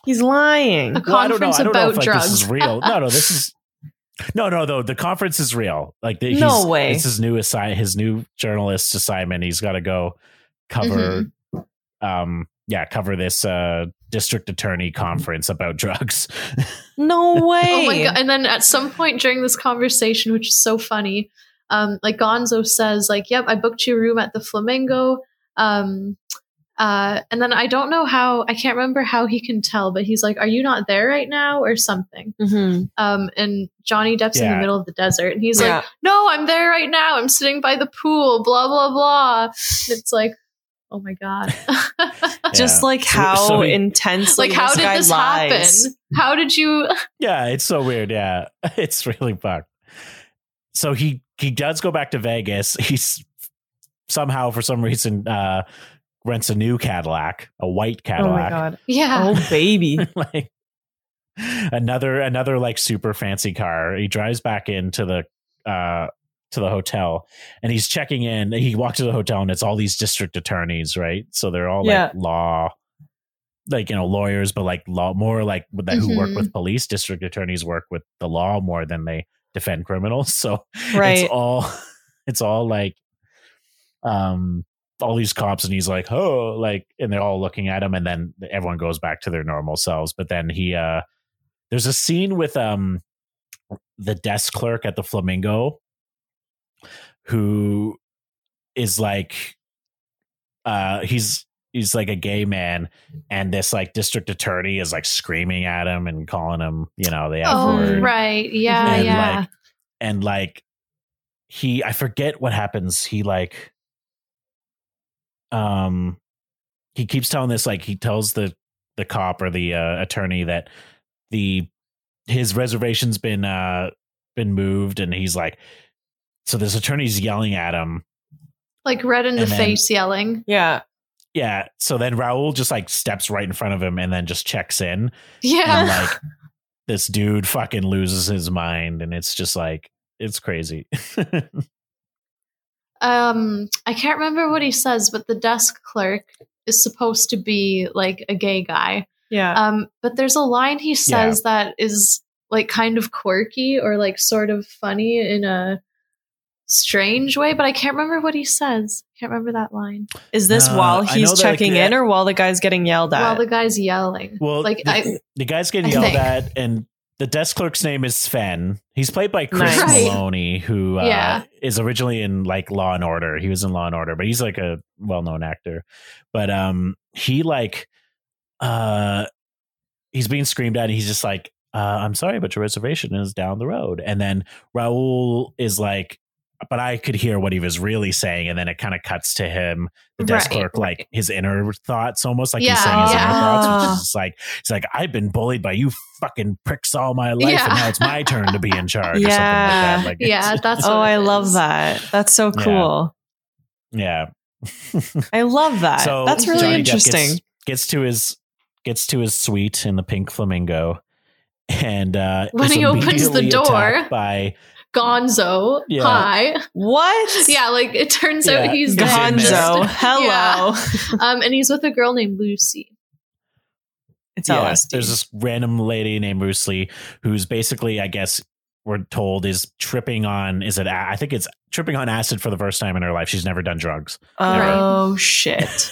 [SPEAKER 5] He's lying.
[SPEAKER 4] a
[SPEAKER 3] Well, I don't know.
[SPEAKER 4] conference
[SPEAKER 3] I don't know
[SPEAKER 4] about
[SPEAKER 3] if like
[SPEAKER 4] drugs.
[SPEAKER 3] this is real. No, no, this is no, no, though. The conference is real. Like, the,
[SPEAKER 2] No
[SPEAKER 3] he's-
[SPEAKER 2] way.
[SPEAKER 3] It's his new assign, his new journalist assignment. He's got to go cover um yeah cover this uh district attorney conference about drugs
[SPEAKER 2] No way.
[SPEAKER 4] Oh my god! And then at some point during this conversation, which is so funny, um, like Gonzo says, like, "Yep, I booked you a room at the Flamingo." Um, uh, and then I don't know how I can't remember how he can tell, but he's like, "Are you not there right now?" or something.
[SPEAKER 2] Mhm.
[SPEAKER 4] Um, and Johnny Depp's in
[SPEAKER 3] Yeah.
[SPEAKER 4] the middle of the desert, and he's
[SPEAKER 2] Yeah.
[SPEAKER 4] like, "No, I'm there right now. I'm sitting by the pool." Blah blah blah. And it's like, oh my god.
[SPEAKER 2] Just
[SPEAKER 3] Yeah.
[SPEAKER 2] like
[SPEAKER 3] So-
[SPEAKER 2] how
[SPEAKER 3] so he-
[SPEAKER 2] intensely
[SPEAKER 4] Like, how did
[SPEAKER 2] guy
[SPEAKER 4] this
[SPEAKER 2] lies.
[SPEAKER 4] happen? How did you?
[SPEAKER 3] yeah it's so weird yeah it's really fucked so he he does go back to vegas he's somehow for some reason uh rents a new cadillac a white
[SPEAKER 5] oh my
[SPEAKER 3] cadillac
[SPEAKER 5] god.
[SPEAKER 4] Yeah.
[SPEAKER 5] Oh baby.
[SPEAKER 3] like another another like super fancy car he drives back into the uh to the hotel and he's checking in he walks to the hotel and it's all these district attorneys right so they're all
[SPEAKER 5] Yeah.
[SPEAKER 3] like law like you know lawyers but like law more like with that who work
[SPEAKER 4] Mhm.
[SPEAKER 3] with police district attorneys work with the law more than they defend criminals so
[SPEAKER 2] Right.
[SPEAKER 3] it's all it's all like um all these cops and he's like oh like and they're all looking at him and then everyone goes back to their normal selves but then he uh there's a scene with um the desk clerk at the flamingo who is like uh he's he's like a gay man and this like district attorney is like screaming at him and calling him you know the f
[SPEAKER 4] Oh,
[SPEAKER 3] word
[SPEAKER 4] right. Yeah.
[SPEAKER 3] and
[SPEAKER 4] yeah.
[SPEAKER 3] like and like he i forget what happens he like um he keeps telling this like he tells the the cop or the uh, attorney that the his reservation's been uh been moved and he's like so this attorney's yelling at him
[SPEAKER 4] like red in the
[SPEAKER 3] And then-
[SPEAKER 4] face yelling.
[SPEAKER 5] Yeah.
[SPEAKER 3] yeah so then raul just like steps right in front of him and then just checks in and
[SPEAKER 4] Yeah.
[SPEAKER 3] like this dude fucking loses his mind and it's just like it's crazy
[SPEAKER 4] Um, I can't remember what he says, but the desk clerk is supposed to be like a gay guy.
[SPEAKER 5] Yeah.
[SPEAKER 4] Um, but there's a line he says that is like kind of quirky or like sort of funny in a strange way, but I can't remember what he says. Can't remember that line.
[SPEAKER 5] Is this
[SPEAKER 3] Uh,
[SPEAKER 5] while
[SPEAKER 3] I
[SPEAKER 5] he's
[SPEAKER 3] know that, like,
[SPEAKER 5] checking
[SPEAKER 3] the-
[SPEAKER 5] in or while the guy's getting yelled at?
[SPEAKER 4] While the guy's yelling.
[SPEAKER 3] Well,
[SPEAKER 4] like
[SPEAKER 3] the,
[SPEAKER 4] I
[SPEAKER 3] the guy's getting
[SPEAKER 4] I
[SPEAKER 3] yelled
[SPEAKER 4] think.
[SPEAKER 3] at, and the desk clerk's name is Sven. He's played by Chris
[SPEAKER 5] Nice.
[SPEAKER 4] Right.
[SPEAKER 3] Maloney, who uh,
[SPEAKER 4] Yeah.
[SPEAKER 3] is originally in like Law and Order. He was in Law and Order, but he's like a well-known actor. But um, he like uh, he's being screamed at, and he's just like, uh, "I'm sorry, but your reservation is down the road." And then Raul is like. But I could hear what he was really saying, and then it kind of cuts to him, the desk
[SPEAKER 4] Right,
[SPEAKER 3] clerk, like his inner thoughts, almost like he's
[SPEAKER 4] Yeah,
[SPEAKER 3] saying his inner
[SPEAKER 4] yeah.
[SPEAKER 3] thoughts, which is just like it's like I've been bullied by you fucking pricks all my life,
[SPEAKER 4] Yeah.
[SPEAKER 3] and now it's my turn to be in charge. or something like
[SPEAKER 5] Yeah.
[SPEAKER 3] that. Like, it's-
[SPEAKER 4] yeah, that's
[SPEAKER 5] oh,
[SPEAKER 4] what it
[SPEAKER 5] I love
[SPEAKER 4] is.
[SPEAKER 5] that. That's so
[SPEAKER 3] Yeah.
[SPEAKER 5] cool.
[SPEAKER 3] yeah.
[SPEAKER 5] I love that.
[SPEAKER 3] so
[SPEAKER 5] That's really
[SPEAKER 3] Johnny Depp
[SPEAKER 5] interesting.
[SPEAKER 3] Gets, gets to his gets to his suite in the Pink Flamingo, and uh,
[SPEAKER 4] When
[SPEAKER 3] is
[SPEAKER 4] he opens the
[SPEAKER 3] immediately
[SPEAKER 4] door-
[SPEAKER 3] attacked by
[SPEAKER 4] Gonzo.
[SPEAKER 3] Yeah.
[SPEAKER 4] Hi.
[SPEAKER 5] what?
[SPEAKER 4] Yeah, like it turns
[SPEAKER 3] Yeah,
[SPEAKER 4] out he's the
[SPEAKER 5] Gonzo.
[SPEAKER 4] rapist.
[SPEAKER 5] Hello.
[SPEAKER 4] Yeah. Um, and he's with a girl named Lucy.
[SPEAKER 5] It's
[SPEAKER 3] yeah,
[SPEAKER 5] LSD.
[SPEAKER 3] there's this random lady named Bruce Lee who's basically, I guess, we're told is tripping on is it a- I think it's tripping on acid for the first time in her life. She's never done drugs.
[SPEAKER 5] oh shit.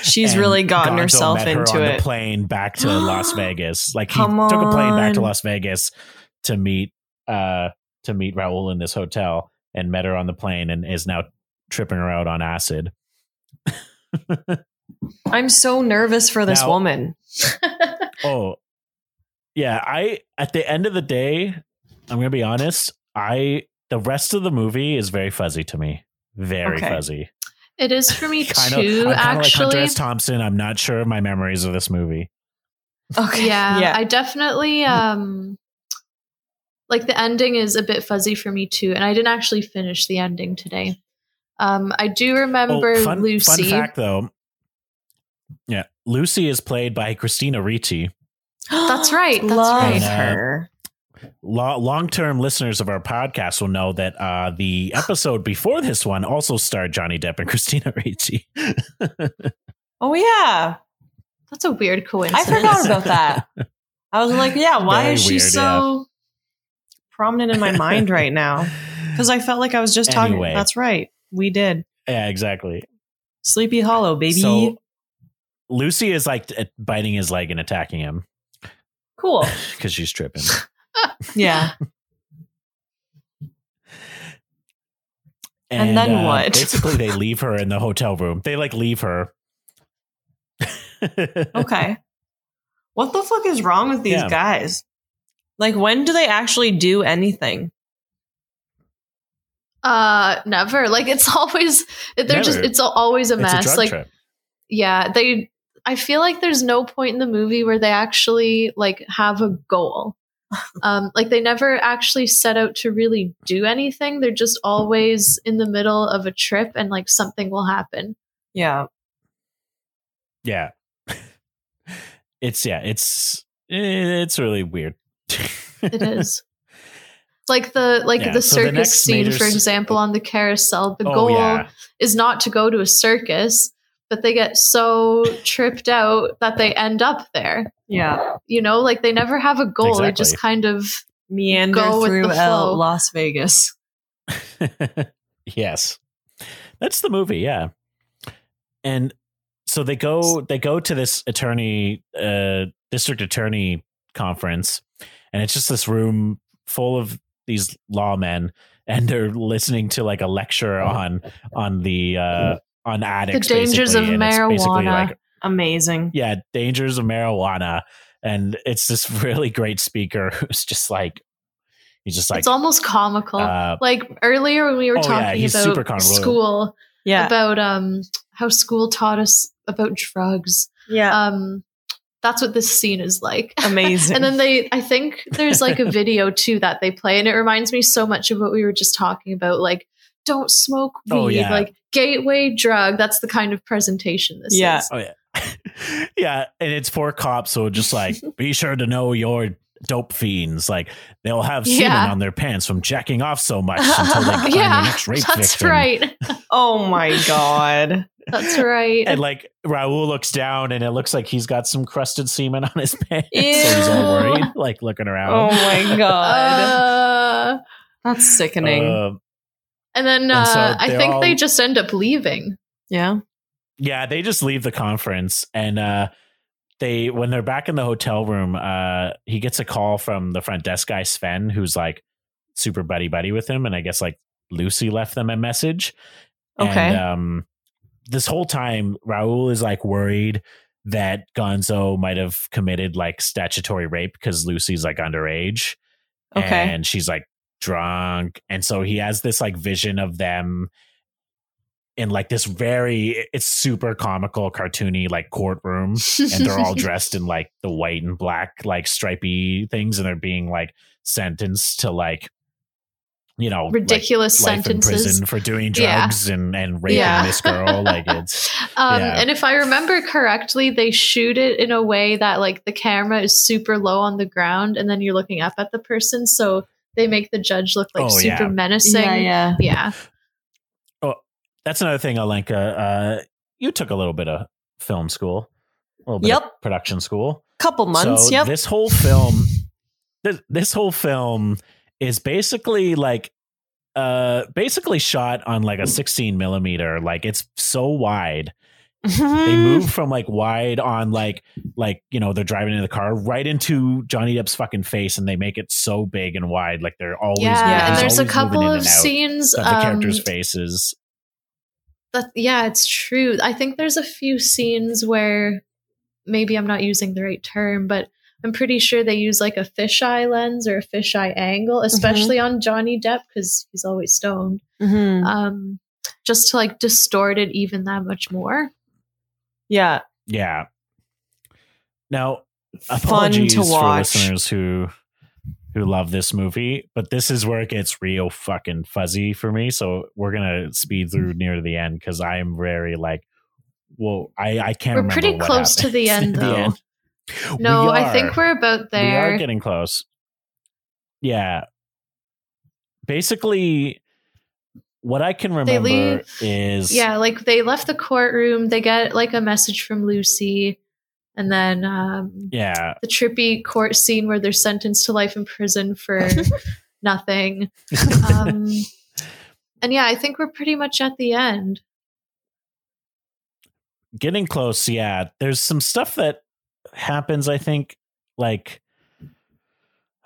[SPEAKER 5] She's
[SPEAKER 3] And
[SPEAKER 5] really gotten
[SPEAKER 3] Gonzo
[SPEAKER 5] herself
[SPEAKER 3] met her
[SPEAKER 5] into
[SPEAKER 3] on
[SPEAKER 5] it.
[SPEAKER 3] The plane back to Las Vegas. Like he
[SPEAKER 5] Come
[SPEAKER 3] took a plane back to
[SPEAKER 5] on.
[SPEAKER 3] Las Vegas to meet uh to meet Raul in this hotel and met her on the plane and is now tripping her out on acid.
[SPEAKER 5] I'm so nervous for this
[SPEAKER 3] Now-
[SPEAKER 5] woman.
[SPEAKER 3] Oh. Yeah, I at the end of the day, I'm going to be honest, I the rest of the movie is very fuzzy to me. Very
[SPEAKER 5] Okay.
[SPEAKER 3] fuzzy.
[SPEAKER 4] It is for me
[SPEAKER 3] Kind of,
[SPEAKER 4] too,
[SPEAKER 3] I'm kind of like Hunter
[SPEAKER 4] actually.
[SPEAKER 3] S. Thompson. I'm not sure of my memories of this movie.
[SPEAKER 5] Okay.
[SPEAKER 4] yeah,
[SPEAKER 5] Yeah.
[SPEAKER 4] I definitely um like the ending is a bit fuzzy for me too, and I didn't actually finish the ending today. Um, I do remember
[SPEAKER 3] Oh, fun,
[SPEAKER 4] Lucy.
[SPEAKER 3] fun fact though. Yeah. Lucy is played by Christina Ricci.
[SPEAKER 4] That's right, that's
[SPEAKER 2] Love
[SPEAKER 4] right.
[SPEAKER 2] her.
[SPEAKER 3] Long term listeners of our podcast will know that uh, the episode before this one also starred Johnny Depp and Christina Ricci.
[SPEAKER 2] Oh yeah,
[SPEAKER 4] That's a weird
[SPEAKER 2] I
[SPEAKER 4] coincidence.
[SPEAKER 2] forgot about that. I was like, yeah, why
[SPEAKER 3] Very
[SPEAKER 2] is she
[SPEAKER 3] weird, yeah.
[SPEAKER 2] so
[SPEAKER 5] Prominent in my mind right now because I felt like I was just
[SPEAKER 3] Anyway.
[SPEAKER 5] talking. That's right. We did.
[SPEAKER 3] yeah, exactly.
[SPEAKER 5] Sleepy Hollow, baby.
[SPEAKER 3] So Lucy is like t- biting his leg and attacking him
[SPEAKER 5] cool.
[SPEAKER 3] because she's tripping.
[SPEAKER 5] Yeah.
[SPEAKER 2] And then what?
[SPEAKER 3] uh, Basically, they leave her in the hotel room. They like leave her.
[SPEAKER 5] Okay.
[SPEAKER 2] What the fuck is wrong with these
[SPEAKER 3] Yeah.
[SPEAKER 2] guys? Like, when do they actually do anything?
[SPEAKER 4] Uh, never. Like it's always they're just
[SPEAKER 3] Never.
[SPEAKER 4] it's always a
[SPEAKER 3] It's a
[SPEAKER 4] mess.
[SPEAKER 3] drug
[SPEAKER 4] like
[SPEAKER 3] trip.
[SPEAKER 4] yeah, they. I feel like there's no point in the movie where they actually like have a goal. Um, like they never actually set out to really do anything. They're just always in the middle of a trip, and like something will happen.
[SPEAKER 2] Yeah.
[SPEAKER 3] Yeah. It's yeah, it's eh, it's really weird.
[SPEAKER 4] It is like the like
[SPEAKER 3] Yeah,
[SPEAKER 4] the
[SPEAKER 3] so the
[SPEAKER 4] circus
[SPEAKER 3] next
[SPEAKER 4] scene,
[SPEAKER 3] major
[SPEAKER 4] for
[SPEAKER 3] s-
[SPEAKER 4] example, on the carousel. The
[SPEAKER 3] oh
[SPEAKER 4] goal
[SPEAKER 3] yeah.
[SPEAKER 4] is not to go to a circus, but they get so tripped out that they end up there.
[SPEAKER 5] Yeah.
[SPEAKER 4] you know like they never have a goal they just
[SPEAKER 3] Exactly.
[SPEAKER 4] kind of
[SPEAKER 5] Meander
[SPEAKER 4] Go with
[SPEAKER 5] through
[SPEAKER 4] the
[SPEAKER 5] L-
[SPEAKER 4] flow.
[SPEAKER 5] Las Vegas.
[SPEAKER 3] yes. That's the movie, yeah. And so they go they go to this attorney uh district attorney conference and it's just this room full of these lawmen and they're listening to like a
[SPEAKER 4] Oh.
[SPEAKER 3] lecture on on the uh on addicts
[SPEAKER 4] dangers
[SPEAKER 3] basically,
[SPEAKER 4] of
[SPEAKER 3] and it's basically
[SPEAKER 4] marijuana.
[SPEAKER 3] like
[SPEAKER 5] Amazing.
[SPEAKER 3] yeah, dangers of marijuana. And it's this really great speaker who's just like, he's just like,
[SPEAKER 4] it's almost comical
[SPEAKER 3] uh,
[SPEAKER 4] like earlier when we were
[SPEAKER 3] Oh, yeah,
[SPEAKER 4] talking
[SPEAKER 3] he's super
[SPEAKER 4] about
[SPEAKER 3] convoluted.
[SPEAKER 4] school
[SPEAKER 5] Yeah.
[SPEAKER 4] about um how school taught us about drugs
[SPEAKER 5] yeah.
[SPEAKER 4] um that's what this scene is like
[SPEAKER 5] Amazing.
[SPEAKER 4] and then they i think there's like a video too that they play and it reminds me so much of what we were just talking about like don't smoke weed
[SPEAKER 3] Oh, yeah.
[SPEAKER 4] like gateway drug that's the kind of presentation this
[SPEAKER 5] Yeah.
[SPEAKER 4] is
[SPEAKER 3] oh yeah. yeah. And it's for cops. So just like, be sure to know your dope fiends. Like they'll have semen
[SPEAKER 4] Yeah.
[SPEAKER 3] on their pants from jacking off so much until they find
[SPEAKER 4] yeah
[SPEAKER 3] the next rape
[SPEAKER 4] that's
[SPEAKER 3] victim.
[SPEAKER 4] right
[SPEAKER 5] oh my God.
[SPEAKER 4] that's right
[SPEAKER 3] And like Raul looks down and it looks like he's got some crusted semen on his pants. So he's all
[SPEAKER 4] Ew.
[SPEAKER 3] worried, like looking
[SPEAKER 5] Oh
[SPEAKER 3] around.
[SPEAKER 5] my God.
[SPEAKER 4] Uh,
[SPEAKER 5] That's sickening.
[SPEAKER 3] Uh,
[SPEAKER 4] And then uh,
[SPEAKER 3] And so
[SPEAKER 4] I
[SPEAKER 3] they're
[SPEAKER 4] think they
[SPEAKER 3] all-
[SPEAKER 4] just end up leaving.
[SPEAKER 5] yeah.
[SPEAKER 3] yeah they just leave the conference and uh they when they're back in the hotel room uh he gets a call from the front desk guy sven who's like super buddy buddy with him and i guess like lucy left them a message
[SPEAKER 5] Okay.
[SPEAKER 3] and, um this whole time raul is like worried that gonzo might have committed like statutory rape because lucy's like underage
[SPEAKER 5] Okay.
[SPEAKER 3] and she's like drunk and so he has this like vision of them in like this very it's super comical cartoony like courtroom and they're all dressed in like the white and black like stripy things and they're being like sentenced to like you know like,
[SPEAKER 4] ridiculous
[SPEAKER 3] life in
[SPEAKER 4] sentences.
[SPEAKER 3] prison for doing
[SPEAKER 4] Yeah.
[SPEAKER 3] drugs and and raping
[SPEAKER 4] Yeah.
[SPEAKER 3] this girl like it's
[SPEAKER 4] Um,
[SPEAKER 3] yeah.
[SPEAKER 4] And if I remember correctly, they shoot it in a way that like the camera is super low on the ground, and then you're looking up at the person, so they make the judge look like
[SPEAKER 3] Oh,
[SPEAKER 4] super
[SPEAKER 3] yeah.
[SPEAKER 4] menacing. Yeah,
[SPEAKER 5] yeah.
[SPEAKER 3] that's another thing Alenka uh you took a little bit of film school a little bit of
[SPEAKER 2] Yep.
[SPEAKER 3] production school
[SPEAKER 2] Couple months.
[SPEAKER 3] So
[SPEAKER 2] yep.
[SPEAKER 3] This whole film, this, this whole film is basically like, uh, basically shot on like a 16 millimeter. Like it's so wide.
[SPEAKER 2] Mm-hmm.
[SPEAKER 3] They
[SPEAKER 4] Mm.
[SPEAKER 3] move from like wide on like, like, you know, they're driving in the car right into Johnny Depp's fucking face and they make it so big and wide. Like they're always,
[SPEAKER 4] yeah.
[SPEAKER 3] he's
[SPEAKER 4] And there's a
[SPEAKER 3] always moving
[SPEAKER 4] couple
[SPEAKER 3] in
[SPEAKER 4] of
[SPEAKER 3] and out
[SPEAKER 4] scenes.
[SPEAKER 3] of the
[SPEAKER 4] Um,
[SPEAKER 3] characters' faces.
[SPEAKER 4] that, yeah, it's true. I think there's a few scenes where maybe I'm not using the right term, but I'm pretty sure they use like a fisheye lens or a fisheye
[SPEAKER 3] Mm-hmm.
[SPEAKER 4] angle, especially on Johnny Depp because he's always stoned.
[SPEAKER 3] Mm.
[SPEAKER 2] Mm-hmm.
[SPEAKER 5] Mhm.
[SPEAKER 4] Um, just to like distort it even that much more.
[SPEAKER 5] Yeah.
[SPEAKER 3] Yeah. Now,
[SPEAKER 5] Fun
[SPEAKER 3] apologies
[SPEAKER 5] to
[SPEAKER 3] for
[SPEAKER 5] watch.
[SPEAKER 3] listeners who who love this movie, but this is where it gets real fucking fuzzy for me. So we're gonna speed through near to the end because I am very like, well, I I can't.
[SPEAKER 4] We're
[SPEAKER 3] remember
[SPEAKER 4] pretty
[SPEAKER 3] what
[SPEAKER 4] close to
[SPEAKER 3] happens
[SPEAKER 4] the
[SPEAKER 3] at
[SPEAKER 4] end, though.
[SPEAKER 3] end.
[SPEAKER 4] No,
[SPEAKER 3] We
[SPEAKER 4] I think
[SPEAKER 3] are.
[SPEAKER 4] we're about
[SPEAKER 3] We
[SPEAKER 4] there.
[SPEAKER 3] are getting close. Yeah. Basically, what I can
[SPEAKER 4] They
[SPEAKER 3] remember
[SPEAKER 4] leave-
[SPEAKER 3] is
[SPEAKER 4] yeah, like they left the courtroom. They get like a message from Lucy, and then um,
[SPEAKER 3] yeah,
[SPEAKER 4] the trippy court scene where they're sentenced to life in prison for nothing. Um, and yeah, I think we're pretty much at the end.
[SPEAKER 3] getting close. Yeah, there's some stuff that happens. I think like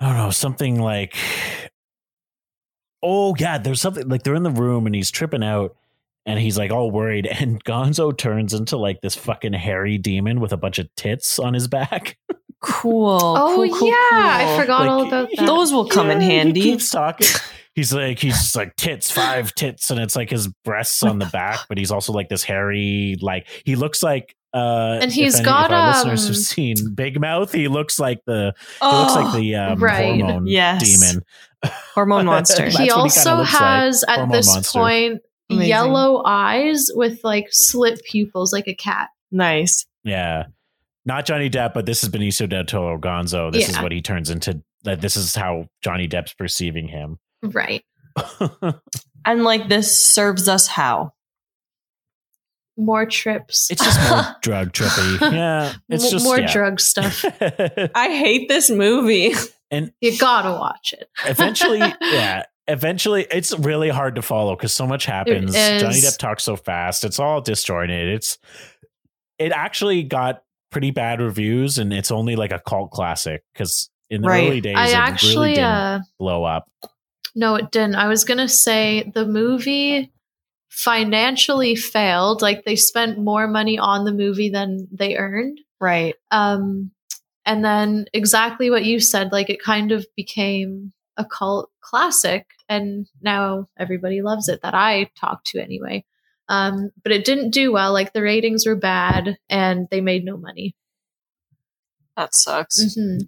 [SPEAKER 3] I don't know something like oh yeah, there's something like they're in the room and he's tripping out. And he's like all worried, and Gonzo turns into like this fucking hairy demon with a bunch of tits on his back.
[SPEAKER 2] Cool.
[SPEAKER 4] Oh,
[SPEAKER 2] Cool, cool,
[SPEAKER 4] yeah, I
[SPEAKER 2] cool.
[SPEAKER 4] forgot
[SPEAKER 3] Like,
[SPEAKER 4] all about that.
[SPEAKER 2] Those will come in
[SPEAKER 3] Yeah, he
[SPEAKER 2] handy.
[SPEAKER 3] keeps talking. He's like he's just like tits, five tits, and it's like his breasts on the back, but he's also like this hairy, like he looks like uh
[SPEAKER 4] And
[SPEAKER 3] if
[SPEAKER 4] he's
[SPEAKER 3] any of
[SPEAKER 4] got,
[SPEAKER 3] our
[SPEAKER 4] um,
[SPEAKER 3] listeners have seen Big Mouth, he looks like the he
[SPEAKER 2] Oh,
[SPEAKER 3] looks like the um,
[SPEAKER 4] right.
[SPEAKER 3] hormone
[SPEAKER 2] Yes.
[SPEAKER 3] demon.
[SPEAKER 2] hormone monster.
[SPEAKER 3] That's what
[SPEAKER 4] he
[SPEAKER 3] he kinda
[SPEAKER 4] also
[SPEAKER 3] looks like,
[SPEAKER 4] has at
[SPEAKER 3] hormone
[SPEAKER 4] this
[SPEAKER 3] monster.
[SPEAKER 4] point
[SPEAKER 2] Amazing.
[SPEAKER 4] yellow eyes with like slit pupils, like a cat.
[SPEAKER 2] nice.
[SPEAKER 3] Yeah. Not Johnny Depp, but this is Benicio del Toro Gonzo. This is
[SPEAKER 4] Yeah.
[SPEAKER 3] what he turns into that this is how Johnny Depp's perceiving him.
[SPEAKER 4] Right.
[SPEAKER 2] And like this serves us how?
[SPEAKER 4] More trips.
[SPEAKER 3] it's just more drug trippy. Yeah. It's
[SPEAKER 4] M-
[SPEAKER 3] just
[SPEAKER 4] more
[SPEAKER 3] yeah.
[SPEAKER 4] drug stuff.
[SPEAKER 2] I hate this movie.
[SPEAKER 4] You gotta watch it.
[SPEAKER 3] eventually yeah eventually it's really hard to follow because so much happens
[SPEAKER 4] is.
[SPEAKER 3] johnny depp talks so fast it's all disjointed it's it actually got pretty bad reviews and it's only like a cult classic because in the
[SPEAKER 2] Right.
[SPEAKER 3] early days
[SPEAKER 4] I
[SPEAKER 3] it
[SPEAKER 4] actually
[SPEAKER 3] really didn't
[SPEAKER 4] uh
[SPEAKER 3] blow up
[SPEAKER 4] no it didn't. I was gonna say the movie financially failed. Like they spent more money on the movie than they earned.
[SPEAKER 2] Right.
[SPEAKER 4] Um and then exactly what you said, like it kind of became a cult classic and now everybody loves it that I talk to anyway. Um, but it didn't do well. Like the ratings were bad and they made no money.
[SPEAKER 2] That sucks.
[SPEAKER 4] Mhm.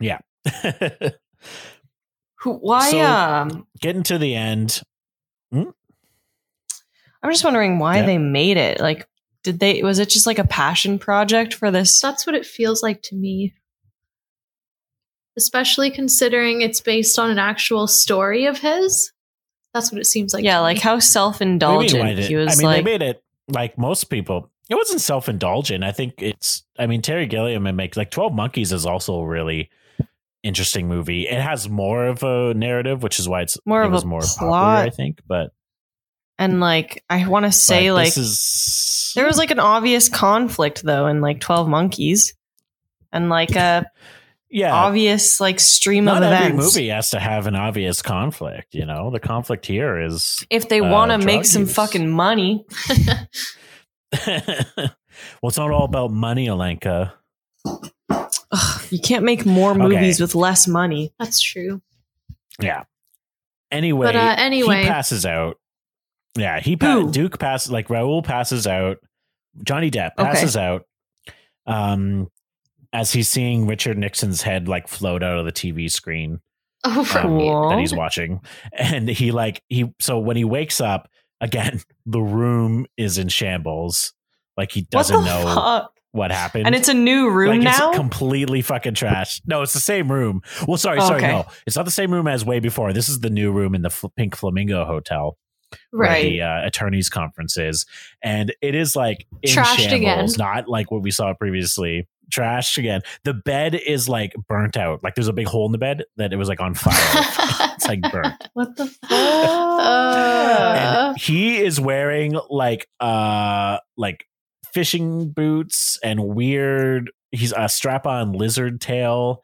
[SPEAKER 2] Who, why
[SPEAKER 3] So-
[SPEAKER 2] um
[SPEAKER 3] getting to the end
[SPEAKER 2] I'm just wondering why
[SPEAKER 3] Yeah.
[SPEAKER 2] they made it. Like did they was it just like a passion project for this?
[SPEAKER 4] That's what it feels like to me. Especially considering it's based on an actual story of his. That's what it seems like.
[SPEAKER 2] yeah,
[SPEAKER 4] to
[SPEAKER 2] like
[SPEAKER 4] me.
[SPEAKER 2] how
[SPEAKER 3] What do you mean, why
[SPEAKER 2] self-indulgent
[SPEAKER 3] did-
[SPEAKER 2] he was
[SPEAKER 3] I mean,
[SPEAKER 2] like
[SPEAKER 3] they made it like most people. It wasn't self indulgent. I think it's. I mean, Terry Gilliam and make like Twelve Monkeys is also a really interesting movie. It has more of a narrative, which is why it's
[SPEAKER 2] More
[SPEAKER 3] it
[SPEAKER 2] of
[SPEAKER 3] was
[SPEAKER 2] a
[SPEAKER 3] more popular,
[SPEAKER 2] plot.
[SPEAKER 3] I think. But
[SPEAKER 2] and like I want to say
[SPEAKER 3] but
[SPEAKER 2] like
[SPEAKER 3] this is
[SPEAKER 2] there was like an obvious conflict though in like 12 monkeys and like a
[SPEAKER 3] yeah.
[SPEAKER 2] obvious like stream
[SPEAKER 3] not
[SPEAKER 2] of
[SPEAKER 3] every
[SPEAKER 2] events.
[SPEAKER 3] movie has to have an obvious conflict. You know, the conflict here is
[SPEAKER 2] If they
[SPEAKER 3] uh,
[SPEAKER 2] want to make
[SPEAKER 3] drug
[SPEAKER 2] some
[SPEAKER 3] use.
[SPEAKER 2] fucking money,
[SPEAKER 3] well, it's not all about money, Alenka.
[SPEAKER 2] Ugh, you can't make more movies with less money.
[SPEAKER 4] That's true.
[SPEAKER 3] Anyway,
[SPEAKER 4] But, uh, anyway.
[SPEAKER 3] he passes out. Yeah, he pa-
[SPEAKER 2] Who?
[SPEAKER 3] Duke passes like Raul passes out. Johnny Depp
[SPEAKER 2] Okay.
[SPEAKER 3] passes out. Um, as he's seeing Richard Nixon's head like float out of the TV screen
[SPEAKER 4] Oh,
[SPEAKER 3] um,
[SPEAKER 4] right.
[SPEAKER 2] Cool.
[SPEAKER 3] that he's watching, and he like he so when he wakes up again, the room is in shambles. Like he doesn't
[SPEAKER 2] what the
[SPEAKER 3] know
[SPEAKER 2] fuck?
[SPEAKER 3] what happened,
[SPEAKER 2] And it's a new room
[SPEAKER 3] like,
[SPEAKER 2] now.
[SPEAKER 3] It's completely fucking trash. No, it's the same room. Well, sorry,
[SPEAKER 2] Oh,
[SPEAKER 3] sorry,
[SPEAKER 2] okay.
[SPEAKER 3] no, it's not the same room as way before. This is the new room in the Fl- Pink Flamingo Hotel, where
[SPEAKER 4] Right.
[SPEAKER 3] The uh, attorneys' conference is, and it is like in
[SPEAKER 4] Trashed
[SPEAKER 3] shambles,
[SPEAKER 4] again.
[SPEAKER 3] not like what we saw previously. Trashed again. The bed is like burnt out. Like there's a big hole in the bed that it was like on fire. it's like burnt.
[SPEAKER 4] what the fuck?
[SPEAKER 2] Uh,
[SPEAKER 4] Oh.
[SPEAKER 3] and he is wearing like uh like fishing boots and weird he's a strap on lizard tail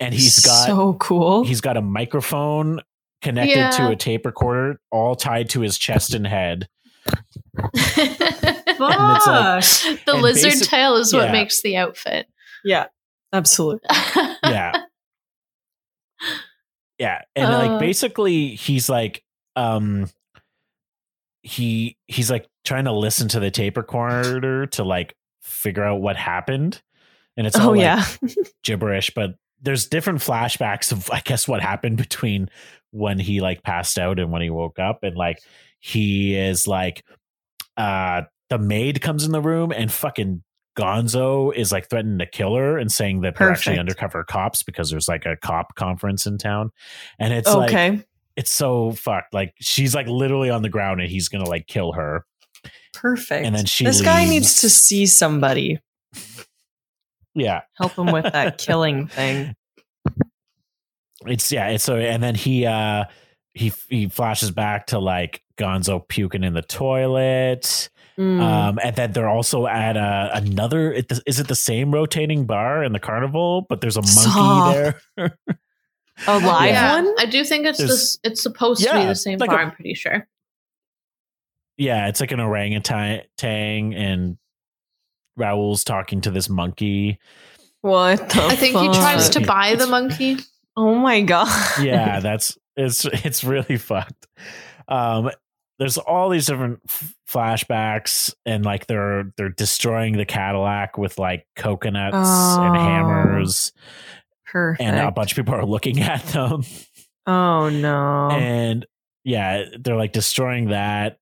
[SPEAKER 3] and he's got
[SPEAKER 2] so cool.
[SPEAKER 3] he's got a microphone connected to
[SPEAKER 4] Oh. Yeah.
[SPEAKER 3] a tape recorder all tied to his chest and head and it's like-
[SPEAKER 4] the
[SPEAKER 3] and
[SPEAKER 4] lizard
[SPEAKER 3] basic-
[SPEAKER 4] tail is
[SPEAKER 3] yeah.
[SPEAKER 4] what makes the outfit.
[SPEAKER 2] Absolutely.
[SPEAKER 3] yeah yeah and
[SPEAKER 4] Uh.
[SPEAKER 3] like basically he's like um he he's like trying to listen to the tape recorder to like figure out what happened and it's all
[SPEAKER 2] Oh
[SPEAKER 3] like
[SPEAKER 2] yeah.
[SPEAKER 3] gibberish, but there's different flashbacks of I guess what happened between when he like passed out and when he woke up and like he is like uh the maid comes in the room and fucking Gonzo is like threatening to kill her and saying that they're actually
[SPEAKER 5] Perfect.
[SPEAKER 3] undercover cops because there's like a cop conference in town. And it's like
[SPEAKER 5] okay.
[SPEAKER 3] it's so fucked. Like she's like literally on the ground and he's gonna like kill her.
[SPEAKER 5] Perfect.
[SPEAKER 3] And then she
[SPEAKER 5] this guy
[SPEAKER 3] leaves.
[SPEAKER 5] needs to see somebody.
[SPEAKER 3] Yeah.
[SPEAKER 5] Help him with that killing thing.
[SPEAKER 3] It's yeah, it's so and then he uh he he flashes back to like Gonzo puking in the toilet.
[SPEAKER 5] Mm.
[SPEAKER 2] Hmm.
[SPEAKER 3] Um and then they're also at a, another it- is it the same rotating bar in the carnival, but there's a monkey
[SPEAKER 2] Stop.
[SPEAKER 3] there.
[SPEAKER 5] a live
[SPEAKER 4] Yeah.
[SPEAKER 5] one?
[SPEAKER 4] I do think it's
[SPEAKER 3] There's-
[SPEAKER 4] this. It's supposed to be
[SPEAKER 3] Yeah,
[SPEAKER 4] the same
[SPEAKER 3] like
[SPEAKER 4] bar.
[SPEAKER 3] a-
[SPEAKER 4] i I'm pretty sure.
[SPEAKER 3] yeah, it's like an orangutan tang and Raoul's talking to this monkey.
[SPEAKER 5] What the
[SPEAKER 4] I think he tries to
[SPEAKER 3] Oh, Fuck.
[SPEAKER 4] buy the
[SPEAKER 3] It's-
[SPEAKER 4] monkey.
[SPEAKER 5] Oh my god.
[SPEAKER 3] yeah, that's it's it's really fucked. Um, there's all these different f- flashbacks, and like they're they're destroying the Cadillac with like coconuts and
[SPEAKER 5] Oh.
[SPEAKER 3] hammers,
[SPEAKER 5] Perfect.
[SPEAKER 3] and uh, a bunch of people are looking at them,
[SPEAKER 5] oh no.
[SPEAKER 3] and yeah, they're like destroying that.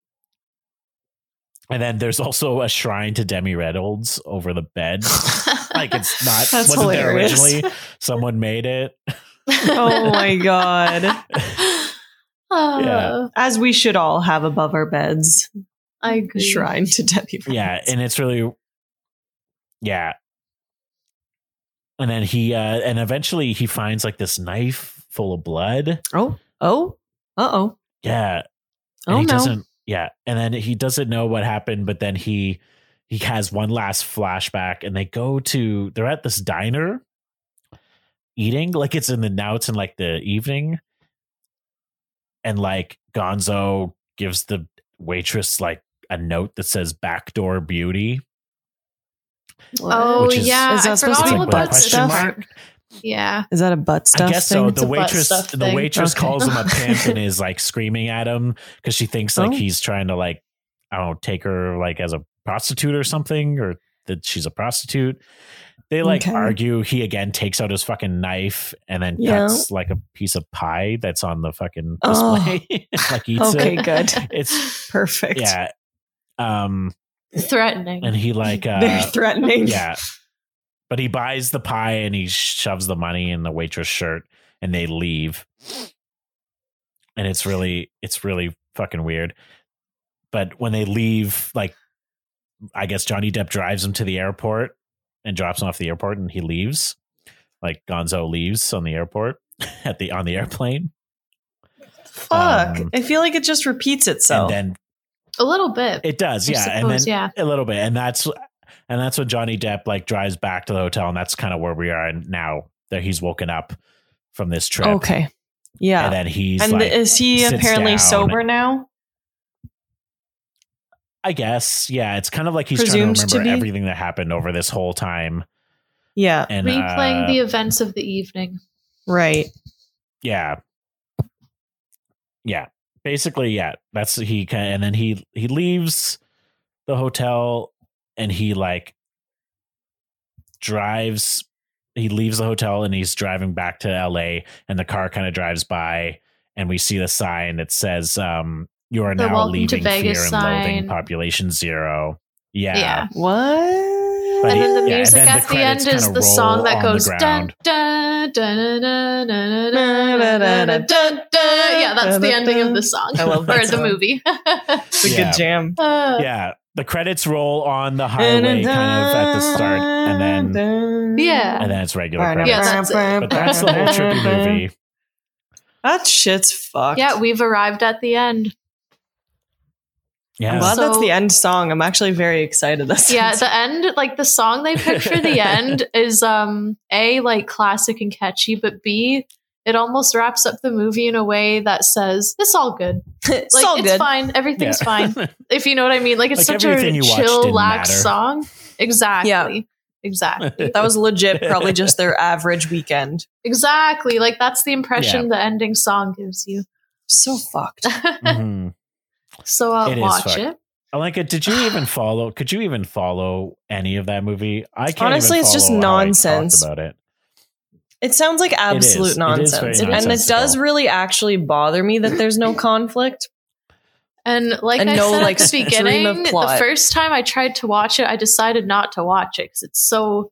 [SPEAKER 3] And then there's also a shrine to Demi Reynolds over the bed. like it's not
[SPEAKER 5] That's
[SPEAKER 3] wasn't
[SPEAKER 5] hilarious.
[SPEAKER 3] there originally. Someone made it.
[SPEAKER 5] oh my god.
[SPEAKER 4] Uh,
[SPEAKER 3] Yeah.
[SPEAKER 5] As we should all have above our beds,
[SPEAKER 4] I
[SPEAKER 5] a
[SPEAKER 4] agree.
[SPEAKER 5] shrine to Debbie.
[SPEAKER 3] yeah and it's really yeah and then he uh and eventually he finds like this knife full of blood
[SPEAKER 5] oh, oh, uh oh.
[SPEAKER 3] yeah and
[SPEAKER 5] Oh
[SPEAKER 3] he
[SPEAKER 5] no.
[SPEAKER 3] doesn't yeah and then he doesn't know what happened but then he he has one last flashback and they go to they're at this diner eating like it's in the now it's in like the evening and like gonzo gives the waitress like a note that says backdoor beauty
[SPEAKER 4] Oh
[SPEAKER 3] Which is-
[SPEAKER 4] yeah,
[SPEAKER 5] Is that
[SPEAKER 4] I
[SPEAKER 5] supposed
[SPEAKER 4] forgot
[SPEAKER 5] to be
[SPEAKER 4] all
[SPEAKER 5] butt
[SPEAKER 4] about this
[SPEAKER 3] question
[SPEAKER 4] part.
[SPEAKER 3] mark?
[SPEAKER 4] Yeah,
[SPEAKER 5] Is that a butt stuff?
[SPEAKER 3] I guess
[SPEAKER 5] thing?
[SPEAKER 3] so.
[SPEAKER 4] It's
[SPEAKER 3] The
[SPEAKER 4] a butt
[SPEAKER 3] waitress,
[SPEAKER 4] stuff
[SPEAKER 3] the
[SPEAKER 4] thing.
[SPEAKER 3] waitress
[SPEAKER 5] Okay.
[SPEAKER 3] calls him a pimp and is like screaming at him because she thinks like
[SPEAKER 5] Oh.
[SPEAKER 3] he's trying to like I don't know, take her like as a prostitute or something, or that she's a prostitute. They like
[SPEAKER 5] Okay.
[SPEAKER 3] argue. He again takes out his fucking knife and then
[SPEAKER 5] Yeah.
[SPEAKER 3] cuts like a piece of pie that's on the fucking
[SPEAKER 5] Oh.
[SPEAKER 3] display. like eats
[SPEAKER 5] Okay,
[SPEAKER 3] it.
[SPEAKER 5] good.
[SPEAKER 3] It's
[SPEAKER 5] Perfect.
[SPEAKER 3] yeah. Um,
[SPEAKER 4] threatening.
[SPEAKER 3] and he like
[SPEAKER 5] They're
[SPEAKER 3] uh,
[SPEAKER 5] threatening.
[SPEAKER 3] yeah. But he buys the pie and he shoves the money in the waitress shirt and they leave. And it's really it's really fucking weird. But when they leave, like I guess Johnny Depp drives him to the airport and drops him off the airport and he leaves. Like Gonzo leaves on the airport at the on the airplane.
[SPEAKER 5] Fuck.
[SPEAKER 3] Um,
[SPEAKER 5] I feel like it just repeats itself.
[SPEAKER 3] And then
[SPEAKER 4] a little bit.
[SPEAKER 3] it does,
[SPEAKER 4] I
[SPEAKER 3] yeah. and then
[SPEAKER 4] suppose, yeah.
[SPEAKER 3] a little bit and that's and that's when johnny depp like drives back to the hotel and that's kind of where we are now that he's woken up from this trip
[SPEAKER 5] okay. Yeah.
[SPEAKER 3] and then he's
[SPEAKER 5] And
[SPEAKER 3] like
[SPEAKER 5] is he
[SPEAKER 3] sits
[SPEAKER 5] apparently
[SPEAKER 3] down.
[SPEAKER 5] sober now?
[SPEAKER 3] i guess yeah it's kind of like he's trying
[SPEAKER 5] Presumed
[SPEAKER 3] to
[SPEAKER 5] to
[SPEAKER 3] remember
[SPEAKER 5] be?
[SPEAKER 3] everything that happened over this whole time
[SPEAKER 5] Yeah.
[SPEAKER 3] and
[SPEAKER 4] Replaying
[SPEAKER 3] uh,
[SPEAKER 4] the events of the evening.
[SPEAKER 5] Right.
[SPEAKER 3] yeah yeah basically yeah that's he kind and then he he leaves the hotel and he like drives he leaves the hotel and he's driving back to LA and the car kind of drives by and we see the sign that says um you are
[SPEAKER 4] The
[SPEAKER 3] now
[SPEAKER 4] Welcome to
[SPEAKER 3] leaving fear and
[SPEAKER 4] Vegas
[SPEAKER 3] loathing
[SPEAKER 4] sign.
[SPEAKER 3] population zero yeah,
[SPEAKER 4] Yeah.
[SPEAKER 5] What?
[SPEAKER 3] But
[SPEAKER 4] And then the
[SPEAKER 3] yeah, and
[SPEAKER 4] music
[SPEAKER 3] then the
[SPEAKER 4] at the,
[SPEAKER 3] credits
[SPEAKER 4] end is
[SPEAKER 3] kinda
[SPEAKER 4] the song
[SPEAKER 3] roll
[SPEAKER 4] that
[SPEAKER 3] on the
[SPEAKER 4] goes
[SPEAKER 3] ground.
[SPEAKER 4] dun dun dun dun dun dun dun dun dun dun. Yeah, that's the ending of the song
[SPEAKER 5] I love that
[SPEAKER 4] or the
[SPEAKER 5] song.
[SPEAKER 4] movie.
[SPEAKER 5] It's a
[SPEAKER 3] Yeah.
[SPEAKER 5] good jam.
[SPEAKER 4] Uh,
[SPEAKER 3] yeah the credits roll on the highway kind of at the start and then
[SPEAKER 4] Yeah.
[SPEAKER 3] and then it's regular credits.
[SPEAKER 4] Yeah, that's it.
[SPEAKER 3] But that's the whole trippy movie.
[SPEAKER 5] That shit's fucked.
[SPEAKER 4] Yeah, we've arrived at the end.
[SPEAKER 5] I'm
[SPEAKER 3] Yeah.
[SPEAKER 5] glad that's
[SPEAKER 4] So-
[SPEAKER 5] the end song. I'm actually very excited. That's
[SPEAKER 4] Yeah, the end, like the song they picked for the end is um A, like classic and catchy, but B, it almost wraps up the movie in a way that says, It's all good.
[SPEAKER 5] it's
[SPEAKER 4] Like
[SPEAKER 5] all
[SPEAKER 4] it's
[SPEAKER 5] good.
[SPEAKER 4] fine. Everything's
[SPEAKER 3] Yeah.
[SPEAKER 4] fine. If you know what I mean. Like it's
[SPEAKER 3] Like,
[SPEAKER 4] such a
[SPEAKER 3] everything you watched
[SPEAKER 4] chill,
[SPEAKER 3] didn't
[SPEAKER 4] lax
[SPEAKER 3] matter.
[SPEAKER 4] song. Exactly. Exactly.
[SPEAKER 5] That was legit. Probably just their average weekend.
[SPEAKER 4] Exactly. Like that's the impression the ending song gives you.
[SPEAKER 5] So fucked.
[SPEAKER 3] Mhm.
[SPEAKER 4] So I'll
[SPEAKER 3] It is
[SPEAKER 4] watch
[SPEAKER 3] fucked.
[SPEAKER 4] it.
[SPEAKER 3] Aleka, did you even follow? Could you even follow any of that movie? I can't.
[SPEAKER 5] Honestly,
[SPEAKER 3] even
[SPEAKER 5] it's just
[SPEAKER 3] follow how I
[SPEAKER 5] nonsense.
[SPEAKER 3] talked about it.
[SPEAKER 2] It sounds like absolute
[SPEAKER 3] is. It is
[SPEAKER 2] nonsense.
[SPEAKER 3] very
[SPEAKER 2] and it does
[SPEAKER 3] nonsensical.
[SPEAKER 2] really actually bother me that there's no conflict.
[SPEAKER 4] And like
[SPEAKER 2] And
[SPEAKER 4] I
[SPEAKER 2] no,
[SPEAKER 4] said
[SPEAKER 2] like,
[SPEAKER 4] at the
[SPEAKER 2] stream of
[SPEAKER 4] beginning, the
[SPEAKER 2] plot.
[SPEAKER 4] first time I tried to watch it, I decided not to watch it because it's so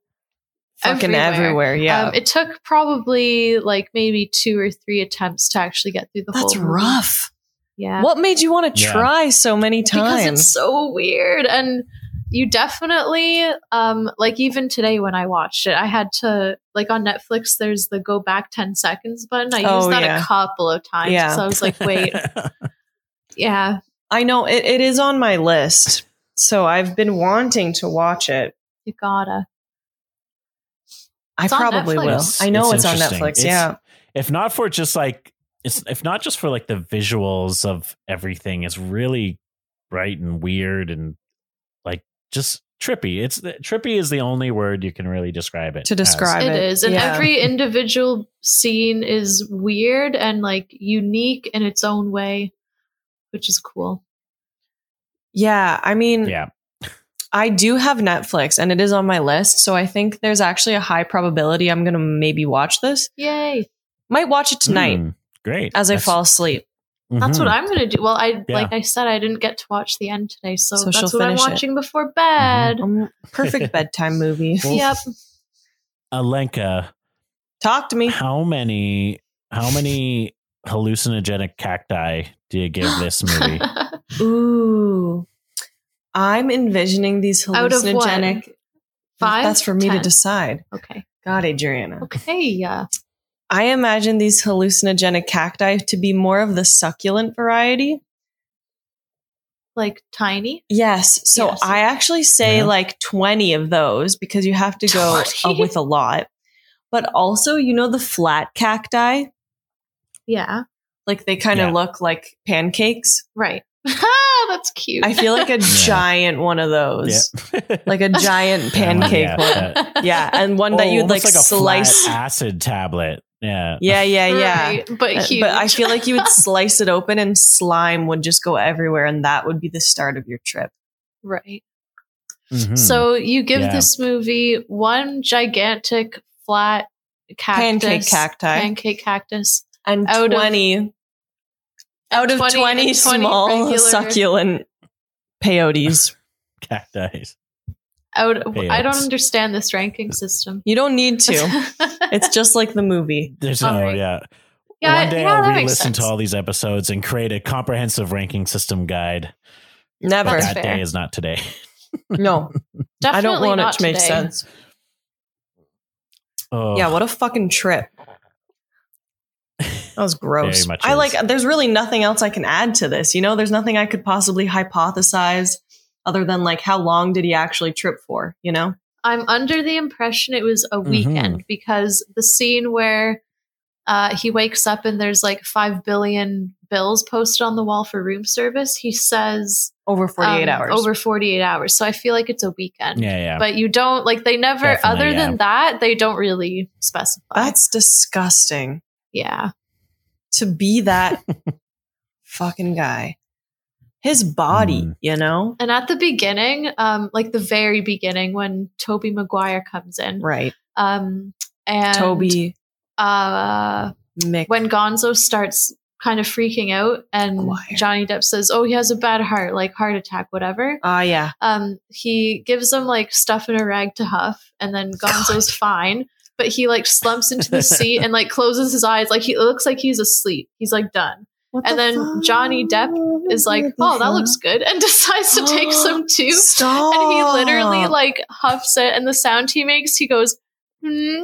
[SPEAKER 2] Fucking everywhere, yeah.
[SPEAKER 4] Um, it took probably like maybe two or three attempts to actually get through the
[SPEAKER 2] That's
[SPEAKER 4] whole. movie.
[SPEAKER 2] rough.
[SPEAKER 4] Yeah,
[SPEAKER 2] What made you want to
[SPEAKER 3] Yeah.
[SPEAKER 2] try so many
[SPEAKER 4] because
[SPEAKER 2] times?
[SPEAKER 4] it's so weird, and you definitely um like even today when I watched it, I had to like on Netflix. There's the go back ten seconds button. I
[SPEAKER 2] Oh,
[SPEAKER 4] used that
[SPEAKER 2] yeah.
[SPEAKER 4] a couple of times.
[SPEAKER 2] Yeah.
[SPEAKER 4] So I was like, wait, yeah,
[SPEAKER 2] I know it, it is on my list. So I've been wanting to watch it.
[SPEAKER 4] you gotta.
[SPEAKER 2] I
[SPEAKER 4] It's on
[SPEAKER 2] probably
[SPEAKER 4] Netflix.
[SPEAKER 2] will.
[SPEAKER 3] It's-
[SPEAKER 2] I know
[SPEAKER 3] it's
[SPEAKER 2] it's, on
[SPEAKER 3] interesting.
[SPEAKER 2] Netflix.
[SPEAKER 3] It's-
[SPEAKER 2] yeah.
[SPEAKER 3] if not for just like it's if not just for like the visuals of everything it's really bright and weird and like just trippy it's trippy is the only word you can really describe it
[SPEAKER 2] To
[SPEAKER 3] as.
[SPEAKER 2] describe
[SPEAKER 4] It
[SPEAKER 2] it.
[SPEAKER 4] is. And
[SPEAKER 2] Yeah.
[SPEAKER 4] every individual scene is weird and like unique in its own way, which is cool.
[SPEAKER 2] Yeah. I mean,
[SPEAKER 3] yeah
[SPEAKER 2] I do have Netflix and it is on my list. So I think there's actually a high probability I'm going to maybe watch this.
[SPEAKER 4] Yay.
[SPEAKER 2] Might watch it tonight
[SPEAKER 3] Mm, great Mm-hmm.
[SPEAKER 2] as I fall asleep.
[SPEAKER 4] That's what I'm going to do. Well, I
[SPEAKER 3] Yeah.
[SPEAKER 4] like I said I didn't get to watch the end today, so,
[SPEAKER 2] So
[SPEAKER 4] that's
[SPEAKER 2] she'll
[SPEAKER 4] what I'm
[SPEAKER 2] finish it.
[SPEAKER 4] watching before bed.
[SPEAKER 3] Mm-hmm.
[SPEAKER 2] Um, perfect bedtime movie.
[SPEAKER 3] Well-
[SPEAKER 4] Yep.
[SPEAKER 3] alenka
[SPEAKER 2] Talk to me.
[SPEAKER 3] how many how many hallucinogenic cacti do you give this movie
[SPEAKER 2] Ooh. I'm envisioning these
[SPEAKER 4] Out of what?
[SPEAKER 2] hallucinogenic.
[SPEAKER 4] Five?
[SPEAKER 2] That's for me
[SPEAKER 4] Ten.
[SPEAKER 2] to decide.
[SPEAKER 4] Okay.
[SPEAKER 2] God, Adriana.
[SPEAKER 4] Okay, yeah.
[SPEAKER 2] I imagine these hallucinogenic cacti to be more of the succulent variety.
[SPEAKER 4] Like tiny.
[SPEAKER 2] Yes. So
[SPEAKER 4] Yes.
[SPEAKER 2] I actually say
[SPEAKER 3] Yeah.
[SPEAKER 2] like 20 of those because you have to go
[SPEAKER 4] 20?
[SPEAKER 2] uh, with a lot. But also, you know, the flat cacti,
[SPEAKER 4] Yeah.
[SPEAKER 2] like they kind of
[SPEAKER 3] Yeah.
[SPEAKER 2] look like pancakes.
[SPEAKER 4] Right. Ah, that's cute.
[SPEAKER 2] I feel like a giant one of those, like a giant pancake
[SPEAKER 3] Yeah.
[SPEAKER 2] one. Yeah. And one that
[SPEAKER 3] Oh,
[SPEAKER 2] you'd like,
[SPEAKER 3] almost a flat
[SPEAKER 2] slice.
[SPEAKER 3] acid tablet yeah
[SPEAKER 2] Yeah. Yeah. Yeah.
[SPEAKER 4] Right, but
[SPEAKER 2] Uh,
[SPEAKER 4] huge.
[SPEAKER 2] But I feel like you would slice it open and slime would just go everywhere, and that would be the start of your trip.
[SPEAKER 4] right.
[SPEAKER 3] Mhm.
[SPEAKER 4] So you give
[SPEAKER 3] Yeah.
[SPEAKER 4] this movie one gigantic flat cactus,
[SPEAKER 2] Pancake cacti.
[SPEAKER 4] pancake cactus,
[SPEAKER 2] And
[SPEAKER 4] Out of-
[SPEAKER 2] twenty out of 20,
[SPEAKER 4] 20
[SPEAKER 2] small
[SPEAKER 4] regular-
[SPEAKER 2] succulent peyotes.
[SPEAKER 3] cacti
[SPEAKER 4] Out, I don't
[SPEAKER 3] Payouts.
[SPEAKER 4] understand this ranking system.
[SPEAKER 2] You don't need to.
[SPEAKER 4] it's
[SPEAKER 2] It's just like the movie.
[SPEAKER 3] There's
[SPEAKER 4] All
[SPEAKER 3] no,
[SPEAKER 4] right.
[SPEAKER 3] yeah.
[SPEAKER 4] yeah,
[SPEAKER 3] One day
[SPEAKER 4] yeah,
[SPEAKER 3] I'll
[SPEAKER 4] that
[SPEAKER 3] re
[SPEAKER 4] makes
[SPEAKER 3] listen
[SPEAKER 4] sense.
[SPEAKER 3] to all these episodes and create a comprehensive ranking system guide.
[SPEAKER 2] Never.
[SPEAKER 4] That's
[SPEAKER 3] that
[SPEAKER 4] fair.
[SPEAKER 3] day is not today.
[SPEAKER 2] No, I
[SPEAKER 4] Definitely
[SPEAKER 2] don't want it
[SPEAKER 4] not
[SPEAKER 2] to make
[SPEAKER 4] today.
[SPEAKER 2] sense.
[SPEAKER 3] Oh,
[SPEAKER 2] Yeah, what a fucking trip. That was gross.
[SPEAKER 3] Very much
[SPEAKER 2] I
[SPEAKER 3] is.
[SPEAKER 2] like. There's really nothing else I can add to this. You know, there's nothing I could possibly hypothesize other than like how long did he actually trip for? You know.
[SPEAKER 4] I'm under the impression it was
[SPEAKER 2] Mm-hmm.
[SPEAKER 4] a weekend because the scene where uh, he wakes up and there's like five billion bills posted on the wall for room service, he says
[SPEAKER 2] over 48
[SPEAKER 4] um,
[SPEAKER 2] hours.
[SPEAKER 4] Over 48 hours. So I feel like it's a weekend.
[SPEAKER 3] yeah, yeah.
[SPEAKER 4] but you don't like they never
[SPEAKER 3] Definitely,
[SPEAKER 4] other
[SPEAKER 3] yeah.
[SPEAKER 4] than that they don't really specify
[SPEAKER 2] That's disgusting
[SPEAKER 4] yeah
[SPEAKER 2] to be that fucking guy. His body,
[SPEAKER 3] Mm.
[SPEAKER 2] you know?
[SPEAKER 4] and at the beginning um like the very beginning when toby maguire comes in
[SPEAKER 2] Right.
[SPEAKER 4] um and
[SPEAKER 2] Toby
[SPEAKER 4] uh
[SPEAKER 2] Mick.
[SPEAKER 4] when gonzo starts kind of freaking out and
[SPEAKER 2] Maguire.
[SPEAKER 4] johnny depp says oh he has a bad heart like heart attack whatever
[SPEAKER 2] Ah, yeah.
[SPEAKER 4] um he gives them like stuff in a rag to huff and then gonzo's fine but he like slumps into the seat and like closes his eyes like he it looks like he's asleep he's like done and then Johnny Depp is like oh that looks good and decides to take some too
[SPEAKER 2] Stop.
[SPEAKER 4] and he literally like huffs it and the sound he makes he goes "Hmm."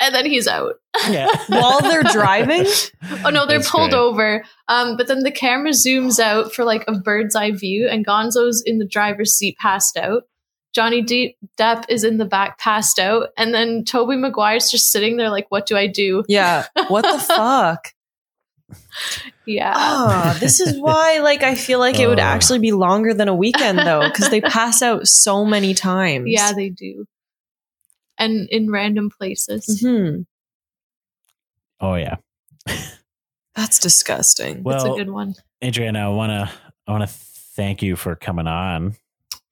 [SPEAKER 4] and then he's out
[SPEAKER 3] yeah.
[SPEAKER 2] While they're driving?
[SPEAKER 4] Oh no, they're
[SPEAKER 3] That's
[SPEAKER 4] pulled
[SPEAKER 3] great.
[SPEAKER 4] over. Um, but then the camera zooms out for like a bird's eye view, and Gonzo's in the driver's seat, passed out. Johnny De- Depp is in the back, passed out, and then Toby Maguire's just sitting there, like, "What do I do?"
[SPEAKER 2] Yeah. What the fuck?
[SPEAKER 4] Yeah,
[SPEAKER 2] Ah, this is why like I feel like it would
[SPEAKER 3] Oh.
[SPEAKER 2] actually be longer than a weekend though, because they pass out so many times.
[SPEAKER 4] yeah, they do, and in random
[SPEAKER 3] Mm-hmm.
[SPEAKER 4] places.
[SPEAKER 2] Mhm.
[SPEAKER 3] Oh, yeah.
[SPEAKER 2] That's disgusting.
[SPEAKER 4] That's
[SPEAKER 3] Well,
[SPEAKER 4] a good one.
[SPEAKER 3] Adriana, I want to I wanna thank you for coming on.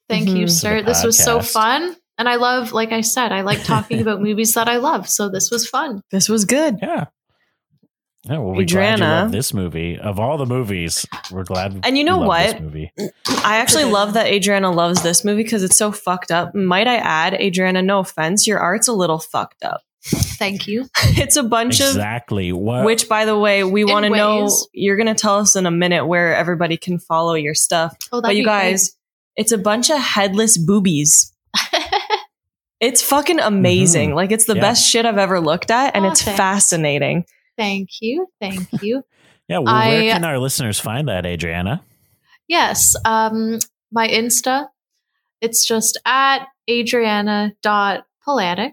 [SPEAKER 4] Thank
[SPEAKER 2] mhm.
[SPEAKER 4] you,
[SPEAKER 2] To
[SPEAKER 4] sir.
[SPEAKER 3] mm-hmm. the
[SPEAKER 4] This was so
[SPEAKER 3] podcast.
[SPEAKER 4] fun, And I love, like I said, I like talking about movies that I love. So this was fun.
[SPEAKER 2] This was good.
[SPEAKER 3] Yeah. Yeah, well, we glad you
[SPEAKER 2] Adriana.
[SPEAKER 3] love this movie of all the movies. We're glad.
[SPEAKER 2] And you know
[SPEAKER 3] we love
[SPEAKER 2] what?
[SPEAKER 3] This movie.
[SPEAKER 2] I actually love that Adriana loves this movie because it's so fucked up. Might I add, Adriana, no offense, your art's a little fucked up.
[SPEAKER 4] Thank you. Oh,
[SPEAKER 2] It's a bunch
[SPEAKER 3] Exactly. What?
[SPEAKER 2] of which by the way, we want to know
[SPEAKER 4] ways.
[SPEAKER 2] you're going to tell us in a minute where everybody can follow your stuff.
[SPEAKER 4] Oh,
[SPEAKER 2] But you guys, it's a bunch of headless boobies. It's fucking amazing. Like it's the
[SPEAKER 3] Mm-hmm. Yeah.
[SPEAKER 2] best shit I've ever looked at and
[SPEAKER 4] Aw,
[SPEAKER 2] it's
[SPEAKER 4] Oh, thanks.
[SPEAKER 2] fascinating.
[SPEAKER 4] thank you. Thank you.
[SPEAKER 3] Yeah. Well, where
[SPEAKER 4] I-
[SPEAKER 3] can our listeners find that, Adriana?
[SPEAKER 4] Yes. Um, my Insta, it's just at adriana.polanic.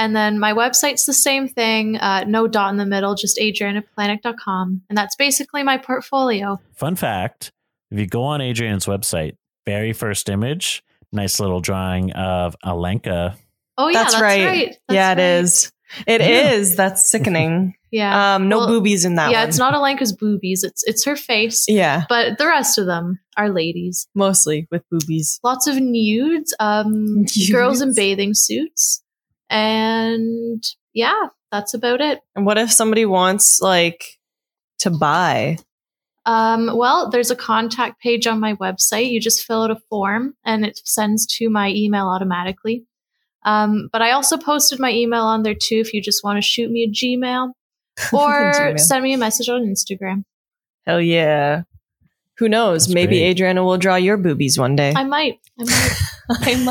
[SPEAKER 4] And then my website's the same thing, uh, no dot in the middle, just adrianaplanic.com. And that's basically my portfolio.
[SPEAKER 3] Fun fact: If you go on Adriana's website, very first image, nice little drawing of Alenka.
[SPEAKER 4] Oh, yeah,
[SPEAKER 2] That's
[SPEAKER 4] that's,
[SPEAKER 2] right.
[SPEAKER 4] right.
[SPEAKER 2] yeah,
[SPEAKER 4] it
[SPEAKER 2] it is. It is.
[SPEAKER 3] Yeah.
[SPEAKER 2] That's sickening.
[SPEAKER 4] Yeah.
[SPEAKER 2] Um no
[SPEAKER 4] Well,
[SPEAKER 2] boobies in that
[SPEAKER 4] yeah,
[SPEAKER 2] one.
[SPEAKER 4] it's not Alenka's boobies, it's it's her face.
[SPEAKER 2] Yeah,
[SPEAKER 4] But the rest of them are ladies.
[SPEAKER 2] mostly with boobies.
[SPEAKER 4] Lots of nudes, um,
[SPEAKER 2] Nudes.
[SPEAKER 4] girls in bathing suits. And yeah, that's about it.
[SPEAKER 2] And what if somebody wants like to buy?
[SPEAKER 4] Um, well, there's a contact page on my website. You just fill out a form and it sends to my email automatically. Um, but I also posted my email on there too if you just want to shoot me a Gmail or
[SPEAKER 2] Gmail.
[SPEAKER 4] send me a message on Instagram.
[SPEAKER 2] Hell yeah. Who knows?
[SPEAKER 3] That's
[SPEAKER 2] Maybe
[SPEAKER 3] great.
[SPEAKER 2] Adriana will draw your boobies one day.
[SPEAKER 4] I might. I might.
[SPEAKER 2] I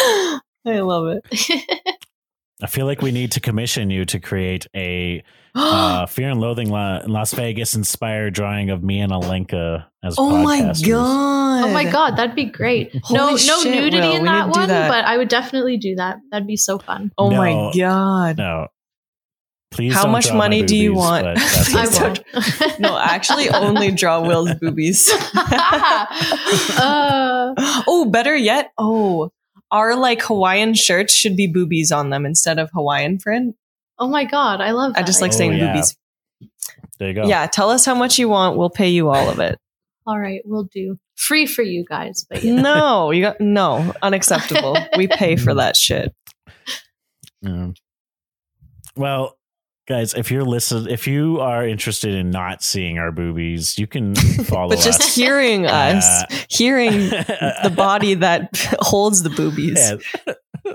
[SPEAKER 2] might. I love it.
[SPEAKER 3] I feel like we need to commission you to create a uh, Fear and Loathing La- Las Vegas inspired drawing of me and Alenka as
[SPEAKER 2] oh my
[SPEAKER 3] podcasters.
[SPEAKER 2] god.
[SPEAKER 4] oh my god, that'd be great. no
[SPEAKER 2] Holy
[SPEAKER 4] no
[SPEAKER 2] shit,
[SPEAKER 4] nudity
[SPEAKER 2] Will,
[SPEAKER 4] in
[SPEAKER 2] we need
[SPEAKER 4] that
[SPEAKER 2] to do
[SPEAKER 4] one,
[SPEAKER 2] that.
[SPEAKER 4] but I would definitely do that. That'd be so fun.
[SPEAKER 2] Oh my
[SPEAKER 3] No.
[SPEAKER 2] god.
[SPEAKER 3] No. Please.
[SPEAKER 2] How
[SPEAKER 3] don't
[SPEAKER 2] much
[SPEAKER 3] draw my
[SPEAKER 2] money do you
[SPEAKER 3] boobies,
[SPEAKER 2] want?
[SPEAKER 3] but that's
[SPEAKER 4] I
[SPEAKER 3] okay.
[SPEAKER 4] won't.
[SPEAKER 2] No, actually only draw Will's boobies.
[SPEAKER 4] uh,
[SPEAKER 2] oh, better yet. Oh, our like Hawaiian shirts should be boobies on them instead of Hawaiian print.
[SPEAKER 4] oh my god, I love
[SPEAKER 2] I
[SPEAKER 4] that.
[SPEAKER 2] just like
[SPEAKER 3] Oh,
[SPEAKER 2] saying
[SPEAKER 3] yeah.
[SPEAKER 2] boobies.
[SPEAKER 3] There you go.
[SPEAKER 2] Yeah, tell us how much you want. We'll pay you all of it.
[SPEAKER 4] All right, we'll do. Free for you guys, but yeah.
[SPEAKER 2] no, you got no unacceptable. we pay
[SPEAKER 3] Mm.
[SPEAKER 2] for that shit.
[SPEAKER 3] Yeah. Well, guys, if you're listen, if you are interested in not seeing our boobies, you can follow
[SPEAKER 2] But just
[SPEAKER 3] us.
[SPEAKER 2] hearing us, hearing the body that holds the boobies.
[SPEAKER 3] Yeah.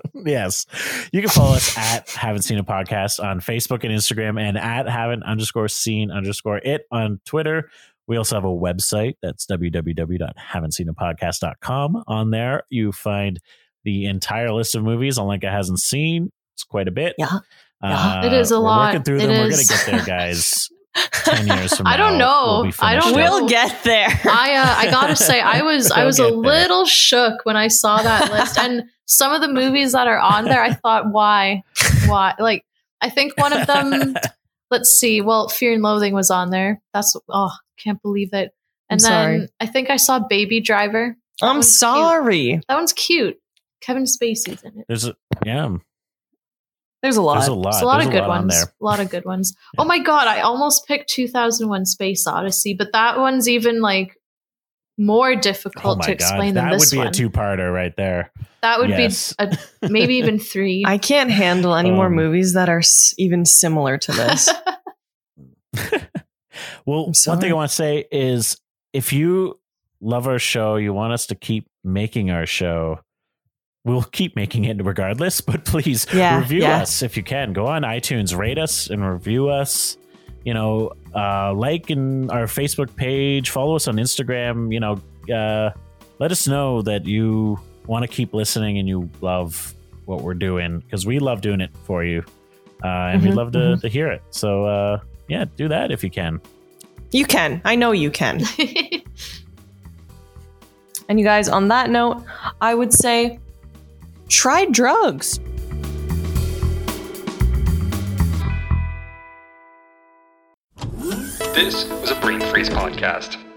[SPEAKER 3] yes. You can follow us at Haven't Seen a Podcast on Facebook and Instagram and at Haven't underscore seen underscore it on Twitter. We also have a website that's www.haven'tseenapodcast.com. On there, you find the entire list of movies Alenka hasn't seen. It's quite a bit.
[SPEAKER 2] Yeah.
[SPEAKER 3] Uh,
[SPEAKER 4] It is a
[SPEAKER 3] we're
[SPEAKER 4] lot.
[SPEAKER 3] Working through
[SPEAKER 4] It
[SPEAKER 3] them. We're going
[SPEAKER 4] is.
[SPEAKER 3] to get there, guys. 10 years from
[SPEAKER 4] I don't
[SPEAKER 3] now,
[SPEAKER 4] know.
[SPEAKER 3] we'll be
[SPEAKER 4] I don't
[SPEAKER 3] finished.
[SPEAKER 4] know.
[SPEAKER 2] We'll get there.
[SPEAKER 4] I uh, I gotta say, I was I
[SPEAKER 3] We'll
[SPEAKER 4] was a
[SPEAKER 3] get there.
[SPEAKER 4] little shook when I saw that list, and some of the movies that are on there, I thought, why, why? Like, I think one of them. Let's see. Well, Fear and Loathing was on there. That's oh, can't believe it.
[SPEAKER 2] I'm
[SPEAKER 4] And then
[SPEAKER 2] sorry.
[SPEAKER 4] I think I saw Baby Driver. That
[SPEAKER 2] I'm
[SPEAKER 4] one's cute.
[SPEAKER 2] sorry.
[SPEAKER 4] That one's cute. Kevin Spacey's in it.
[SPEAKER 3] There's a, yeah,
[SPEAKER 2] There's a lot.
[SPEAKER 3] there's a lot.
[SPEAKER 4] It's a lot
[SPEAKER 3] There's
[SPEAKER 4] of good
[SPEAKER 3] on
[SPEAKER 4] ones.
[SPEAKER 3] there.
[SPEAKER 4] A lot of good ones.
[SPEAKER 3] Yeah.
[SPEAKER 4] Oh my god, I almost picked 2001 Space Odyssey, but that one's even like more difficult to explain
[SPEAKER 3] Oh that
[SPEAKER 4] than this
[SPEAKER 3] would be
[SPEAKER 4] one.
[SPEAKER 3] a two-parter right there.
[SPEAKER 4] that would
[SPEAKER 3] Yes.
[SPEAKER 4] be a, maybe even three.
[SPEAKER 2] I can't handle any more
[SPEAKER 3] Um,
[SPEAKER 2] movies that are s- even similar to this.
[SPEAKER 3] Well, one
[SPEAKER 2] sorry.
[SPEAKER 3] thing I want to say is if you love our show, you want us to keep making our show. We'll keep making it regardless, but please
[SPEAKER 2] Yeah,
[SPEAKER 3] review
[SPEAKER 2] yeah.
[SPEAKER 3] us if you can. Go on iTunes, rate us and review us. You know, uh, like in our Facebook page, follow us on Instagram. You know, uh, let us know that you want to keep listening and you love what we're doing because we love doing it for you, uh, and we'd
[SPEAKER 2] Mhm,
[SPEAKER 3] love to, to hear it. So, uh, yeah, do that if you can.
[SPEAKER 2] you can. I know you can. And you guys, on that note, I would say try drugs.
[SPEAKER 6] This was a Brain Freeze podcast.